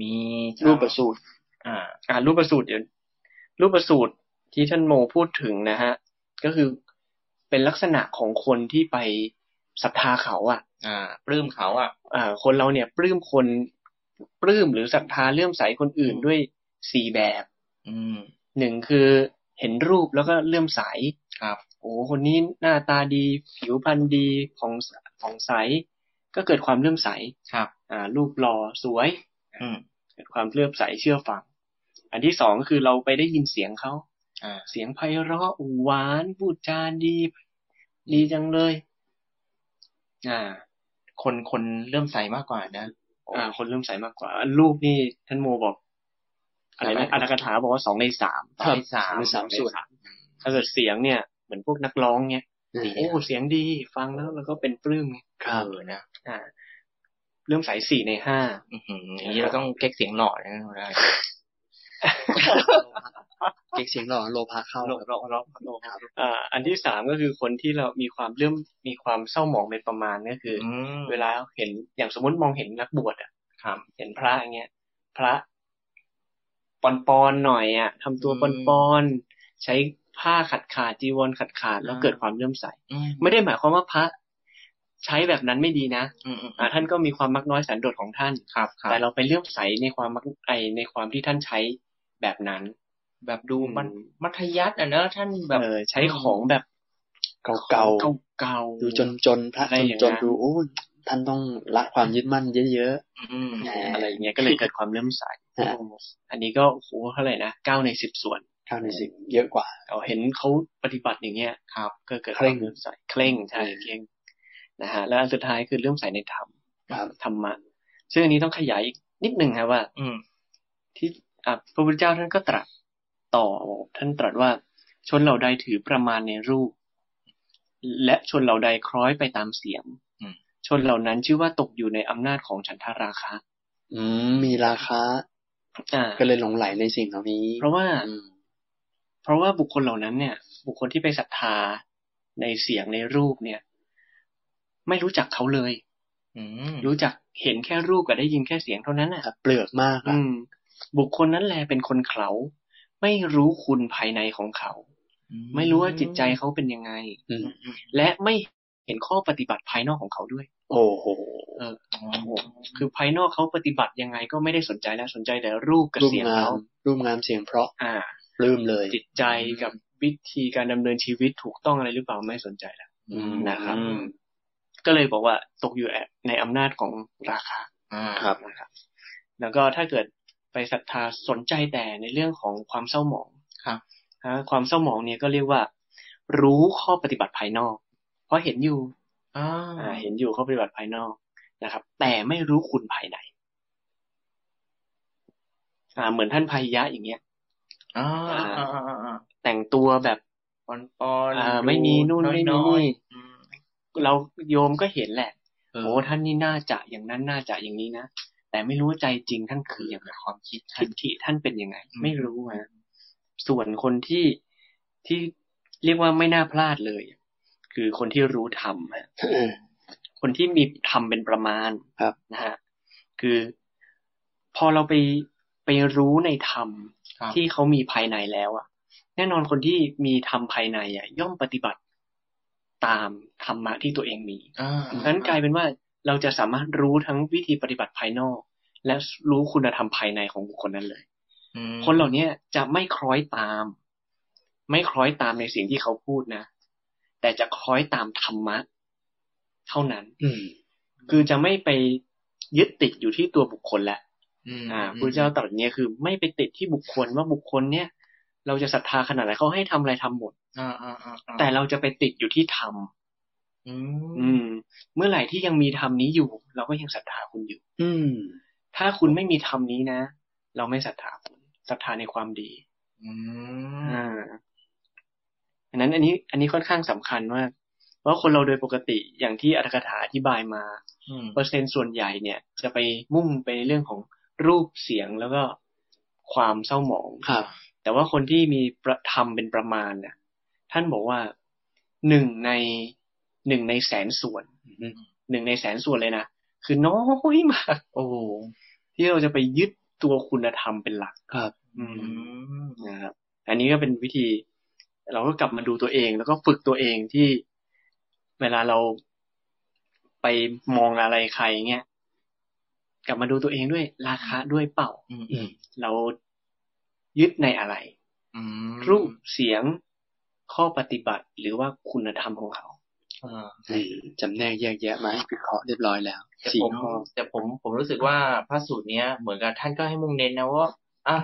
มี
รูปประสูตร
อ่า
อ่ารูปประสูตรเดี๋ยวรูปประสูตรที่ท่านโมพูดถึงนะฮะ ก็คือเป็นลักษณะของคนที่ไปศรัทธาเขาอ่ะ
อ่า ปลื้มเขาอ่ะ
อ่า คนเราเนี่ยปลื้มคนปลื้มหรือศรัทธาเลื่อมใสคนอื่นด้วยสี่แบบ
อืม
หนึ่งคือเห็นรูปแล้วก็เลื่อมใส
ครับ
โอ้คนนี้หน้าตาดี ผิวพรรณดีผ่องผ่องใส ก็เกิดความเลื่อมใส
ครับ
อ่า รูปหล่อสวย
อืม
เกิดความเลื่อมใสเชื่อฟัง อันที่สองก็คือเราไปได้ยินเสียงเขา
อ่า
เสียงไพเราะหวานพูดจาดี ดีจังเลย
อ่า คนคนเริ่มใส่มากกว่านะ
อ่า คนเริ่มใส่มากกว่า รูปนี่ท่านโมบอกอะไรนะ
ใช่ไหม
อัตถกถาบอกว่าสองในสาม
สองในสา
สาม
ม
ในสามส่วน
สาม
ถ้าเกิดเสียงเนี่ย เหมือนพวกนักร้องเนี่ยโอ้เสียงดีฟังแล้วแล้วก็เป็นปลื้มไง
ครับ
เออนะ
อ่า เริ่มใส่สี่ในห้า
อื้อหืออย่างนี้เราต้องเก๊กเสียงหล่อนะเราได้
เก๊กเสียงหล่อโลภะเข้า
โลก
ครับ
โลกโลกโลกอ่า อันที่สามก็คือคนที่เรามีความเริ่มมีความเศร้าหมองเป็นประมาณก็คืออ
อืม
เวลาเห็นอย่างสมมติมองเห็นนักบวชอ่ะ
ครับ
เห็นพระอย่างเงี้ย พระปอนปอนๆหน่อยอ่ะทำตัว
อื
ปอน
ม
ปอนๆใช้ผ้าขัดขาดจีวรขัดขาดแล้ว
อ่า
เกิดความเลื่อมใส
อืม
ไม่ได้หมายความว่าพระ ใช้แบบนั้นไม่ดีนะ
อืมอืม
อ่าท่านก็มีความมักน้อยสันโดษของท่าน
ครับครับ
แต่เราไปเลื่อมใสในความมักไอในความที่ท่านใช้แบบนั้น
แบบดูมัน
อืม
มัธยัสถ์อ่ะเนอะท่านแบบ
เออใช้ของแบบ
เก่า
ของเก่าๆ
ๆดูจนจนๆพระ
อะไร
จน
อย่าง
จ
นั้น น
ดูโอ้ยท่านต้องละความยึดมั่นเยอะ
อืม
ใช่
อะไรอย่างเงี้ยก็เลยเกิดความเลื่อมใส
ฮะ
อันนี้ก็โอ้โหเท่าไหร่นะเก้าในสิบส่วน
ๆเข้าในสิ่งเยอะกว่า
เราเห็นเขาปฏิบัติอย่างเงี้ยครับก็เกิด
เคร่ง
วามลื่อมใสเคร่งใช่
อืม
เคร่งนะฮะแล้วอันสุดท้ายคือเลื่อมใสในธรรม
ครับ
ธรรมะซึ่งอันนี้ต้องขยายอีกนิดหนึ่งครับว่า
อืม
ที่อ่ะพระพุทธเจ้าท่านก็ตรัสต่อท่านตรัสว่าชนเหล่าใดถือประมาณในรูป และชนเหล่าใดคล้อยไปตามเสียง
อืม
ช นเหล่านั้นชื่อว่าตกอยู่ในอำนาจของฉันทราคะ
อืมมีราคา
อ่า
ก็เลยหลงไหลในสิ่งเหล่านี้
เพราะว่า
อืม
เพราะว่าบุคคลเหล่านั้นเนี่ย บุคคลที่ไปศรัทธาในเสียงในรูปเนี่ย ไม่รู้จักเขาเลย
อืม
รู้จักเห็นแค่รูปกับได้ยินแค่เสียงเท่านั้นน่ะ
เปลือกมาก
อื
อ่ะ
ม บุคคลนั้นแลเป็นคนเขา ไม่รู้คุณภายในของเขา ไม่รู้ว่าจิตใจเขาเป็นยังไง
อืม
และไม่เห็นข้อปฏิบัติภายนอกของเขาด้วย
โอ้โห
อ๋อ
คือภายนอกเขาปฏิบัติยังไงก็ไม่ได้สนใจแล้วสนใจแต่รูปกับ
รูป
เสียง
งาม
เขา
รูปงามเสียงเพราะ
อ่า
ปลื้มเลย
จิตใจกับวิธีการดำเนินชีวิตถูกต้องอะไรหรือเปล่าไม่สนใจแล้ว
อืม
นะครับ
อืม
ก็เลยบอกว่าตกอยู่ในอำนาจของราคา
อ่า
ครับ
นะครับแล้วก็ถ้าเกิดไปศรัทธาสนใจแต่ในเรื่องของความเศร้าหมอง
ครับ
นะความเศร้าหมองเนี่ยก็เรียกว่า รู้ข้อปฏิบัติภายนอก เพราะเห็นอยู่
อ่า
อ่าเห็นอยู่ข้อปฏิบัติภายนอกนะครับ แต่ไม่รู้คุณภายในอ่า เหมือนท่านพายยะอย่างเงี้ย
อ่าอ่าอ่าอ่าอ่า
แต่งตัวแบบ
ปอนปอน
อ่า
ดู
ไม่มีนู่นไม่มี
อยๆ
นี่
อืม
เราโยมก็เห็นแหละ
เออ
โอ้ท่านนี่น่าจะอย่างนั้นน่าจะอย่างนี้นะแต่ไม่รู้ว่าใจจริงท่านคืออย่างไรความคิดทิฏฐิท่านเป็นยังไง ไม่รู้ฮะส่วนคนที่ที่เรียกว่าไม่น่าพลาดเลย คือคนที่รู้ธร รมฮะ
เออ
คนที่มีธรรมเป็นประมาณ
ครับ
นะฮะคือพอเราไปไปรู้ในธรรม
ครับ
ที่เขามีภายในแล้วอะแน่นอนคนที่มีธรรมภายในอะย่อมปฏิบัติตามธรรมะที่ตัวเองมี
อ่า
นั้นกลายเป็นว่าเราจะสามารถรู้ทั้งวิธีปฏิบัติภายนอก และรู้คุณธรรมภายในของบุคคลนั้นเลย
อืม
คนเหล่านี้จะไม่คล้อยตาม ไม่คล้อยตามในสิ่งที่เขาพูดนะ แต่จะคล้อยตามธรรมะ เท่านั้น
อืม
คือจะไม่ไปยึดติดอยู่ที่ตัวบุคคลและ
อืม
อ่าพระเจ้าตรัสเนี้ยคือไม่ไปติดที่บุคคลว่าบุคคลเนี่ย เราจะศรัทธาขนาดไหนเขาให้ทำอะไรทำหมด
อ่าอ่าอ่าอ่า
แต่เราจะไปติดอยู่ที่ธรรม
อื
อื
ม
ม เมื่อไหร่ที่ยังมีธรรมนี้อยู่ เราก็ยังศรัทธาคุณอยู่
อืม
ถ้าคุณไม่มีธรรมนี้นะ เราไม่ศรัทธาคุณศรัทธาในความดี
อืม
อ่าอันนั้นอันนี้ อันนี้ค่อนข้างสำคัญมากเพราะคนเราโดยปกติอย่างที่อัตถกถาอธิบายมา
อืม
เปอร์เซ็นต์ส่วนใหญ่เนี่ย จะไปมุ่งไปในเรื่องของรูปเสียงแล้วก็ความเศร้าหมอง
ครับ
แต่ว่าคนที่มีประธรรมเป็นประมาณเนี่ยท่านบอกว่าหนึ่งในหนึ่งในแสนส่วน
อืม
หนึ่งในแสนส่วนเลยนะคือน้อยมาก
โอ้โห
ที่เราจะไปยึดตัวคุณธรรมเป็นหลัก
ครับ
อื
อื
ม
ม
นะครับ อันนี้ก็เป็นวิธี เราก็กลับมาดูตัวเอง แล้วก็ฝึกตัวเองที่เวลาเราไปมองอะไรใครเงี้ยกลับมาดูตัวเองด้วย ราคาด้วยเปล่า
อืม
อืม
เรายึดในอะไร
อืม
รูปเสียงข้อปฏิบัติหรือว่าคุณธรรมของเขา
อ่า
นี่จำแนกแยกแยะมาให้วิเคราะห์เรียบร้อยแล้ว
แต่
สี่
ผม
ข้อ
แต่ผมผมรู้สึกว่าพระสูตรเนี้ยเหมือนกับท่านก็ให้มุ่งเน้นนะว่าอ่ะ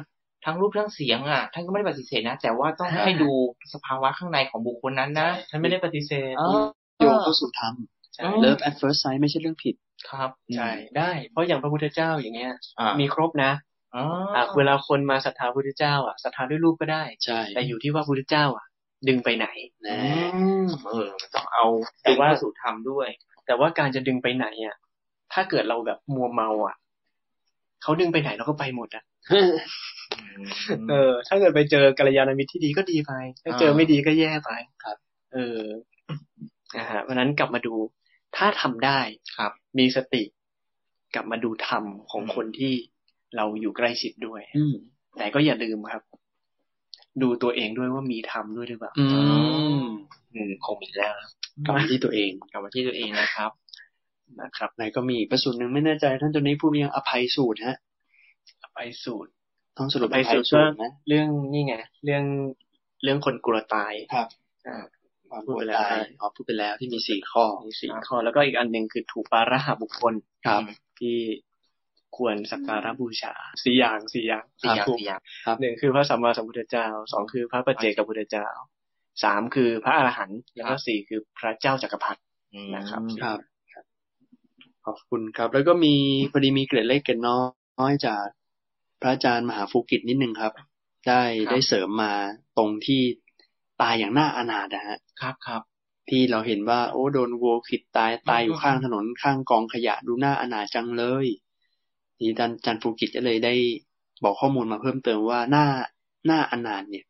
ทั้งรูปทั้งเสียงอ่ะท่านก็ไม่ได้ปฏิเสธนะ แต่ว่าต้องให้ดูสภาวะข้างในของบุคคลนั้นนะ
ท่านไม่ได้ปฏิเสธ
เออ
โยงเข้าสู่ธรรม
ใช่
Love at first sight ไม่ใช่เรื่องผิด
ครับ
ใช่ ได้ เพราะอย่างพระพุทธเจ้าอย่างเงี้ย
อ่า
มีครบนะ
อ๋อ
อ่ะเวลาคนมาศรัทธาพระพุทธเจ้าอ่ะศรัทธาด้วยรูปก็ได้
ใช่
แต่อยู่ที่ว่าพระพุทธเจ้าอ่ะ ดึงไปไหน
นะ
เออมันต้องเอา
แต่ว่า
พระสูตรทำด้วย
แต่ว่าการจะดึงไปไหนอ่ะถ้าเกิดเราแบบมัวเมาอ่ะเขาดึงไปไหนเราก็ไปหมดอ่ะเออ ถ้าเกิดไปเจอกัลยาณมิตรที่ดีก็ดีไป ถ้าเจอไม่ดีก็แย่ไป
ครับ
เออนะฮะเพราะฉะนั้นกลับมาดู ถ้าทำได้
ครับ
มีสติกลับมาดูธรรมของ
อืม
คนที่เราอยู่ใกล้ชิดด้วย
อืม
แต่ก็อย่าลืมครับ ดูตัวเองด้วยว่ามีธรรมด้วยหรือเปล่า
อืม
อืม
คงมีแล้วนะ
กลับมาที่ตัวเอง
กลับมาที่ตัวเองนะครับ
นะครับ
ไหนก็มีอีกประสูตรหนึ่งไม่แน่ใจ ท่านเจนนี้พูดยังอภัยสูตรฮะ
ไปสูตร
ต้องสรุปอ
อภั
ภัย
ยสู
สู
ตร
ตรนะ
เรื่องนี่ไงเรื่องเรื่องคนกลัวตาย
ครับ
อ่า
ความพู
พูด
ด
ไป
ไป
แล้
แล้ว วอ๋อพูดไปแล้วที่มีสี่ข้อ
มีสี่ข้อแล้วก็อีกอันหนึ่งคือถูกปาระหาบุคคล
ครับ
ที่ควรสักการะบูชาสี่อย่างสี่อย่าง
สี่อย่าง
ถูก
สี่อย่าง
ครับ
หนึ่งคือพระสัมมาสัมพุทธเจ้าสองคือพระปัจเจกพุทธเจ้าสามคือพระอรหันต์แล้วก็สี่คือพระเจ้าจักรพรรดิ นะครับ
ครับ ขอบคุณครับ แล้วก็มีพอดีมีเกร็ดเล็กเกร็ดน้อยจากพระอาจารย์มหาภูกิจนิดนึงครับ ได้ได้เสริมมาตรงที่ตายอย่างน่าอนาถนะฮะ
ครับครับ
ที่เราเห็นว่า โอ้โดนวัวขิดตายตายอยู่ข้างถนนข้างกองขยะดูน่าอนาจจังเลย นี่ดันจันฟูกิจก็เลยได้บอกข้อมูลมาเพิ่มเติมว่าหน้าหน้าอนาจเนี่ย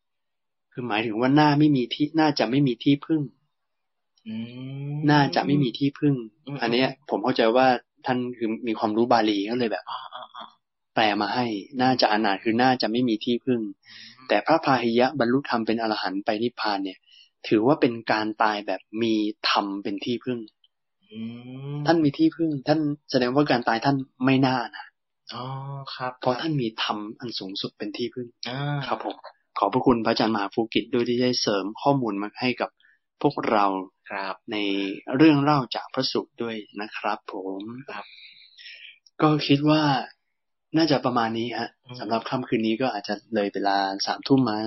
คือหมายถึงว่าหน้าไม่มีที่น่าจะไม่มีที่พึ่ง
อืม
น่าจะไม่มีที่พึ่ง
อืม
อันเนี้ย ผมเข้าใจว่าท่านคือมีความรู้บาลีก็เลยแบบแปลมาให้ น่าจะอนาถคือน่าจะไม่มีที่พึ่ง แต่พระพาหิยะบรรลุธรรมเป็นอรหันต์ไปนิพพานเนี่ย ถือว่าเป็นการตายแบบมีธรรมเป็นที่พึ่ง
อืม
ท่านมีที่พึ่ง ท่านแสดงว่าการตายท่านไม่น่านะ
อ๋อครับ
เพราะท่านมีธรรมอันสูงสุดเป็นที่พึ่ง
อ่า
ครับผมขอบพระคุณพระอาจารย์มหาภูกิจด้วยที่ได้เสริมข้อมูลมาให้กับพวกเรา
ครับ
ในเรื่องเล่าจากพระสูตรด้วยนะครับผม
ครับ
ก็คิดว่าน่าจะประมาณนี้ฮะ
อืม
สำหรับค่ำคืนนี้ก็อาจจะเลยเวลาสามทุ่มมา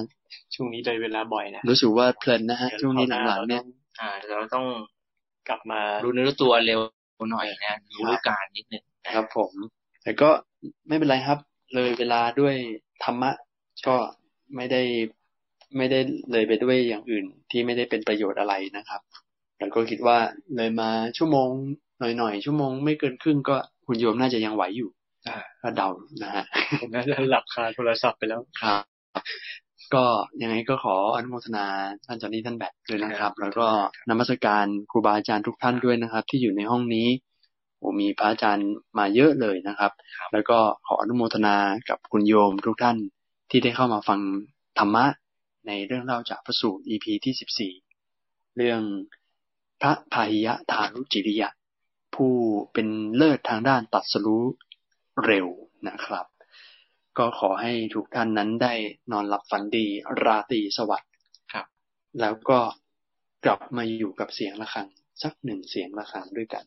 ช่วงนี้เลยเวลาบ่อยนะ
รู้สึกว่าเพลินนะฮะ
เดี๋ย
ช่วงนี้หลัง
รา
ๆเนี่ย
อ่าเราต้อง
กลับมา
รู้เนื้อรู้ตัวเร็วหน่อยนะรู้รู้การนิดนึงนะครับ
ผม แต่ก็ไม่เป็นไรครับ เลยเวลาด้วยธรรมะ ก็ไม่ได้ไม่ได้เลยไปด้วยอย่างอื่น ที่ไม่ได้เป็นประโยชน์อะไรนะครับแล้วก็คิดว่าเลยมาชั่วโมงหน่อยๆชั่วโมงไม่เกินครึ่งก็คุณโยมน่าจะยังไหวอยู่ก็เดานะฮะ
ผมน่าจะหลับคาโทรศัพท์ไปแล้ว
ครับ ก็ยังไงก็ขออนุโมทนาท่านจอนนี่ท่านแบบด้วยนะครับ แล้วก็นมัสการครูบาอาจารย์ทุกท่านด้วยนะครับ ที่อยู่ในห้องนี้โอ้มีพระอาจารย์มาเยอะเลยนะครับ แล้วก็ขออนุโมทนากับคุณโยมทุกท่านที่ได้เข้ามาฟังธรรมะในเรื่องเล่าจากพระสูตร EP ที่ 14 เรื่องพระพาหิยะทารุจิริยะ ผู้เป็นเลิศทางด้านตรัดสรู้เร็วนะครับ ก็ขอให้ทุกท่านนั้นได้นอนหลับฝันดีราตรีสวัสดิ์
ครับ
แล้วก็กลับมาอยู่กับเสียงะระฆัง สักหนึ่งเสียงะระฆังด้วยกัน